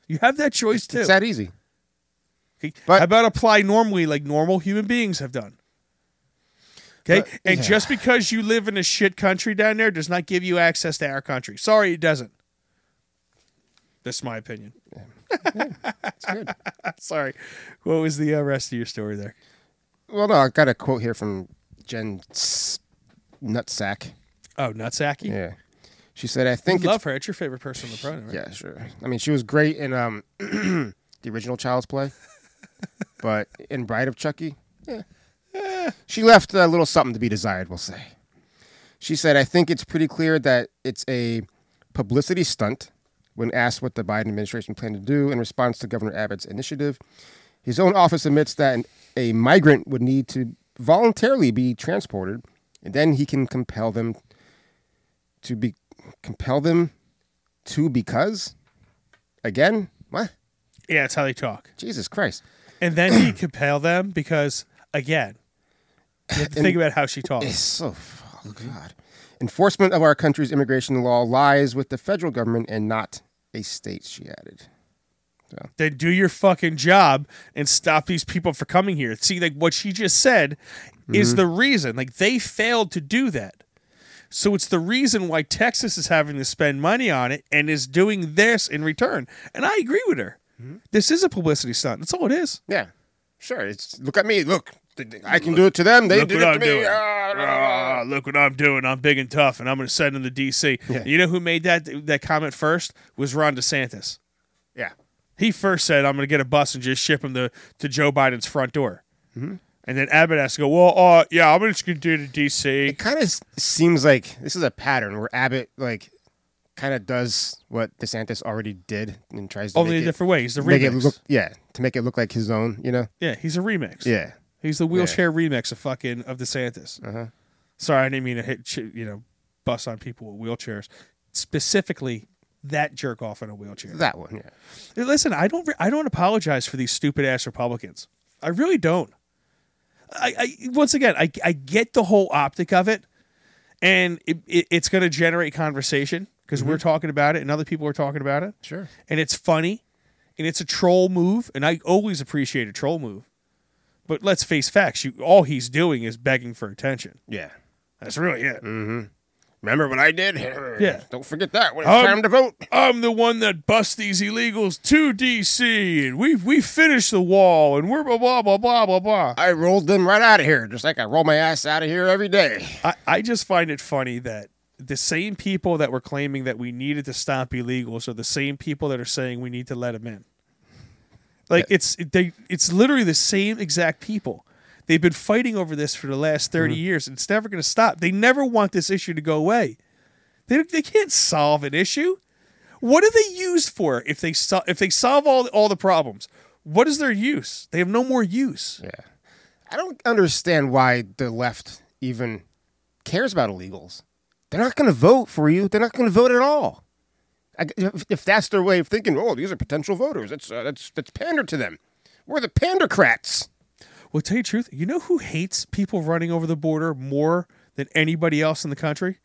S5: You have that choice too.
S6: it's that easy.
S5: Okay.
S6: But-
S5: How about apply normally like normal human beings have done? Okay?
S6: But-
S5: and
S6: yeah.
S5: just because you live in a shit country down there does not give you access to our country. Sorry, it doesn't. That's my opinion.
S6: It's good.
S5: Sorry. What was the uh, rest of your story there?
S6: well, no, I got a quote here from Jen S- Nutsack.
S5: Oh, Nutsacky?
S6: Yeah, she said, "I think it's
S5: Love her. It's your favorite person on the planet, right?
S6: Yeah, sure. I mean, she was great in um, the original Child's Play, but in Bride of Chucky, yeah. she left a little something to be desired. We'll say. She said, "I think it's pretty clear that it's a publicity stunt." When asked what the Biden administration planned to do in response to Governor Abbott's initiative, his own office admits that an- a migrant would need to voluntarily be transported, and then he can compel them to be compel them Two because again what
S5: Yeah, that's how they talk.
S6: jesus christ
S5: And then he compel them because again. You have to
S6: And-
S5: think about how she
S6: It's
S5: talks.
S6: so oh god. Enforcement of our country's immigration law lies with the federal government and not a state, she added.
S5: Then do your fucking job and stop these people from coming here. See, like what she just said is the reason. Like they failed to do that. So it's the reason why Texas is having to spend money on it and is doing this in return. And I agree with her. This is a publicity stunt. That's all it is.
S6: Yeah, sure. It's look at me. Look, I can do it to them. They
S5: Look
S6: did
S5: what
S6: it
S5: I'm
S6: to me.
S5: doing.
S6: Ah, blah, blah, blah.
S5: Ah, look what I'm doing. I'm big and tough, and I'm going to send them to D.C.
S6: Yeah.
S5: You know who made that that comment first was Ron DeSantis.
S6: Yeah,
S5: He first said, "I'm going to get a bus and just ship him to, to Joe Biden's front door."
S6: Mm-hmm.
S5: And then Abbott has to go. Well, uh, yeah, I'm just going to do it to D.C.
S6: it kind of seems like this is a pattern where Abbott like kind of does what DeSantis already did and tries to
S5: Only
S6: make
S5: a
S6: it-
S5: different way. He's the
S6: make it
S5: remix.
S6: look yeah to make it look like his own. You know,
S5: yeah, he's a remix.
S6: yeah.
S5: he's the wheelchair remix of fucking of DeSantis.
S6: Uh-huh.
S5: Sorry, I didn't mean to hit ch- you know bust on people with wheelchairs. Specifically, that jerk off in a wheelchair.
S6: That one, yeah.
S5: Hey, Listen, I don't. Re- I don't apologize for these stupid ass Republicans. I really don't. I, I once again, I, I get the whole optic of it, and it, it, it's going to generate conversation because we're talking about it, and other people are talking about it,
S6: Sure.
S5: and it's funny, and it's a troll move, and I always appreciate a troll move. But let's face facts. You all he's doing is begging for attention.
S6: Yeah.
S5: That's really it.
S6: Remember what I did?
S5: Yeah.
S6: Don't forget that when it's
S5: Um,
S6: time to vote.
S5: I'm the one that busts these illegals to DC, and we we finished the wall, and we're blah blah blah blah blah blah.
S6: I rolled them right out of here, just like I roll my ass out of here every day.
S5: I, I just find it funny that the same people that were claiming that we needed to stop illegals are the same people that are saying we need to let them in. Like it's they it's literally the same exact people. They've been fighting over this for the last 30 years and it's never going to stop. They never want this issue to go away. They they can't solve an issue. What are they used for if they sol- if they solve all all the problems? What is their use? They have no more use.
S6: Yeah. I don't understand why the left even cares about illegals. They're not going to vote for you. They're not going to vote at all. I, if, if that's their way of thinking, oh, these are potential voters. That's uh, that's that's pander to them. We're the pandercrats.
S5: Well, tell you the truth, you know who hates people running over the border more than anybody else in the country?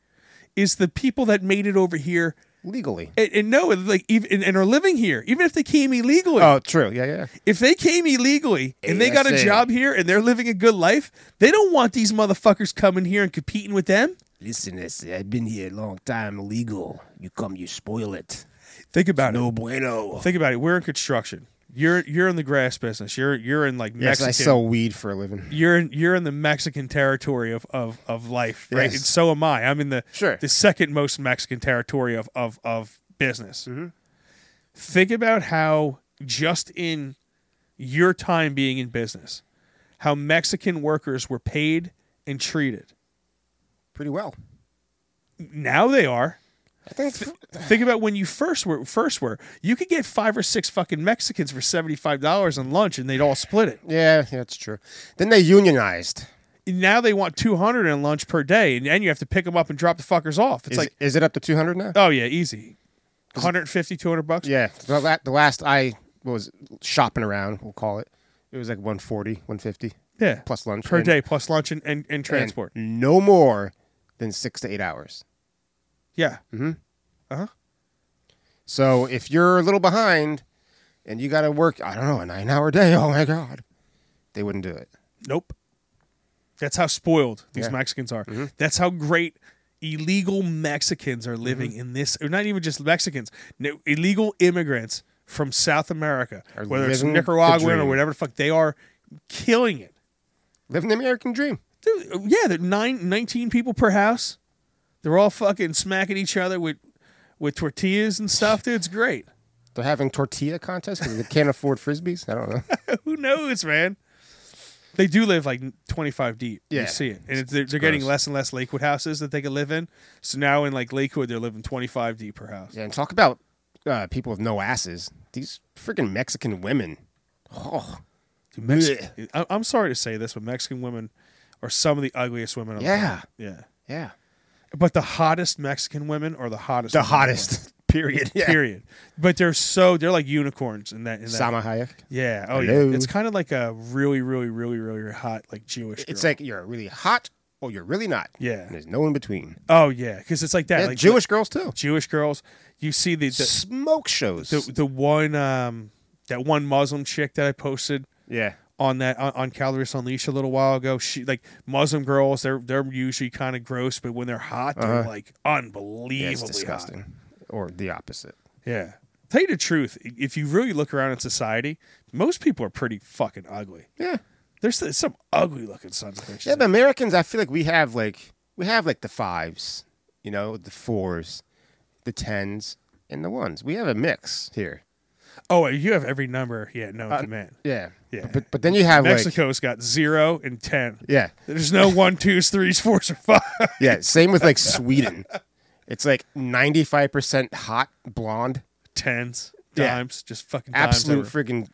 S5: Is the people that made it over here
S6: Legally.
S5: and, and no, like even and, and are living here, even if they came illegally.
S6: Oh, true. Yeah, yeah.
S5: if they came illegally and they got a
S6: ASA.
S5: job here and they're living a good life, they don't want these motherfuckers coming here and competing with them.
S6: Listen, I've been here a long time. Illegal. You come, you spoil it.
S5: Think about it.
S6: bueno.
S5: Think about it. We're in construction. You're you're in the grass business. You're you're in like
S6: Yes,
S5: Mexican.
S6: I sell weed for a living.
S5: you're in you're in the Mexican territory of of, of life, right?
S6: Yes.
S5: And so am I. I'm in the
S6: Sure.
S5: the second most Mexican territory of of of business.
S6: Mm-hmm.
S5: Think about how just in your time being in business, how Mexican workers were paid and treated.
S6: Pretty well.
S5: Now they are.
S6: I think
S5: Think about when you first were first were. You could get five or six fucking Mexicans for seventy five dollars on lunch, and they'd all split it.
S6: Yeah, yeah, that's true. Then they unionized.
S5: now they want 200 in lunch per day and then you have to pick them up and drop the fuckers off it's
S6: Is,
S5: like
S6: is it up to 200 now?
S5: oh yeah easy 150 200 bucks
S6: Yeah. The, la- the last I was shopping around, we'll call it, it was like 140, 150
S5: yeah
S6: plus lunch.
S5: per
S6: and-
S5: day plus lunch and, and, and
S6: and mm-hmm.
S5: transport
S6: No more than six to eight hours.
S5: yeah
S6: Mm-hmm. So if you're a little behind and you got to work, I don't know, a nine hour day, oh my God, they wouldn't do it.
S5: nope that's how spoiled these
S6: Yeah. Mm-hmm.
S5: mexicans are that's how great illegal mexicans are living
S6: Mm-hmm.
S5: in this or not even just mexicans no, illegal immigrants from south america
S6: Are
S5: whether it's
S6: living the
S5: nicaraguan or
S6: dream.
S5: whatever the fuck they are killing it
S6: Living the American dream.
S5: Dude, yeah, they're nine, 19 people per house. They're all fucking smacking each other with with tortillas and stuff, dude. It's great.
S6: They're having tortilla contests because they can't afford frisbees. I don't know.
S5: Who knows, man? They do live like 25 deep.
S6: Yeah.
S5: You see it. And it's, they're, they're getting
S6: gross.
S5: less and less Lakewood houses that they can live in. So now in like Lakewood, they're living 25 deep per house.
S6: Yeah, and talk about uh, people with no asses. These freaking Mexican women. Oh,
S5: Dude, Mex- I- I'm sorry to say this, but Mexican women are some of the ugliest women on the
S6: Yeah.
S5: planet. Yeah.
S6: yeah.
S5: But the hottest Mexican women are the hottest.
S6: The
S5: women on
S6: hottest Period. Yeah.
S5: Period. But they're so they're like unicorns in that. In that
S6: Sama Hayek.
S5: Yeah. Oh
S6: Hello.
S5: yeah. It's kind of like a really, really, really, really hot like Jewish.
S6: It's
S5: girl.
S6: like you're really hot or you're really not.
S5: Yeah.
S6: And there's no in between.
S5: oh yeah, because it's like that.
S6: Yeah,
S5: like
S6: Jewish girls too.
S5: Jewish girls. You see the the,
S6: Smoke shows.
S5: the the one um that one Muslim chick that I posted
S6: yeah.
S5: on that on, on Calories Unleashed a little while ago. She like Muslim girls. They're they're usually kind of gross, but when they're hot, they're like unbelievably
S6: yeah Uh-huh. it's
S5: hot.
S6: disgusting. Or the opposite.
S5: Yeah. Tell you the truth, i- if you really look around in society, most people are pretty fucking ugly.
S6: Yeah.
S5: There's th- some ugly looking sons of bitches.
S6: Yeah, but Americans, I feel like we have like we have like the fives, you know, the fours, the tens, and the ones. We have a mix here.
S5: oh, you have every number. Yeah, no,
S6: Uh,
S5: man.
S6: Yeah.
S5: Yeah.
S6: But but then you have like
S5: Mexico's got zero and ten.
S6: yeah
S5: There's no one, twos, threes, fours, or five.
S6: yeah. Same with like Sweden. It's like ninety five percent hot blonde,
S5: Tens,
S6: Yeah.
S5: dimes, just fucking dimes
S6: absolute
S5: over.
S6: freaking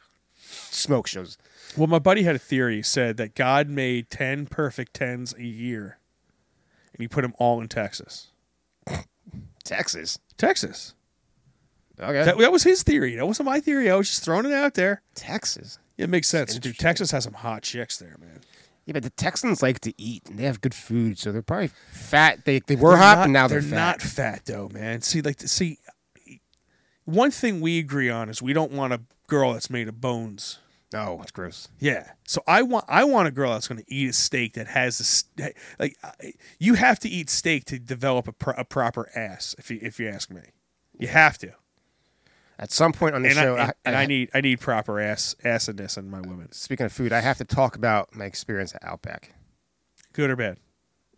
S6: smoke shows.
S5: Well, my buddy had a theory. He said that God made 10 perfect tens a year, and he put them all in Texas.
S6: Texas.
S5: Texas.
S6: Okay.
S5: That, that was his theory. That wasn't my theory. I was just throwing it out there.
S6: Texas.
S5: It makes sense. Dude, Texas has some hot chicks there, man.
S6: Yeah, but the Texans like to eat and they have good food, so they're probably fat. They they were hot,
S5: not-
S6: and now
S5: they're,
S6: they're, fat.
S5: not fat though, man. See, like, see, one thing we agree on is we don't want a girl that's made of bones.
S6: No, Oh, it's gross.
S5: Yeah. So I want I want a girl that's going to eat a steak that has a st- like I- you have to eat steak to develop a, pro- a proper ass if you if you ask me. You have to.
S6: At some point on the
S5: And
S6: show,
S5: I, and, and I
S6: need.
S5: need I need proper ass acidness in my women.
S6: speaking of food, I have to talk about my experience at Outback.
S5: Good or bad?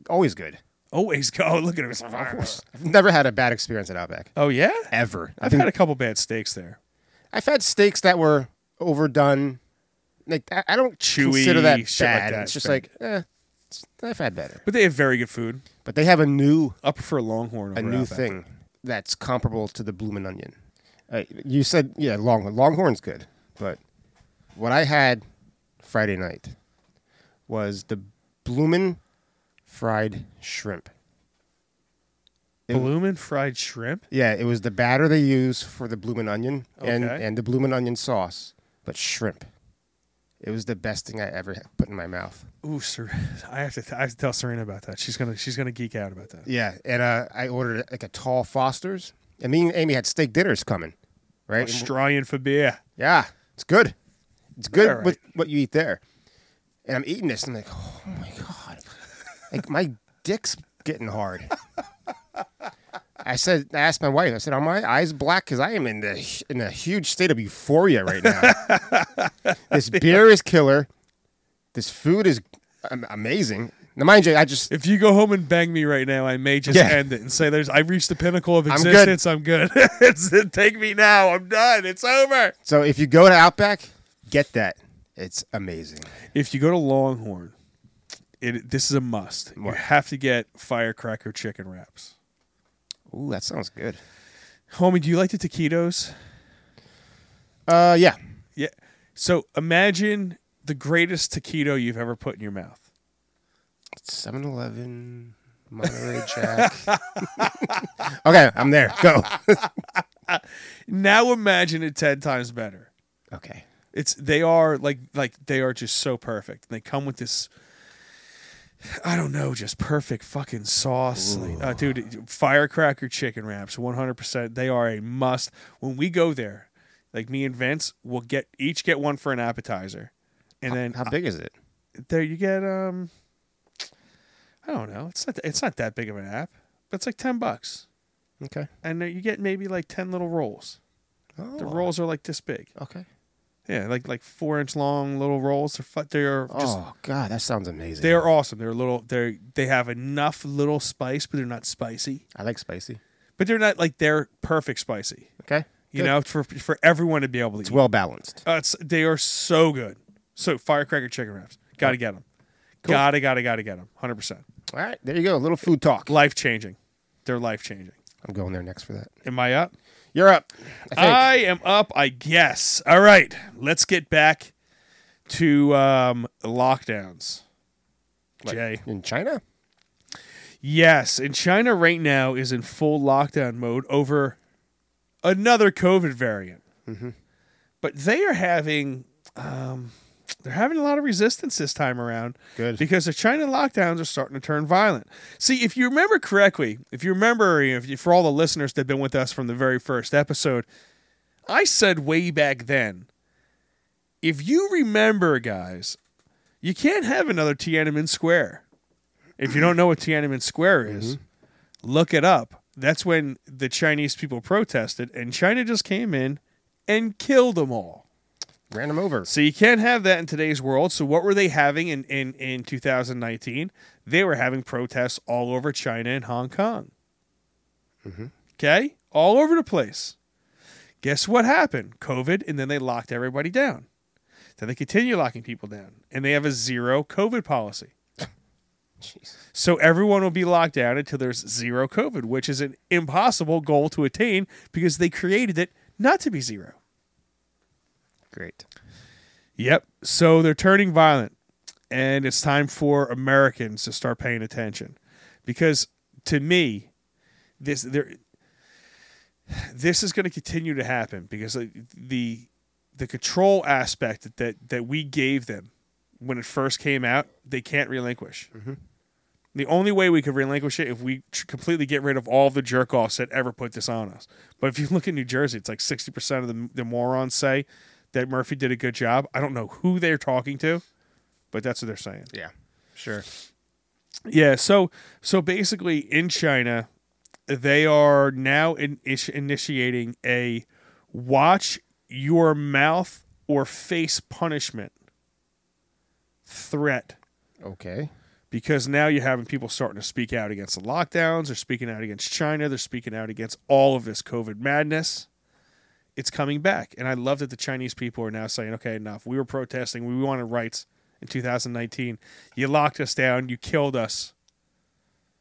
S6: Always good.
S5: Always go. Oh, Look at him.
S6: I've never had a bad experience at Outback
S5: Oh yeah?
S6: ever. I
S5: I've
S6: think
S5: had a couple bad steaks there.
S6: I've had steaks that were overdone. Like I, I don't
S5: Chewy,
S6: consider that
S5: shit like
S6: bad.
S5: that.
S6: It's
S5: It's
S6: just
S5: bad.
S6: like eh, it's- I've had better.
S5: But they have very good food.
S6: But they have a new
S5: Up for Longhorn.
S6: a
S5: over
S6: new
S5: Outback.
S6: thing that's comparable to the Bloomin' Onion. Uh, you said yeah, Longhorn. Longhorn's good, but what I had Friday night was the Bloomin' fried shrimp.
S5: Bloomin' fried shrimp.
S6: Yeah, it was the batter they use for the bloomin' onion and,
S5: Okay.
S6: and the bloomin' onion sauce, but shrimp. It was the best thing I ever had put in my mouth.
S5: Ooh, sir, I have to. I have to tell Serena about that. She's gonna. She's gonna geek out about that.
S6: Yeah, and uh, I ordered like a tall Foster's. And me and Amy had steak dinners coming,
S5: Oh,
S6: right? And-
S5: Australian for beer.
S6: yeah, it's good. It's good
S5: All right.
S6: with what you eat there. And I'm eating this, and I'm like, oh my god, like my dick's getting hard. I said, I asked my wife. I said, "Are my eyes black? Because I am in the in a huge state of euphoria right now. this beer is killer. This food is am- amazing. Now, mind you, I just
S5: If you go home and bang me right now, I may just
S6: Yeah.
S5: end it and say, "There's. I reached the pinnacle of
S6: I'm good.
S5: existence. I'm good. it's, take me now. I'm done. It's over."
S6: so if you go to Outback, get that. It's amazing.
S5: If you go to Longhorn, it this is a must.
S6: What?
S5: You have to get firecracker chicken wraps.
S6: Ooh, that sounds good.
S5: Homie, do you like the taquitos?
S6: Uh, yeah,
S5: Yeah. So imagine the greatest taquito you've ever put in your mouth.
S6: 7-Eleven, Monterey Jack. okay, I'm there. Go.
S5: Now imagine it ten times better.
S6: okay.
S5: It's they are like like they are just so perfect. And they come with this I don't know, just perfect fucking sauce. Like, uh, dude, firecracker chicken wraps, 100%. They are a must. When we go there, like me and Vince, we'll get each get one for an appetizer. And then
S6: How big is it?
S5: uh, there you get um I don't know. It's not it's not that big of an app, but it's like 10 bucks.
S6: Okay.
S5: And then you get maybe like 10 little rolls.
S6: Oh.
S5: The rolls are like this big.
S6: Okay.
S5: Yeah, like like four inch long little rolls. They're fu- they're just
S6: oh God, that sounds amazing.
S5: they're awesome. They're little they they have enough little spice, but they're not spicy.
S6: I like spicy.
S5: But they're not like they're perfect spicy.
S6: Okay.
S5: You know, for for everyone to be able to
S6: it's
S5: eat.
S6: well balanced.
S5: Uh, it's, they are so good. So firecracker chicken wraps, gotta get them. Gotta gotta gotta get them. Hundred percent.
S6: All right, there you go. A little food talk.
S5: Life changing. They're life changing.
S6: I'm going there next for that.
S5: Am I up?
S6: You're up. I think.
S5: I am up, I guess. All right, let's get back to um, lockdowns.
S6: What,
S5: Jay.
S6: in China.
S5: Yes, and China right now is in full lockdown mode over another COVID variant. But they are having, um, they're having a lot of resistance this time around.
S6: Good.
S5: because the China lockdowns are starting to turn violent. See, if you remember correctly, if you remember, if you, for all the listeners that've been with us from the very first episode, I said way back then, if you remember, guys, you can't have another Tiananmen Square. If you don't know what Tiananmen Square is, look it up. That's when the Chinese people protested, and China just came in and killed them all.
S6: Ran him over.
S5: So you can't have that in today's world. So what were they having in, in, in 2019? They were having protests all over China and Hong Kong. Okay? All over the place. Guess what happened? COVID, and then they locked everybody down. Then they continue locking people down, and they have a zero COVID policy.
S6: Jeez.
S5: So everyone will be locked down until there's zero COVID, which is an impossible goal to attain because they created it not to be zero.
S6: Great.
S5: Yep. So they're turning violent, and it's time for Americans to start paying attention, because to me, this there, this is going to continue to happen because like, the the control aspect that, that we gave them when it first came out, they can't relinquish. The only way we could relinquish it if we tr- completely get rid of all of the jerk offs that ever put this on us. But if you look at New Jersey, it's like 60% of the, the morons say that Murphy did a good job. I don't know who they're talking to, but that's what they're saying.
S6: Yeah. Sure.
S5: Yeah. So so basically, in China, they are now in, ish, initiating a watch your mouth or face punishment threat
S6: Okay.
S5: because now you're having people starting to speak out against the lockdowns. They're speaking out against China. They're speaking out against all of this COVID madness. It's coming back. And I love that the Chinese people are now saying, okay, enough. We were protesting. We wanted rights in 2019. You locked us down. You killed us.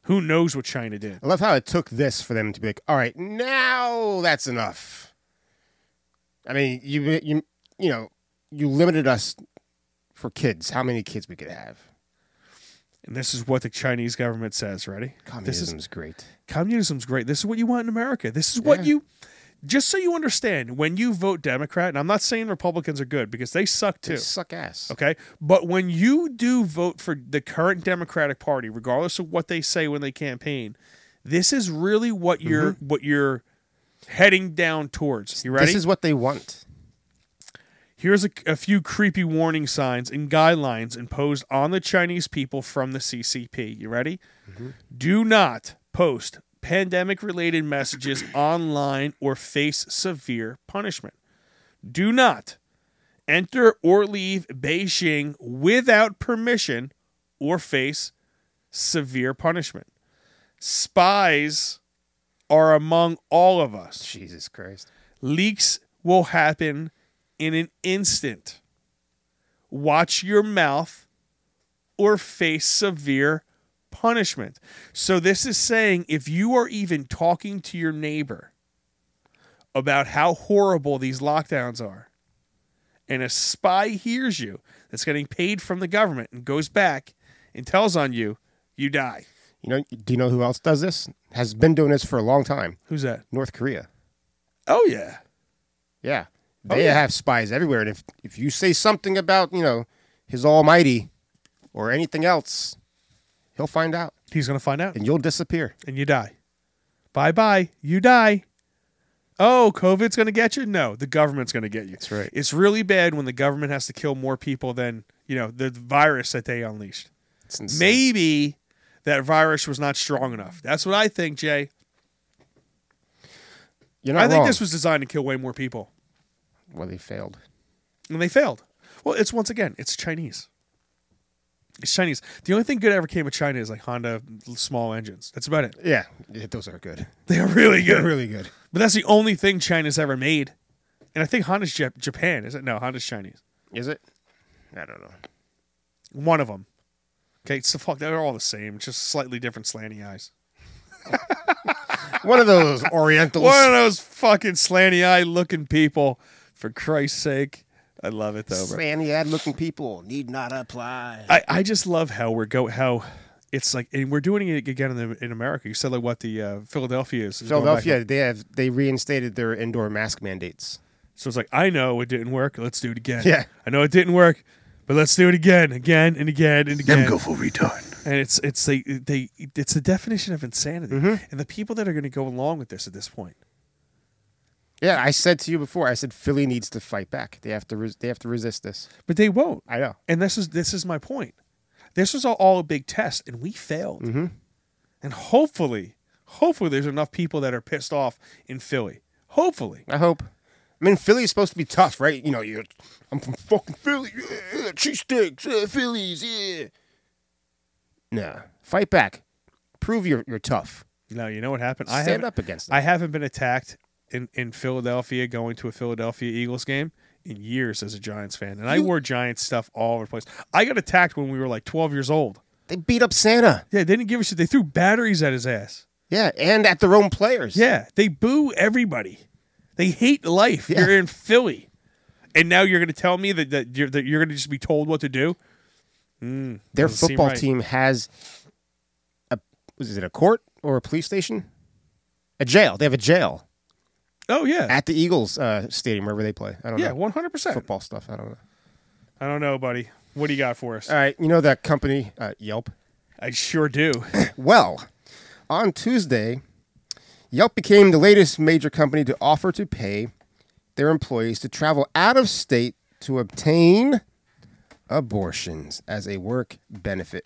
S5: Who knows what China did?
S6: I love how it took this for them to be like, all right, now that's enough. I mean, you you you know, you limited us for kids. How many kids we could have?
S5: And this is what the Chinese government says. Ready? This is
S6: Communism's great.
S5: communism's great. This is what you want in America. This is what
S6: Yeah.
S5: you just so you understand when you vote Democrat, and I'm not saying Republicans are good because they suck too.
S6: They suck ass.
S5: Okay. But when you do vote for the current Democratic Party, regardless of what they say when they campaign, this is really what you're what you're heading down towards. You ready?
S6: Mm-hmm. This is what they want.
S5: Here's a, a few creepy warning signs and guidelines imposed on the Chinese people from the CCP. You ready? Do not post pandemic related messages online or face severe punishment. Do not enter or leave Beijing without permission or face severe punishment. Spies are among all of us
S6: Jesus Christ.
S5: leaks will happen in an instant. Watch your mouth or face severe punishment. So, this is saying if you are even talking to your neighbor about how horrible these lockdowns are, and a spy hears you that's getting paid from the government and goes back and tells on you, you die.
S6: You know, do you know who else does this? Has been doing this for a long time.
S5: Who's that?
S6: North Korea.
S5: Oh, yeah.
S6: Yeah.
S5: Oh,
S6: They
S5: yeah.
S6: have spies everywhere. And if, if you say something about, you know, his almighty or anything else, he'll find out
S5: He's going to find out.
S6: and you'll disappear.
S5: and you die. Bye bye, you die. Oh, COVID's going to get you? No, the government's going to get you. That's
S6: right.
S5: It's really bad when the government has to kill more people than, you know, the virus that they unleashed.
S6: It's insane.
S5: Maybe that virus was not strong enough. That's what I think, Jay.
S6: You're
S5: I
S6: not
S5: think
S6: wrong.
S5: this was designed to kill way more people.
S6: Well, they failed.
S5: And they failed. Well, it's once again, it's Chinese. It's Chinese. The only thing good ever came of China is like Honda small engines. That's about it.
S6: Yeah. yeah, Those are good.
S5: They are really good.
S6: They're really good.
S5: But that's the only thing China's ever made. And I think Honda's Jap- Japan, is it? No, Honda's Chinese.
S6: Is it? I don't know.
S5: One of them. Okay, so fuck, they're all the same, just slightly different slanty eyes.
S6: One of those Orientals.
S5: One of those fucking slanty eye looking people, for Christ's sake. I love it though, bro.
S6: Slanty ad looking people need not apply.
S5: I, I just love how we're go how it's like, and we're doing it again in, the, in America. You said like what the uh, Philadelphia is. is going back
S6: Philadelphia, they have they reinstated their indoor mask mandates.
S5: So it's like, I know it didn't work. Let's do it again.
S6: Yeah.
S5: I know it didn't work, but let's do it again, again and again and again.
S2: Them go for retard.
S5: and it's it's they they it's the definition of insanity.
S6: Mm-hmm.
S5: And the people that are going to go along with this at this point.
S6: Yeah, I said to you before. I said Philly needs to fight back. They have to. Res- they have to resist this.
S5: But they won't.
S6: I know.
S5: And this is this is my point. This was all, all a big test, and we failed.
S6: Mm-hmm.
S5: And hopefully, hopefully, there's enough people that are pissed off in Philly. Hopefully,
S6: I hope. I mean, Philly's supposed to be tough, right? You know, you. I'm from fucking Philly. Yeah, cheese sticks, yeah, Phillies. Yeah. Nah, fight back. Prove you're you're tough.
S5: now you know what happened. I
S6: Stand
S5: haven't,
S6: up against it.
S5: I haven't been attacked in in Philadelphia going to a Philadelphia Eagles game in years as a Giants fan, and I wore Giants stuff all over the place. I got attacked when we were like 12 years old.
S6: they beat up Santa.
S5: Yeah, they didn't give a shit. They threw batteries at his ass.
S6: Yeah, and at their own players.
S5: Yeah, they boo everybody. They hate life.
S6: Yeah.
S5: You're in Philly, and now you're going to tell me that that you're, that you're going to just be told what to do.
S6: their
S5: Doesn't seem
S6: football
S5: right.
S6: team has a was it a court or a police station? A jail. They have a jail
S5: Oh yeah,
S6: at the Eagles uh, stadium wherever they play. I don't
S5: yeah,
S6: know
S5: one hundred percent.
S6: football stuff. I don't know.
S5: I don't know, buddy. What do you got for us?
S6: All right, you know that company uh, Yelp.
S5: I sure do.
S6: Well, on Tuesday, Yelp became the latest major company to offer to pay their employees to travel out of state to obtain abortions as a work benefit.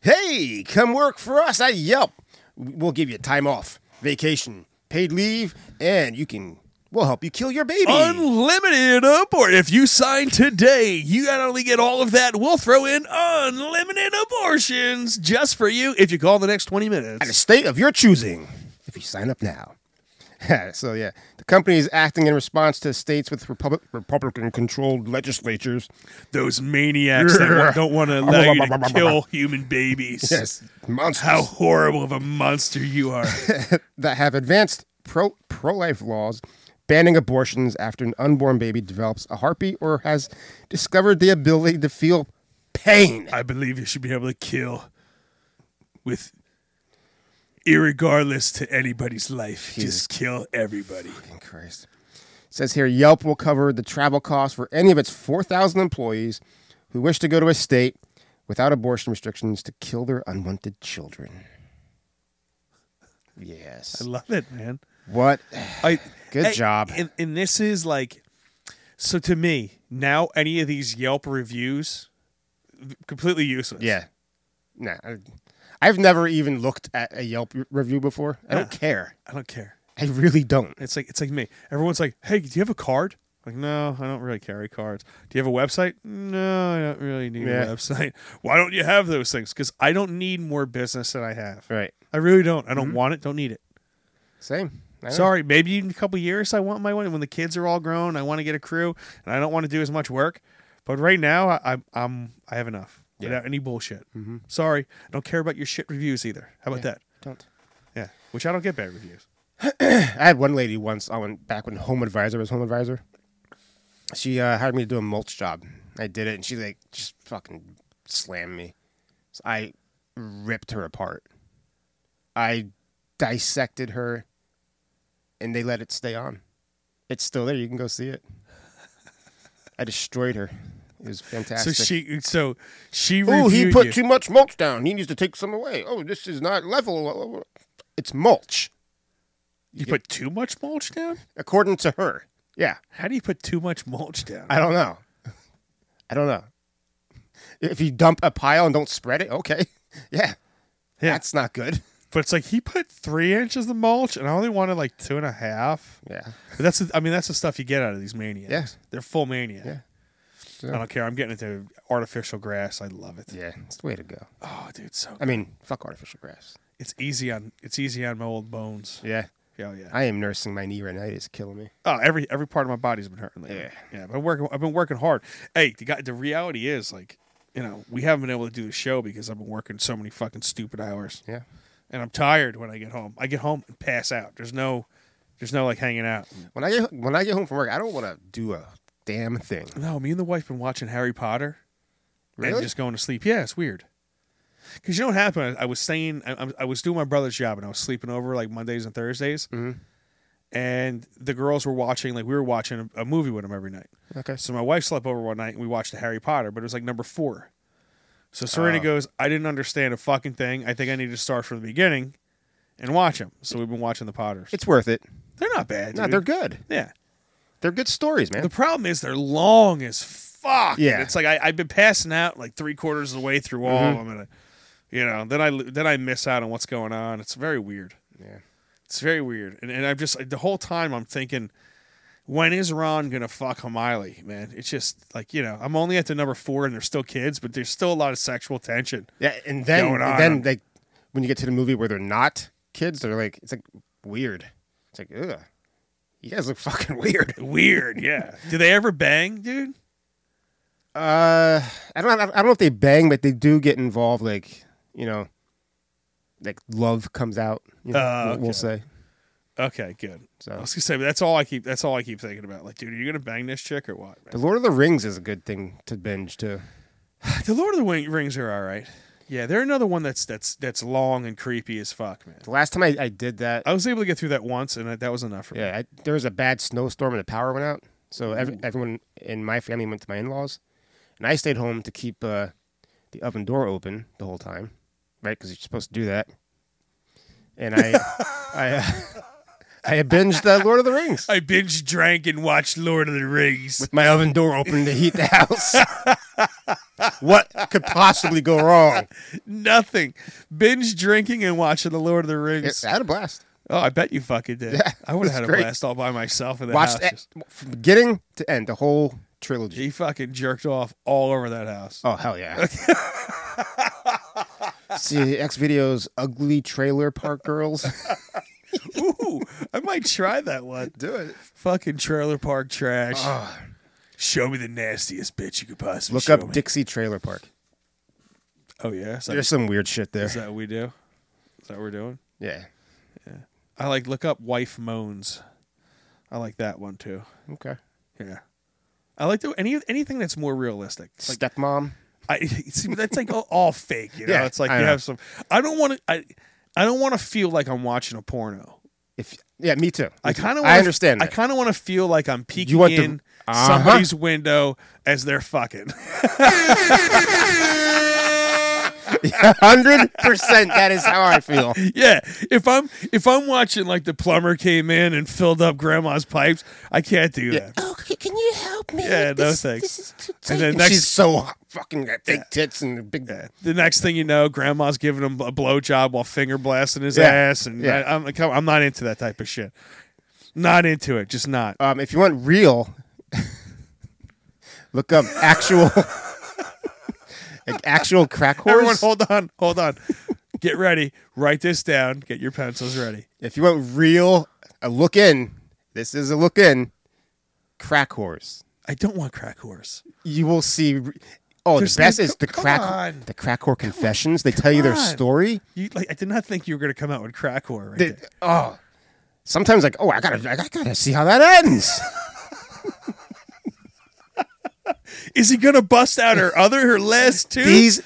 S6: Hey, come work for us at Yelp. We'll give you time off, vacation, paid leave, and you can we'll help you kill your baby.
S5: unlimited abortion. If you sign today, you not only get all of that, we'll throw in unlimited abortions just for you if you call in the next twenty
S6: at a
S5: minutes.
S6: state of your choosing if you sign up now. so yeah, the company is acting in response to states with Republic- Republican-controlled legislatures.
S5: Those maniacs that wa- don't want to allow you to kill human babies.
S6: monsters
S5: How horrible of a monster you are.
S6: that have advanced pro pro-life laws banning abortions after an unborn baby develops a heartbeat or has discovered the ability to feel pain.
S5: I believe you should be able to kill with irregardless to anybody's life. Just kill everybody.
S6: Fucking Christ. It says here Yelp will cover the travel costs for any of its 4,000 employees who wish to go to a state without abortion restrictions to kill their unwanted children. Yes.
S5: I love it, man.
S6: What?
S5: I
S6: Good
S5: I-
S6: job.
S5: And, and this is like so to me, now any of these Yelp reviews completely useless.
S6: Yeah. Nah. I- I've never even looked at a Yelp re- review before. I don't care.
S5: I don't care.
S6: I really don't.
S5: It's like it's like me. Everyone's like, "Hey, do you have a card?" Like, no, I don't really carry cards. Do you have a website? No, I don't really need
S6: Yeah.
S5: a website. Why don't you have those things? Because I don't need more business than I have.
S6: Right.
S5: I
S6: Mm-hmm.
S5: really don't. I don't want it. Don't need it.
S6: Same. I don't-
S5: Sorry. Maybe in a couple years, I want my one. When the kids are all grown, I want to get a crew, and I don't want to do as much work. But right now, I, I'm I'm I have enough
S6: Yeah. Mm-hmm.
S5: without any bullshit. Sorry, I don't care about your shit reviews either. How about that?
S6: Don't.
S5: Yeah, which I don't get bad reviews.
S6: I had one lady once on back when Home Advisor was Home Advisor. She uh, hired me to do a mulch job. I did it, and she like just fucking slammed me. So I ripped her apart. I dissected her, and they let it stay on. It's still there. You can go see it. I destroyed her. It was fantastic.
S5: So she so she
S6: oh,
S5: reviewed
S6: he put
S5: you.
S6: too much mulch down. He needs to take some away. Oh, this is not level. It's mulch,
S5: You put too much mulch down?
S6: according to her. Yeah.
S5: How do you put too much mulch down?
S6: I don't know. I don't know. If you dump a pile and don't spread it, okay. Yeah.
S5: Yeah.
S6: That's not good.
S5: but it's like he put three inches of mulch, and I only wanted like two and a half.
S6: Yeah.
S5: But that's the- I mean that's the stuff you get out of these maniacs.
S6: Yeah.
S5: They're full maniacs.
S6: Yeah.
S5: I don't care. I'm getting into artificial grass. I love it.
S6: Yeah. It's the way to go.
S5: Oh, dude, so
S6: I mean, fuck artificial grass.
S5: it's easy on it's easy on my old bones.
S6: Yeah.
S5: Yeah, yeah.
S6: I am nursing my knee right now. It's killing me.
S5: oh, every every part of my body's been hurting lately.
S6: Yeah.
S5: yeah. I've been working. I've been working hard. Hey, the guy, the reality is like, you know, we haven't been able to do the show because I've been working so many fucking stupid hours.
S6: Yeah.
S5: and I'm tired when I get home. I get home and pass out. There's no, there's no like hanging out.
S6: When I get when I get home from work, I don't want to do a damn thing.
S5: No, me and the wife been watching Harry Potter
S6: Really?
S5: and just going to sleep. Yeah, it's weird. Because you know what happened? I, I was staying. I, I was- I was doing my brother's job, and I was sleeping over like Mondays and Thursdays.
S6: Mm-hmm.
S5: And the girls were watching, like we were watching a, a movie with them every night.
S6: Okay.
S5: So my wife slept over one night, and we watched the Harry Potter, but it was like number four. So
S6: Oh.
S5: Serena goes, "I didn't understand a fucking thing. I think I need to start from the beginning and watch them." So we've been watching the Potters.
S6: It's worth it.
S5: they're not bad.
S6: No,
S5: dude.
S6: they're good.
S5: yeah.
S6: They're good stories,
S5: The
S6: man.
S5: problem is they're long as fuck.
S6: Yeah. Mm-hmm.
S5: And it's like I, I've been passing out like three quarters of the way through all of them, and I, you know, then I then I miss out on what's going on. It's very weird.
S6: Yeah.
S5: It's very weird, and and I'm just like, the whole time I'm thinking, when is Ron gonna fuck Hermione? Man, it's just like you know, I'm only at the number four, and they're still kids, but there's still a lot of sexual tension.
S6: Yeah, and then
S5: Going on.
S6: then like when you get to the movie where they're not kids, they're like it's like weird. It's like ugh, you guys look fucking weird.
S5: Weird, yeah. Do they ever bang, dude?
S6: Uh, I don't I don't know if they bang, but they do get involved. Like you know, like love comes out. You know,
S5: Uh,
S6: we'll- we'll
S5: okay.
S6: say.
S5: Okay, good.
S6: So-
S5: I was gonna say, but that's all I keep. That's all I keep thinking about. Like, dude, are you gonna bang this chick or what? man?
S6: The Lord of the Rings is a good thing to binge too.
S5: The Lord of the Wing- Rings are all right. Yeah, they're another one that's that's that's long and creepy as fuck, man.
S6: The last time I, I did that,
S5: I was able to get through that once, and that- that was enough for me.
S6: yeah, I, there was a bad snowstorm and the power went out. So every, everyone in my family went to my in laws, and I stayed home to keep uh, the oven door open the whole time, right? Because you're supposed to do that. And I, I, uh, I had binged the Lord of the Rings
S5: I binge drank and watched Lord of the Rings.
S6: with my oven door open to heat the house. what could possibly go wrong?
S5: Nothing. Binge drinking and watching the Lord of the
S6: Yeah,
S5: Rings.
S6: I had a blast.
S5: oh, I bet you fucking did.
S6: Yeah,
S5: I would
S6: it's
S5: have had
S6: great.
S5: a blast all by myself in that
S6: Watched
S5: house.
S6: that
S5: Just-
S6: from beginning to end, the whole trilogy.
S5: he fucking jerked off all over that house.
S6: Oh hell yeah! See X videos, ugly trailer park girls. Oh.
S5: Ooh, I might try that one.
S6: Do it.
S5: Fucking trailer park trash. Show me the nastiest bitch you could possibly
S6: Look
S5: show
S6: up
S5: me.
S6: Dixie Trailer Park.
S5: Oh yeah, is that,
S6: There's some weird shit there.
S5: is that what we do? Is that what we're doing?
S6: Yeah.
S5: I like look up wife moans. I like that one too.
S6: Okay.
S5: Yeah. I like the any anything that's more realistic. It's Like
S6: Stepmom.
S5: I see but that's like all, all fake, you know.
S6: Yeah,
S5: it's like
S6: I
S5: you
S6: know.
S5: have some I don't want to I I don't want to feel like I'm watching a porno.
S6: If yeah, me too.
S5: I kind of
S6: I understand.
S5: I
S6: that.
S5: kind of want to feel like I'm peeking
S6: want to-
S5: in
S6: Uh-huh.
S5: somebody's window as they're fucking.
S6: hundred percent. That is how I feel.
S5: yeah, if I'm if I'm watching like the plumber came in and filled up grandma's pipes, I can't do that.
S6: Oh, c- can you help me?
S5: Yeah, no thanks.
S6: is too
S5: And
S6: tight.
S5: then
S6: And
S5: next-
S6: she's so hot, fucking got big tits and big.
S5: the next thing you know, grandma's giving him a blowjob while finger blasting his
S6: Yeah.
S5: ass, and
S6: Yeah.
S5: I, I'm come- I'm not into that type of shit. Not into it, just not.
S6: Um, if you want real, look up actual, like actual crack horse.
S5: Everyone, hold on, hold on. Get ready. Write this down. Get your pencils ready.
S6: If you want real, a look in. This is a look in. Crack horse.
S5: I don't want crack whores.
S6: You will see. re- Oh,
S5: There's
S6: the best
S5: no-
S6: is the
S5: come
S6: crack.
S5: on.
S6: The crack whore confessions. They tell you their
S5: on.
S6: story.
S5: You like? I did not think you were going to come out with crack whore. Right
S6: They-
S5: there.
S6: oh, sometimes like oh I gotta I gotta see how that ends.
S5: Is he going to bust out her other her last two?
S6: These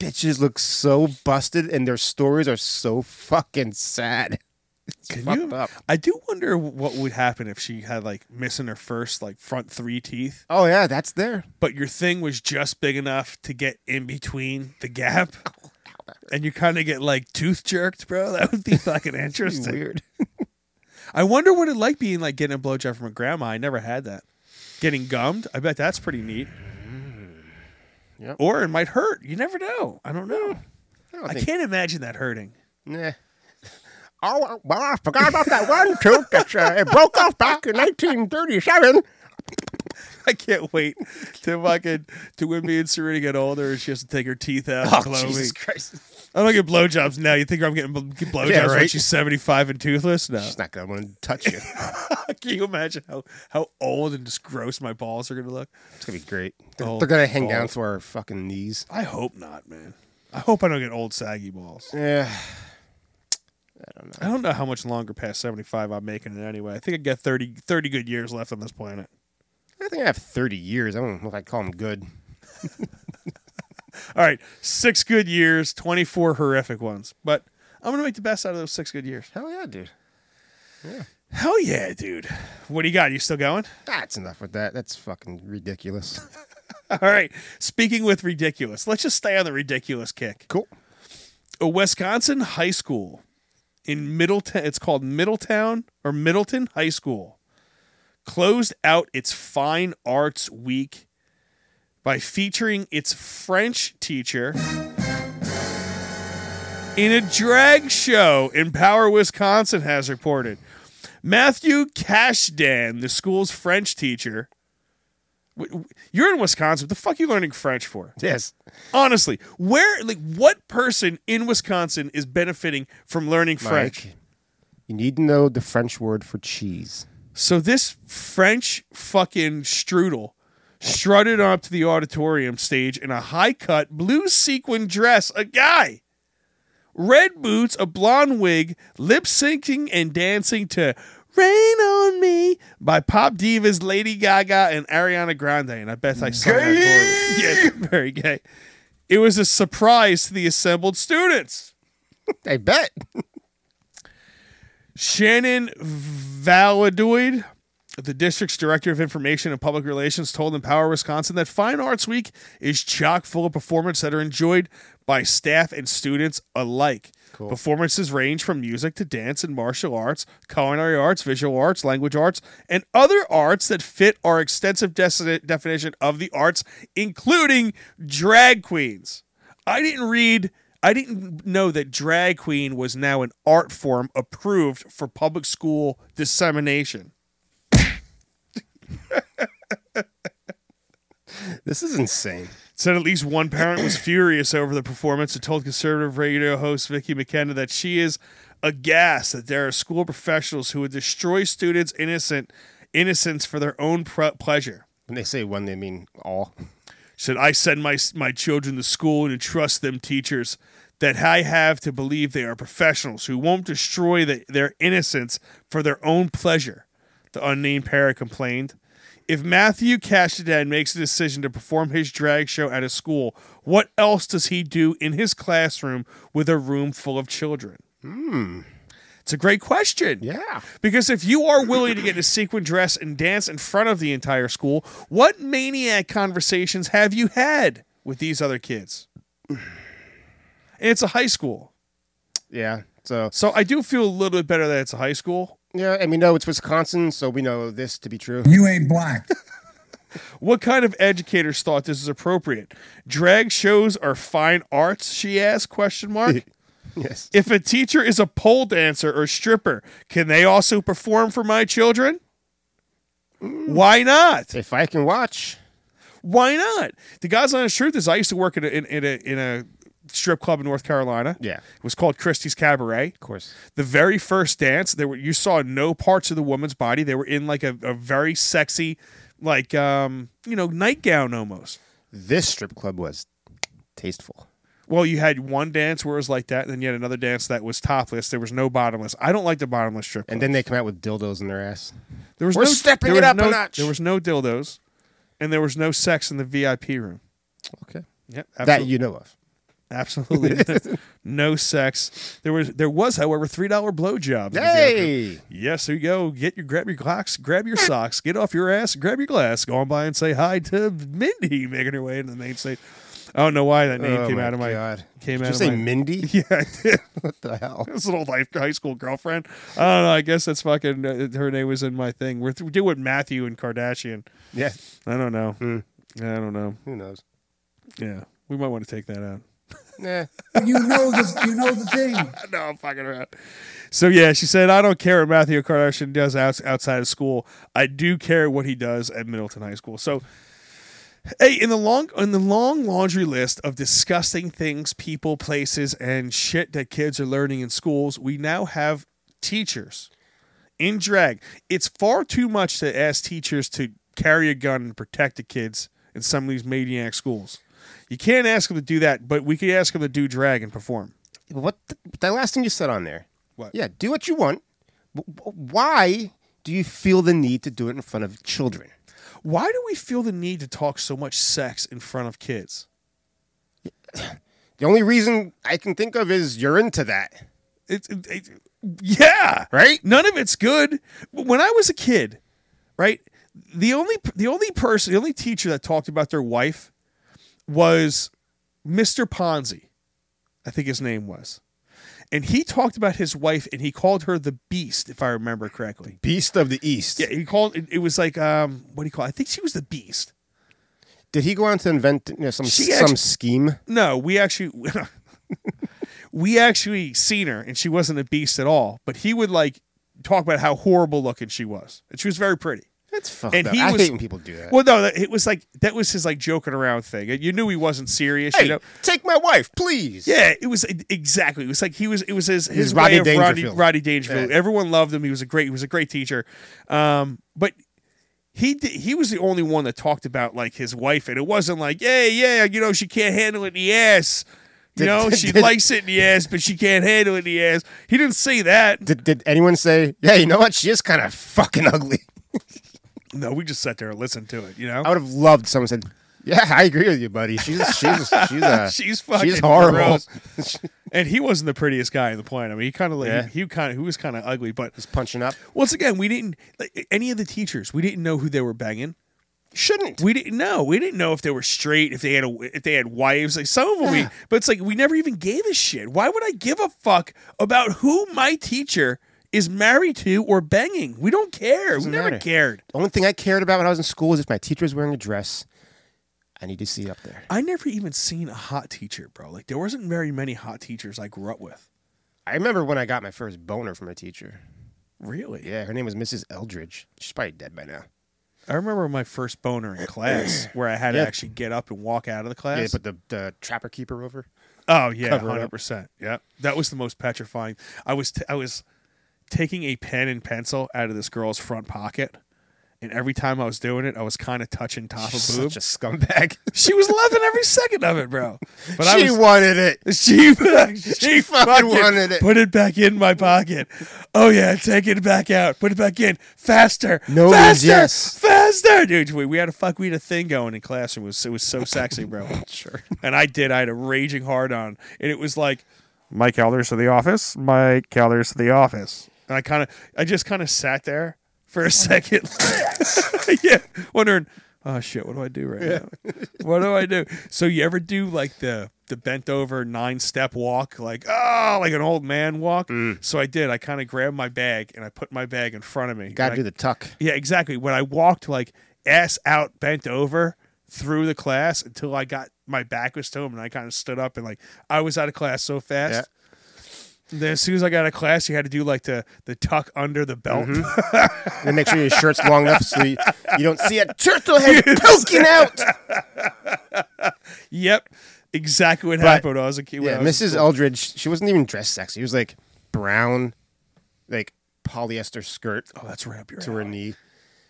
S6: bitches look so busted, and their stories are so fucking sad. It's
S5: Can
S6: fucked
S5: you-
S6: up.
S5: I do wonder what would happen if she had like missing her first like front three teeth,
S6: Oh yeah, that's there.
S5: but your thing was just big enough to get in between the gap,
S6: Oh,
S5: and you kind of get like tooth jerked, bro. That would be fucking interesting.
S6: Weird.
S5: I wonder what it like being like getting a blowjob from a grandma. I never had that. Getting gummed, I bet that's pretty neat.
S6: Mm-hmm. Yep.
S5: Or it might hurt. You never know. I don't know.
S6: I,
S5: I can't imagine that hurting.
S6: Nah. Oh, well, I forgot about that one tooth that uh, it broke off back in 1937.
S5: I can't wait to fucking to when me and Serena get older and she has to take her teeth out. and blow me.
S6: Oh, Christ.
S5: I don't get blowjobs now. You think I'm getting bl- get blowjobs
S6: Yeah,
S5: when
S6: right.
S5: she's 75 and toothless? No.
S6: She's not going to want to touch you. It's
S5: Can you imagine how how old and just gross my balls are gonna look?
S6: going to be great. They're,
S5: Oh,
S6: going to hang down
S5: balls.
S6: to our fucking knees.
S5: I hope not, man. I hope I don't get old saggy balls.
S6: Yeah.
S5: I don't know how much longer past 75 I'm making it anyway. I think I got 30, 30 good years left on this planet.
S6: I think I have 30 years. I don't know if I'd call them good.
S5: All right, six good years, twenty four horrific ones, but I'm gonna make the best out of those six good years.
S6: Hell yeah, dude.
S5: Hell yeah, dude! What do you got? You still going?
S6: That's enough with that. That's fucking ridiculous.
S5: All right. Speaking with ridiculous, let's just stay on the ridiculous kick.
S6: Cool.
S5: a Wisconsin high school in Middletown. It's called Middletown or Middleton High School. Closed out its fine arts week by featuring its French teacher in a drag show. Empower Wisconsin has reported. Matthew Cashdan, the school's French teacher. w- w- You're in Wisconsin. What the fuck are you learning French for?
S6: Yes.
S5: Honestly, where like what person in Wisconsin is benefiting from learning French?
S6: Mike, you need to know the French word for cheese.
S5: So this French fucking strudel strutted up to the auditorium stage in a high cut blue sequin dress, a guy. Red boots, a blonde wig, lip syncing and dancing to Rain on Me by pop divas Lady Gaga and Ariana Grande. And I bet I saw that that. Yeah, very gay. It was a surprise to the assembled students.
S6: I bet.
S5: Shannon Valadoid, the district's director of information and public relations, told Empower Wisconsin that Fine Arts Week is chock full of performances that are enjoyed by staff and students alike. Performances range from music to dance and martial arts, culinary arts, visual arts, language arts, and other arts that fit our extensive desi- definition of the arts, including drag queens. I didn't read. I didn't know that drag queen was now an art form approved for public school dissemination.
S6: This is insane.
S5: Said at least one parent was furious over the performance and told conservative radio host Vicki McKenna that she is aghast that there are school professionals who would destroy students' innocent innocence for their own pre- pleasure.
S6: When they say one, they mean all.
S5: said i send my my children to school and entrust them teachers that i have to believe they are professionals who won't destroy the, their innocence for their own pleasure the unnamed parent complained if matthew cashadan makes a decision to perform his drag show at a school what else does he do in his classroom with a room full of children it's a great question
S6: Yeah.
S5: because if you are willing to get in a sequin dress and dance in front of the entire school, what maniac conversations have you had with these other kids? And it's a high school.
S6: Yeah. So,
S5: So I do feel a little bit better that it's a high school.
S6: yeah, and we know it's Wisconsin, so we know this to be true.
S7: You ain't black.
S5: What kind of educators thought this is appropriate? Drag shows are fine arts, she asked, question mark.
S6: Yes.
S5: if a teacher is a pole dancer or stripper, can they also perform for my children? Why not?
S6: If I can watch,
S5: Why not? The God's honest truth is, I used to work in a, in, in a in a strip club in North Carolina.
S6: Yeah.
S5: it was called Christie's Cabaret.
S6: of course.
S5: The very first dance, there were you saw no parts of the woman's body. They were in like a, a very sexy, like um you know nightgown almost.
S6: This strip club was tasteful.
S5: Well, you had one dance where it was like that, and then you had another dance that was topless. There was no bottomless. I don't like the bottomless strip.
S6: And
S5: club.
S6: then they come out with dildos in their ass.
S5: there was
S6: we're
S5: no
S6: stepping
S5: there
S6: it
S5: was
S6: up a
S5: no-
S6: notch.
S5: There was no dildos, and there was no sex in the VIP room.
S6: Okay.
S5: Yep,
S6: That
S5: absolutely.
S6: you know of.
S5: Absolutely no sex. There was there was, however, three dollar blowjobs. in the VIP.
S6: Hey.
S5: Yes, there you go. Get your grab your clocks, grab your socks, get off your ass, grab your glass, go on by and say hi to Mindy making her way into the main stage. I don't know why that name
S6: Oh
S5: came out of my
S6: God.
S5: came
S6: Did
S5: out
S6: you
S5: of
S6: say
S5: my
S6: Mindy?
S5: yeah, I did.
S6: What the hell?
S5: this little life high school girlfriend. I don't know. I guess that's fucking uh, her name was in my thing. We're, we're doing Matthew and Kardashian.
S6: Yeah.
S5: I don't know.
S6: Hmm.
S5: I don't know.
S6: Who knows?
S5: Yeah, we might want to take that out.
S6: Nah.
S7: You know the you know the thing.
S5: no, I'm fucking around. So yeah, she said, I don't care what Matthew Kardashian does outs- outside of school. I do care what he does at Middleton High School. So, hey, in the long in the long laundry list of disgusting things, people, places, and shit that kids are learning in schools, we now have teachers in drag. It's far too much to ask teachers to carry a gun and protect the kids in some of these maniac schools. You can't ask them to do that, but we could ask them to do drag and perform.
S6: What the, that last thing you said on there?
S5: What?
S6: Yeah, do what you want. W- w- Why do you feel the need to do it in front of children?
S5: why do we feel the need to talk so much sex in front of kids?
S6: The only reason I can think of is you're into that,
S5: It's it, it, yeah,
S6: right?
S5: None of it's good. But When I was a kid, right, the only the only person, the only teacher that talked about their wife was Mr. Ponzi, I think his name was, and he talked about his wife and he called her the Beast, if I remember correctly.
S6: Beast of the East.
S5: Yeah, he called it, it was like um, what do you call? It? I think she was the Beast.
S6: Did he go on to invent you know, some
S5: She
S6: some
S5: actu-
S6: scheme?
S5: No, we actually we actually seen her and she wasn't a beast at all, but he would like talk about how horrible looking she was. And she was very pretty.
S6: That's fucked
S5: And
S6: up.
S5: he
S6: I
S5: was-
S6: hate when people do that.
S5: Well, no, that- it was like that was his like joking around thing. You knew he wasn't serious,
S6: hey,
S5: you know.
S6: take my wife, please.
S5: Yeah, it was e-, exactly. It was like he was. It was his his,
S6: was
S5: way
S6: Rodney
S5: of Rodney,
S6: Dangerfield.
S5: Rodney Dangerfield.
S6: Yeah.
S5: Everyone loved him. He was a great. He was a great teacher. Um, but he did, he was the only one that talked about like his wife, and it wasn't like, yeah, yeah, you know, she can't handle it in the ass. You
S6: Did-
S5: know,
S6: did-
S5: she
S6: did-
S5: likes it in the ass, but she can't handle it in the ass. He didn't say that.
S6: Did, did anyone say, yeah, you know what? She is kind of fucking ugly.
S5: No, we just sat there and listened to it. You know,
S6: I would have loved someone said, yeah, I agree with you, buddy. She's she's she's a,
S5: She's fucking
S6: she's horrible.
S5: gross. and he wasn't the prettiest guy in the planet. I mean, he kind of like
S6: Yeah.
S5: he kind of he was kind of ugly, but
S6: Just punching up.
S5: once again, we didn't like, any of the teachers. We didn't know who they were banging.
S6: Shouldn't.
S5: We didn't know. We didn't know if they were straight, if they had a, if they had wives. Like some of them, we, but it's like we never even gave a shit. Why would I give a fuck about who my teacher is married to or banging? We don't care.
S6: Doesn't
S5: we never
S6: matter.
S5: cared.
S6: The only thing I cared about when I was in school is if my teacher was wearing a dress. I need to see it up there.
S5: I never even seen a hot teacher, bro. Like there wasn't very many hot teachers I grew up with.
S6: I remember when I got my first boner from a teacher.
S5: Really?
S6: Yeah, her name was Mrs. Eldridge. She's probably dead by now.
S5: I remember my first boner in class where I had
S6: Yeah.
S5: to actually get up and walk out of the
S6: Yeah,
S5: class.
S6: they put the, the trapper keeper over.
S5: Oh yeah,
S6: cover it
S5: hundred
S6: up.
S5: percent. Yeah, that was the most petrifying. I was t- I was taking a pen and pencil out of this girl's front pocket, and every time I was doing it, I was kind of touching top of boob.
S6: Such a scumbag.
S5: she was loving every second of it, bro. But I
S6: she
S5: was.
S6: wanted it.
S5: She, she,
S6: fucking wanted it.
S5: Put it back in my pocket. Oh yeah, take it back out. Put it back in faster.
S6: No means
S5: faster,
S6: yes.
S5: faster, dude. We, we had a fuck. We had a thing going in classroom. It was it was so sexy, bro.
S6: Sure.
S5: And I did. I had a raging hard on, and it was like Mike Elders to the office. Mike Elders to the office. And I kind of, I just kind of sat there for a second, yeah, wondering, oh shit, what do I do right now? What do I do? So you ever do like the the bent over nine step walk, like oh, like an old man walk? So I did. I kind of grabbed my bag and I put my bag in front of me.
S6: Got
S5: And I-
S6: to do the tuck.
S5: yeah, exactly. When I walked like ass out, bent over through the class until I got my back was to him, and I kind of stood up and like I was out of class so fast. Then as soon as I got out of class, you had to do like the the tuck under the belt.
S6: Mm-hmm. And make sure your shirt's long enough so you, you don't see a turtle head poking out.
S5: yep, exactly what
S6: But-
S5: happened when I was a kid. when
S6: Yeah,
S5: I was in
S6: Mrs.
S5: school.
S6: Eldridge, she wasn't even dressed sexy. It was like brown, like polyester skirt
S5: Oh, that's right up your
S6: to her
S5: alley.
S6: knee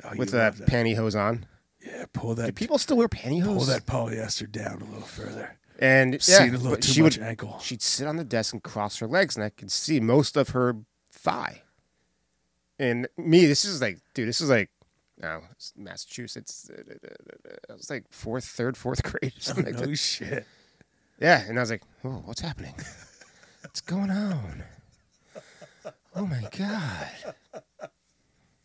S5: Oh, you
S6: with uh,
S5: love that.
S6: pantyhose on.
S5: Yeah, pull that
S6: Do people still wear pantyhose?
S5: pull that polyester down a little further.
S6: and yeah,
S5: Seen a little
S6: but
S5: too
S6: she
S5: much
S6: would,
S5: ankle.
S6: She'd sit on the desk and cross her legs, and I could see most of her thigh. And me, this is like, dude, this is like, oh, it's Massachusetts. uh, I was like fourth, third, fourth grade. Or something like that.
S5: Oh, No shit.
S6: Yeah, and I was like, "Oh, what's happening? What's going on? Oh my god!"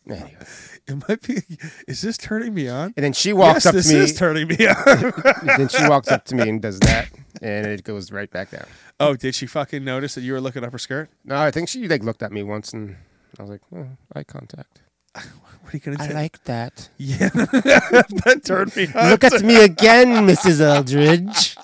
S6: Anyway.
S5: It might be. Is this turning me on?
S6: And then she
S5: yes,
S6: walks up
S5: this
S6: to me.
S5: is turning me on.
S6: then she walks up to me and does that, and it goes right back down.
S5: oh, did she fucking notice that you were looking up her skirt?
S6: No, I think she like looked at me once, and I was like, oh, "Eye contact."
S5: What are you gonna do?
S6: like that.
S5: Yeah, that turned me on.
S6: Look at me again, Mrs. Eldridge.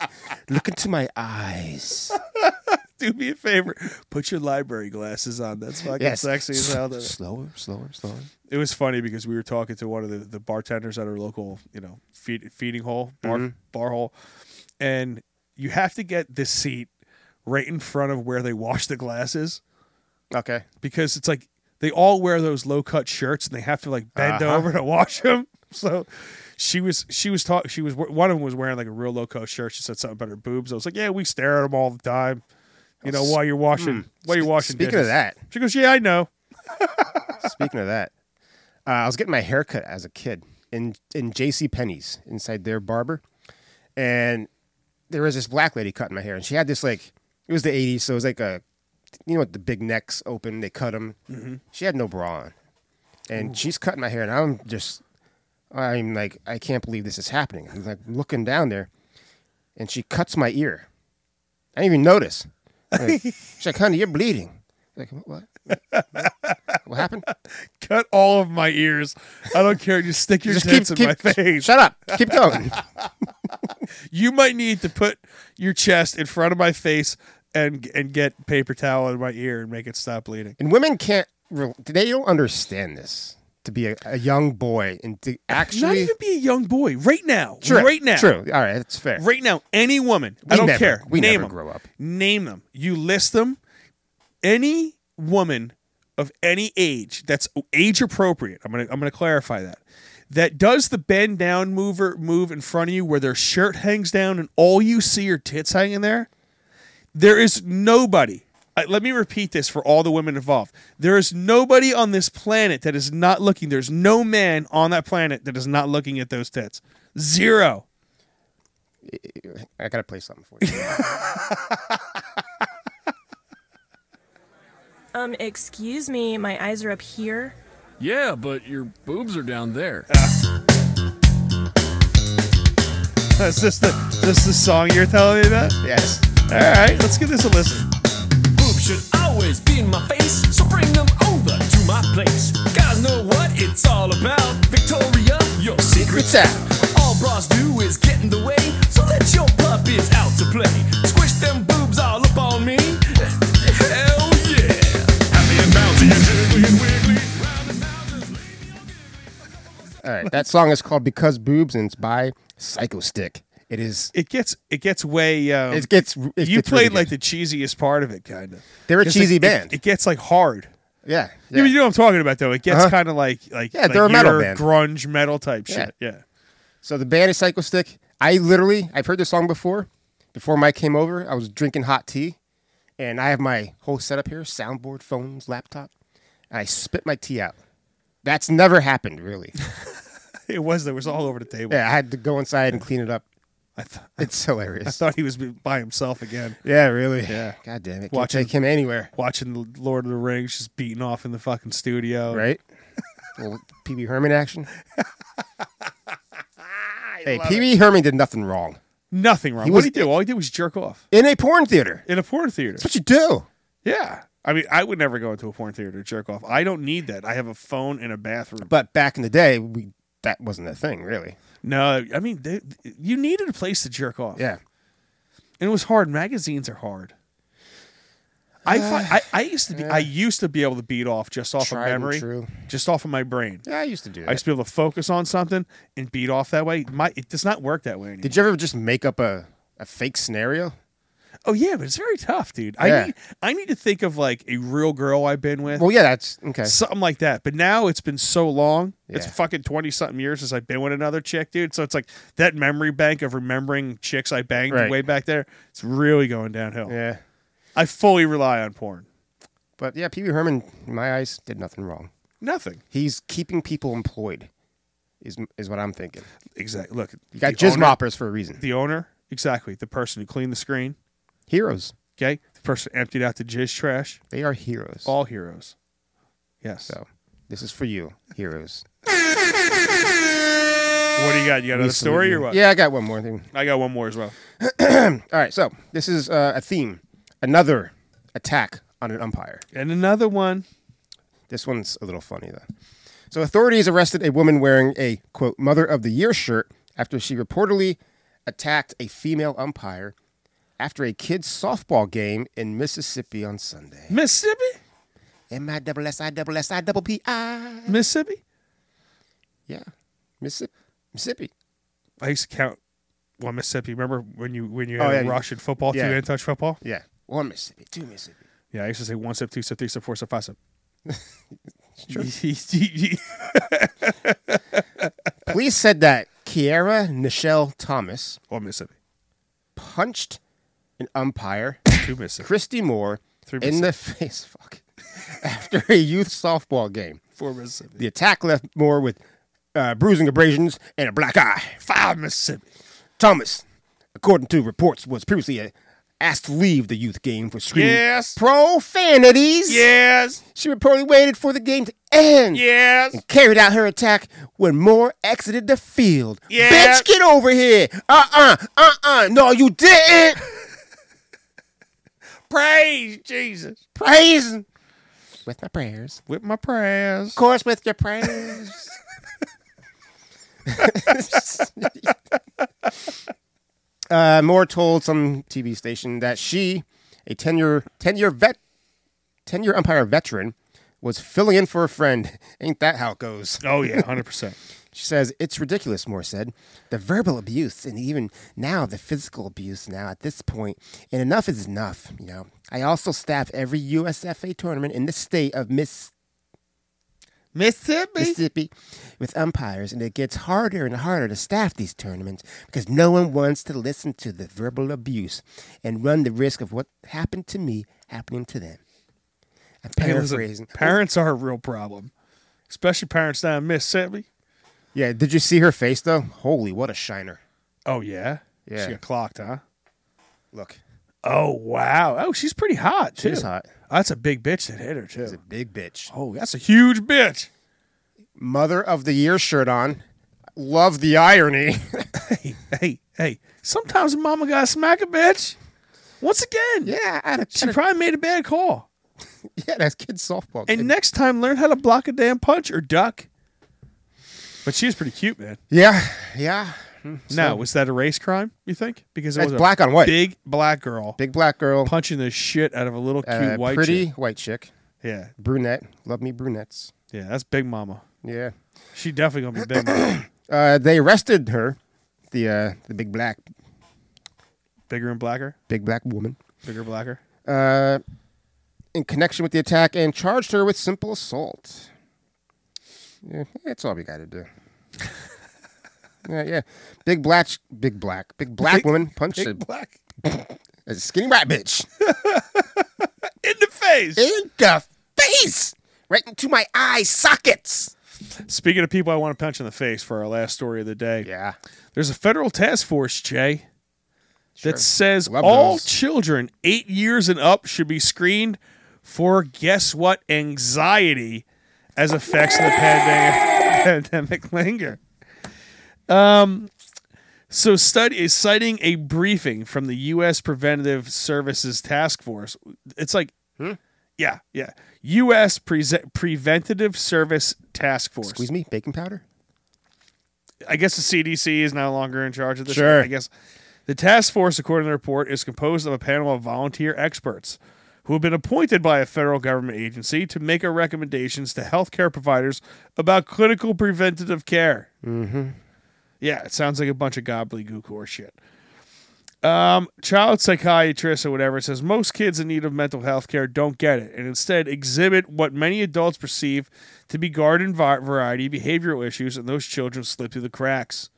S6: Look into my eyes.
S5: Do me a favor, put your library glasses on. That's fucking sexy as hell.
S6: Slower, slower, slower.
S5: It was funny because we were talking to one of the, the bartenders at our local, you know, feed, feeding hole, bar,
S6: Mm-hmm.
S5: bar hole, and you have to get this seat right in front of where they wash the glasses
S6: Okay.
S5: because it's like they all wear those low cut shirts and they have to like bend
S6: Uh-huh.
S5: over to wash them. So she was she was talking she was one of them was wearing like a real low cut shirt. She said something about her boobs. I was like, yeah, we stare at them all the time. You
S6: Oh,
S5: know, while you're washing while you're washing.
S6: hmm. Speaking
S5: dishes.
S6: of that,
S5: she goes, yeah, I know.
S6: Speaking of that, uh, I was getting my hair cut as a kid in in J.C. Penney's inside their barber, and there was this black lady cutting my hair, and she had this like it was the '80s, so it was like a you know what the big necks open, they cut them. She had no bra on, and she's cutting my hair, and I'm just I'm like I can't believe this is happening. I'm like looking down there, and she cuts my ear. I didn't even notice. I'm like- she's like, "Honey, you're bleeding." I'm like what? What happened?
S5: Cut all of my ears. I don't care. Just stick your
S6: Just keep,
S5: tits in my
S6: keep,
S5: face.
S6: shut up. Keep going.
S5: You might need to put your chest in front of my face and and get paper towel in my ear and make it stop bleeding.
S6: And women can't. re- They don't understand this. To be a, a young boy and to actually.
S5: Not even be a young boy. Right now.
S6: true,
S5: Right now.
S6: True. All right, that's fair.
S5: Right now. Any woman.
S6: We
S5: I don't
S6: never-
S5: care.
S6: We
S5: Name
S6: never
S5: them.
S6: grow up.
S5: Name them. You list them. Any woman of any age that's age appropriate. I'm gonna I'm gonna clarify that. That does the bend down mover move in front of you where their shirt hangs down and all you see are tits hanging there. There is nobody. uh, Let me repeat this for all the women involved. There is nobody on this planet that is not looking. There's no man on that planet that is not looking at those tits. Zero.
S6: I gotta play something for you.
S8: Um, excuse me, my eyes are up here.
S9: Yeah, but your boobs are down there.
S5: Is this the this the song you're telling me about?
S6: yes.
S5: All right, let's give this a listen.
S9: boobs should always be in my face, so bring them over to my place. Guys know what it's all about. Victoria, your secret's out. All bras do is get in the way, so let your puppies out to play. Squish them boobs all up on me. Hell yeah. Happy and bouncy and jiggly and wiggly. Round and round and
S6: All right. That song is called "Because Boobs" and it's by Psycho Stick. It is.
S5: It gets it gets way. Um,
S6: It gets. It
S5: you
S6: gets
S5: played
S6: really
S5: like
S6: good.
S5: the cheesiest part of it, kind of.
S6: They're a cheesy
S5: like,
S6: band.
S5: It, it gets like hard.
S6: yeah.
S5: You,
S6: Yeah.
S5: you know what I'm talking about, though. It gets
S6: Uh-huh.
S5: kind of like like
S6: Yeah,
S5: like
S6: they're a metal
S5: your
S6: band.
S5: grunge metal type
S6: Yeah.
S5: shit. Yeah.
S6: So the band is Psycho Stick. I literally, I've heard this song before. Before Mike came over, I was drinking hot tea, and I have my whole setup here: soundboard, phones, laptop. And I spit my tea out. That's never happened, really.
S5: It was. There was all over the table.
S6: Yeah, I had to go inside and clean it up.
S5: I, th-
S6: It's
S5: I
S6: hilarious.
S5: thought he was by himself again,
S6: Yeah, really. Yeah. God damn it! Can't
S5: Watching-
S6: take him anywhere,
S5: watching the Lord of the Rings, just beating off in the fucking studio.
S6: right? Little Pee Wee Herman action. hey, Pee Wee Herman did nothing wrong
S5: Nothing wrong.
S6: He
S5: what
S6: was-
S5: did he do? All he did was jerk off
S6: in a porn theater.
S5: in a porn theater.
S6: That's what you do.
S5: Yeah. I mean, I would never go into a porn theater to jerk off. I don't need that. I have a phone and a bathroom.
S6: But back in the day, we that wasn't a thing, really.
S5: No, I mean, they, you needed a place to jerk off.
S6: Yeah.
S5: and it was hard. Magazines are hard. I, fi- I I used to be I used to be able to beat off just off
S6: Ah. Tried
S5: of
S6: and
S5: memory,
S6: true.
S5: just off of my brain.
S6: Yeah, I used to do
S5: I used
S6: that.
S5: to be able to focus on something and beat off that way. My it does not work that way anymore.
S6: Did you ever just make up a, a fake scenario?
S5: oh yeah, but it's very tough, dude. I
S6: Yeah.
S5: need I need to think of like a real girl I've been with.
S6: Well, yeah, that's okay.
S5: something like that. But now it's been so long. It's
S6: Yeah.
S5: fucking 20 something years since I've been with another chick, dude. So it's like that memory bank of remembering chicks I banged
S6: Right.
S5: way back there. It's really going downhill.
S6: Yeah.
S5: I fully rely on porn.
S6: But yeah, Pee Wee Herman, in my eyes, did nothing wrong.
S5: Nothing.
S6: He's keeping people employed, is is what I'm thinking.
S5: Exactly. Look,
S6: You got
S5: the
S6: jizz
S5: owner-
S6: moppers for a reason.
S5: The owner, exactly. The person who cleaned the screen,
S6: Heroes.
S5: okay? The person who emptied out the jizz trash.
S6: They are heroes.
S5: All heroes. Yes.
S6: So this is for you, heroes.
S5: What do you got? You got another story or what?
S6: Yeah, I got one more thing.
S5: I got one more as well.
S6: All right, so this is uh, a theme. Another attack on an umpire.
S5: And another one.
S6: This one's a little funny though. So authorities arrested a woman wearing a quote mother of the year shirt after she reportedly attacked a female umpire after a kids softball game in Mississippi on Sunday.
S5: Mississippi?
S6: M I double S I double S I double P I.
S5: Mississippi?
S6: Yeah, Mississippi. Mississippi.
S5: I used to count. Well, Mississippi. Remember when you when you
S6: Oh,
S5: had
S6: yeah.
S5: Russian football,
S6: Yeah.
S5: two hand touch football?
S6: Yeah, one Mississippi, two Mississippi.
S5: Yeah, I used to say one step, two step, three step, four step, five step. Sure.
S6: Police said that Kiara Nichelle Thomas
S5: One Mississippi,
S6: punched an umpire
S5: two Mississippi,
S6: Christy Moore
S5: Three
S6: in the face. Fuck. After a youth softball game.
S5: four Mississippi,
S6: The attack left Moore with uh, bruising abrasions and a black eye.
S5: five Mississippi.
S6: Thomas, according to reports, was previously uh, asked to leave the youth game for screaming
S5: Yes.
S6: profanities.
S5: Yes.
S6: She reportedly waited for the game to end
S5: Yes.
S6: and carried out her attack when Moore exited the field.
S5: Yeah.
S6: Bitch, get over here. Uh uh-uh, uh, No, you didn't.
S5: Praise Jesus.
S6: Praise him. With my prayers.
S5: With my prayers.
S6: Of course, with your prayers. uh, Moore told some TV station that she, a 10 year, 10 year vet, 10 year umpire veteran, was filling in for a friend. Ain't that how it goes?
S5: Oh yeah, hundred percent.
S6: She says, It's ridiculous, Moore said. The verbal abuse and even now the physical abuse now at this point, and enough is enough, you know. I also staff every USFA tournament in the state of Miss
S5: Mississippi.
S6: Mississippi with umpires, and it gets harder and harder to staff these tournaments because no one wants to listen to the verbal abuse and run the risk of what happened to me happening to them. I'm
S5: Hey, listen,
S6: paraphrasing.
S5: parents are a real problem, especially parents down in Mississippi.
S6: yeah, did you see her face though? Holy, what a shiner.
S5: Oh yeah,
S6: Yeah.
S5: She got clocked, huh?
S6: Look,
S5: Oh wow. Oh, she's pretty hot too.
S6: she's hot.
S5: That's a big bitch that hit her too.
S6: Big bitch.
S5: Oh, that's a huge bitch.
S6: Mother of the Year shirt on. Love the irony.
S5: Hey, hey, hey. Sometimes mama gotta smack a bitch. Once again,
S6: yeah, I had a,
S5: she probably made a bad call.
S6: yeah, that's kid softball.
S5: And
S6: kid.
S5: next time, learn how to block a damn punch or duck. But she was pretty cute, man.
S6: yeah, yeah.
S5: now, was that a race crime? You think? Because it was
S6: That's
S5: a
S6: black on white.
S5: big black girl
S6: Big black girl,
S5: punching the shit out of a little cute
S6: uh,
S5: white
S6: pretty
S5: chick.
S6: white chick,
S5: Yeah,
S6: brunette. Love me brunettes.
S5: yeah. That's Big Mama.
S6: Yeah.
S5: She definitely gonna be Big Mama.
S6: Uh, they arrested her, the uh, the big black
S5: Bigger and blacker.
S6: big black woman,
S5: Bigger blacker.
S6: uh, in connection with the attack, and charged her with simple assault. Yeah, that's all we got to do. yeah, yeah. Big black, big black, big black
S5: Big-
S6: woman punched
S5: Big
S6: a,
S5: black
S6: a skinny rat bitch.
S5: in the face.
S6: in the face, right into my eye sockets.
S5: Speaking of people I want to punch in the face for our last story of the day,
S6: Yeah,
S5: there's a federal task force, Jay,
S6: Sure.
S5: that says
S6: Love
S5: all
S6: those.
S5: children eight years and up should be screened for guess what anxiety as effects of the pandemic, pandemic linger. Um, so study is citing a briefing from the U.S. Preventative Services Task Force. It's like,
S6: Hmm.
S5: yeah, yeah, U.S. Prese- Preventative Service Task Force.
S6: excuse me, baking powder.
S5: I guess the CDC is no longer in charge of this.
S6: Sure.
S5: I guess the task force, according to the report, is composed of a panel of volunteer experts who have been appointed by a federal government agency to make a recommendations to healthcare providers about clinical preventative care. Mm-hmm. Yeah, it sounds like a bunch of gobbledygook or shit. Um, child psychiatrist or whatever says most kids in need of mental health care don't get it and instead exhibit what many adults perceive to be garden vi- variety behavioral issues, and those children slip through the cracks.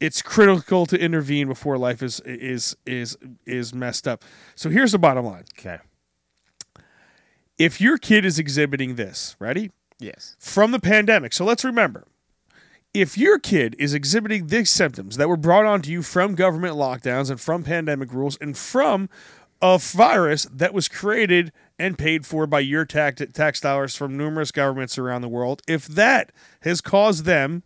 S5: It's critical to intervene before life is is is is messed up. So here's the bottom line:
S6: Okay.
S5: if your kid is exhibiting this, ready?
S6: Yes.
S5: from the pandemic. So let's remember if your kid is exhibiting these symptoms that were brought on to you from government lockdowns and from pandemic rules and from a virus that was created and paid for by your tax, tax dollars from numerous governments around the world, if that has caused them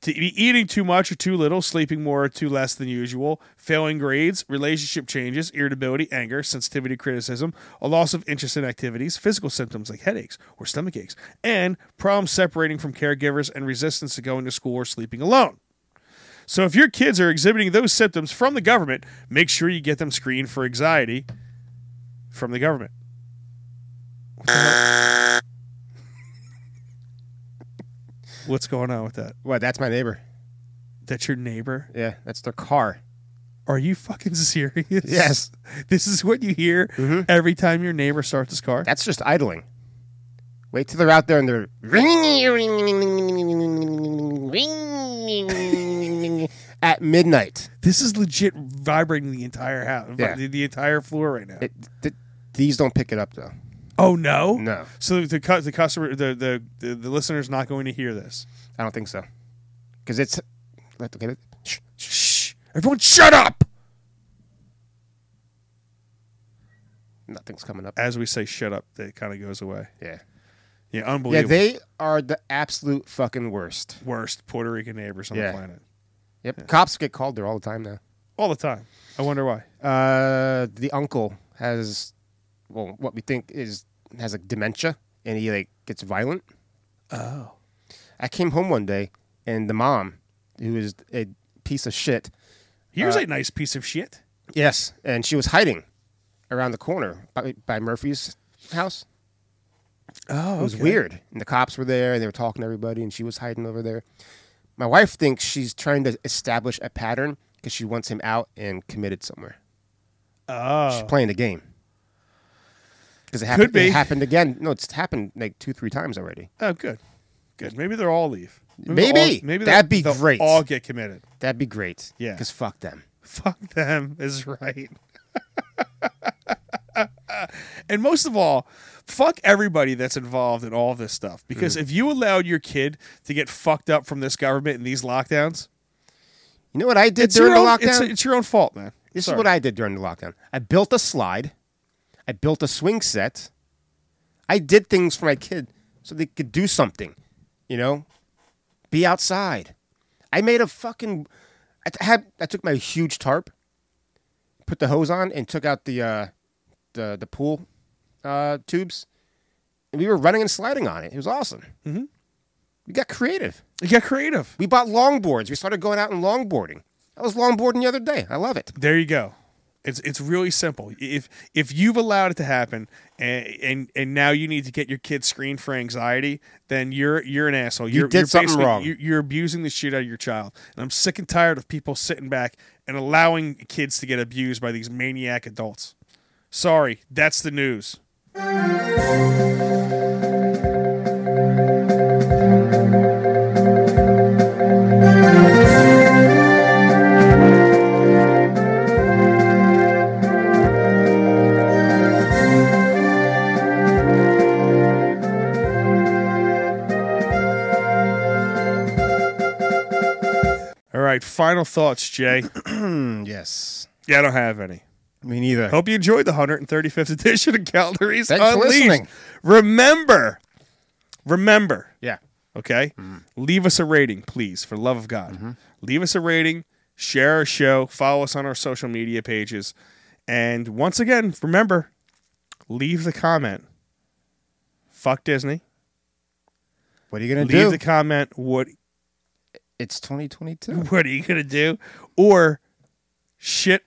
S5: to be eating too much or too little, sleeping more or too less than usual, failing grades, relationship changes, irritability, anger, sensitivity, criticism, a loss of interest in activities, physical symptoms like headaches or stomach aches, and problems separating from caregivers and resistance to going to school or sleeping alone. So if your kids are exhibiting those symptoms from the government, make sure you get them screened for anxiety from the government. What's going on with that?
S6: Well, that's my neighbor.
S5: That's your neighbor?
S6: Yeah, that's their car.
S5: Are you fucking serious?
S6: Yes. Mm-hmm.
S5: This is what you hear every time your neighbor starts his car.
S6: That's just idling. Wait till they're out there and they're ringing at midnight.
S5: This is legit vibrating the entire house,
S6: Yeah.
S5: the, the entire floor right now.
S6: It, th- these don't pick it up though.
S5: oh no,
S6: No.
S5: So the cu- the customer, the the, the the listener's not going to hear this.
S6: I don't think so. Because it's. let- Okay. shh.
S5: Shh. Everyone, shut up!
S6: Nothing's coming up.
S5: As we say, shut up, it kind of goes away.
S6: Yeah.
S5: Yeah,
S6: Yeah,
S5: unbelievable.
S6: they are the absolute fucking worst.
S5: worst Puerto Rican neighbors on the
S6: Yeah.
S5: planet.
S6: Yep. Cops get called there all the time now.
S5: All the time. I wonder why.
S6: Uh, the uncle has, well, what we think is has like dementia, and he like gets violent. Oh. I came home one day, and the mom, who is a piece of shit,
S5: He
S6: Uh,
S5: was a nice piece of shit.
S6: yes, and she was hiding around the corner by, by Murphy's house.
S5: Oh,
S6: It was weird, and the cops were there, and they were talking to everybody, and she was hiding over there. My wife thinks she's trying to establish a pattern because she wants him out and committed somewhere.
S5: Oh,
S6: She's playing the game. Because it
S5: Could
S6: happened.
S5: be.
S6: It happened again. No, it's happened like two, three times already.
S5: oh, good, good. Maybe they'll all leave.
S6: Maybe.
S5: they'll all- maybe
S6: That'd
S5: they'll-
S6: be
S5: they'll
S6: great.
S5: All get committed.
S6: That'd be great.
S5: Yeah.
S6: Because fuck them.
S5: Fuck them is right. and most of all, fuck everybody that's involved in all this stuff.
S6: Mm.
S5: Because if you allowed your kid to get fucked up from this government and these lockdowns,
S6: You know what I did
S5: it's,
S6: during
S5: your
S6: the
S5: own, it's,
S6: lockdown?
S5: it's your own fault, man.
S6: this
S5: Sorry.
S6: is what I did during the lockdown. I built a slide. I built a swing set. I did things for my kid so they could do something. You know, be outside. I made a fucking. I t- had. I took my huge tarp, put the hose on, and took out the uh, the the pool uh, tubes. And we were running and sliding on it. It was awesome. Mm-hmm. We got creative.
S5: Get creative.
S6: We bought longboards. We started going out and longboarding. I was longboarding the other day. I love it.
S5: There you go. It's it's really simple. If if you've allowed it to happen, and and, and now you need to get your kids screened for anxiety, then you're you're an asshole. You're,
S6: did
S5: you're
S6: something
S5: basically-
S6: wrong.
S5: You're, you're abusing the shit out of your child, and I'm sick and tired of people sitting back and allowing kids to get abused by these maniac adults. Sorry, that's the news. All right, final thoughts, Jay.
S6: Mm, Yes.
S5: yeah, I don't have any.
S6: Me neither.
S5: Hope you enjoyed the 135th edition of Calories
S6: Thanks for
S5: Unleashed.
S6: listening.
S5: Remember, remember.
S6: Yeah.
S5: okay?
S6: Mm-hmm.
S5: Leave us a rating, please, for love of God. Leave us a rating, share our show, follow us on our social media pages. And once again, remember, leave the comment. Fuck Disney.
S6: What are you gonna
S5: Leave
S6: do?
S5: the comment. What
S6: it's 2022.
S5: what are you gonna do? Or shit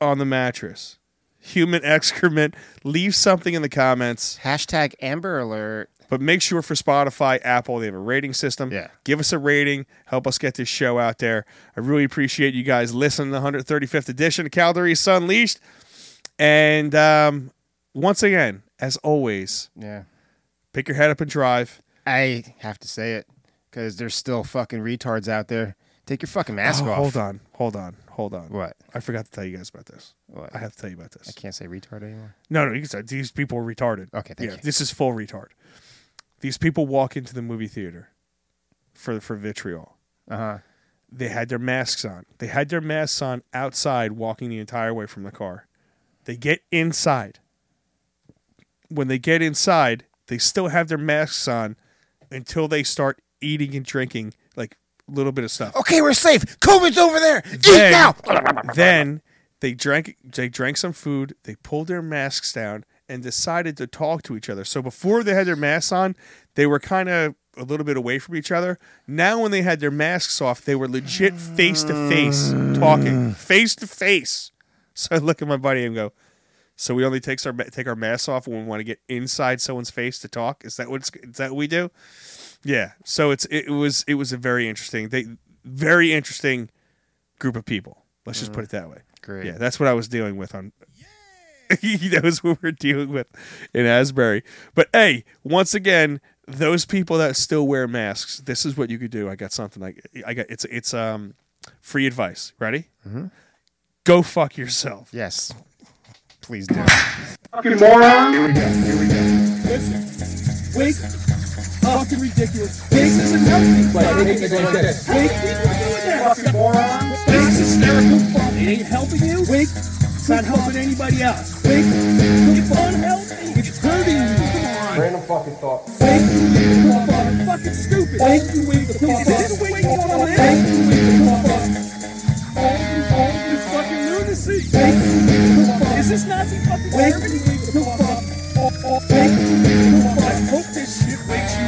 S5: on the mattress. Human excrement. Leave something in the comments.
S6: Hashtag Amber Alert.
S5: But make sure for Spotify, Apple, they have a rating system.
S6: Yeah.
S5: Give us a rating. Help us get this show out there. I really appreciate you guys listening to the 135th edition of Calgary Sunleashed. And um, once again, as always,
S6: Yeah.
S5: pick your head up and drive.
S6: I have to say it because there's still fucking retards out there. Take your fucking mask
S5: Oh,
S6: off.
S5: Hold on. Hold on. Hold on.
S6: What?
S5: I forgot to tell you guys about this.
S6: What?
S5: I have to tell you about this.
S6: Can't say retard anymore.
S5: No, no, you can say these people are retarded.
S6: Okay, thank you.
S5: This is full retard. These people walk into the movie theater for for vitriol.
S6: Uh huh.
S5: they had their masks on. They had their masks on outside, walking the entire way from the car. They get inside. When they get inside, they still have their masks on until they start eating and drinking, like a little bit of stuff.
S6: Okay, we're safe. COVID's over there. Eat
S5: Then,
S6: now.
S5: then they drank. They drank some food. They pulled their masks down and decided to talk to each other. So before they had their masks on, they were kind of a little bit away from each other. Now, when they had their masks off, they were legit face to face talking, face to face. So I look at my buddy and go, "So we only takes our ma- take our masks off when we want to get inside someone's face to talk? Is that what's is that what we do?" Yeah. So it's it was it was a very interesting they very interesting group of people. Let's just put it that way.
S6: Great.
S5: Yeah, that's what I was dealing with on. that was what we are dealing with in Asbury. But hey, once again, those people that still wear masks, this is what you could do. I got something. I I got it's it's um free advice. Ready? Mm-hmm. Go fuck yourself.
S6: Yes. Please do.
S3: Listen, wake up. Fucking ridiculous. This is a healthy place. Wake up. What are you doing there? Fucking moron. This is It ain't helping you. Wink. It's not helping anybody else. Wink. It's unhealthy. It's hurting you. Come on.
S10: Random fucking thought.
S3: Wink. You are fucking stupid. Wink. You wink. Is this the way you want to live? Wink. You wink. This fucking lunacy. Wink. Is this Nazi fucking Germany? Wink. I hope this shit wakes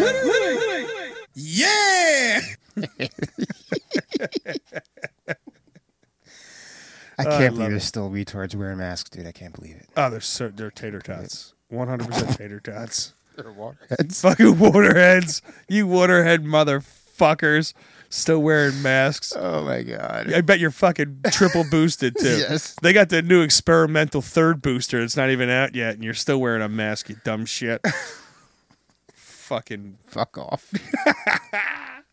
S3: you up. Literally.
S9: Yeah!
S6: I can't believe there's still retards wearing masks, dude. I can't believe it.
S5: Oh, they're so, they're tater tots. One hundred percent tater tots.
S6: It's
S5: Fucking waterheads. You waterhead motherfuckers. Still wearing masks.
S6: oh my god.
S5: I bet you're fucking triple boosted too.
S6: Yes.
S5: They got the new experimental third booster. It's not even out yet, and you're still wearing a mask, you dumb shit. fucking
S6: Fuck off.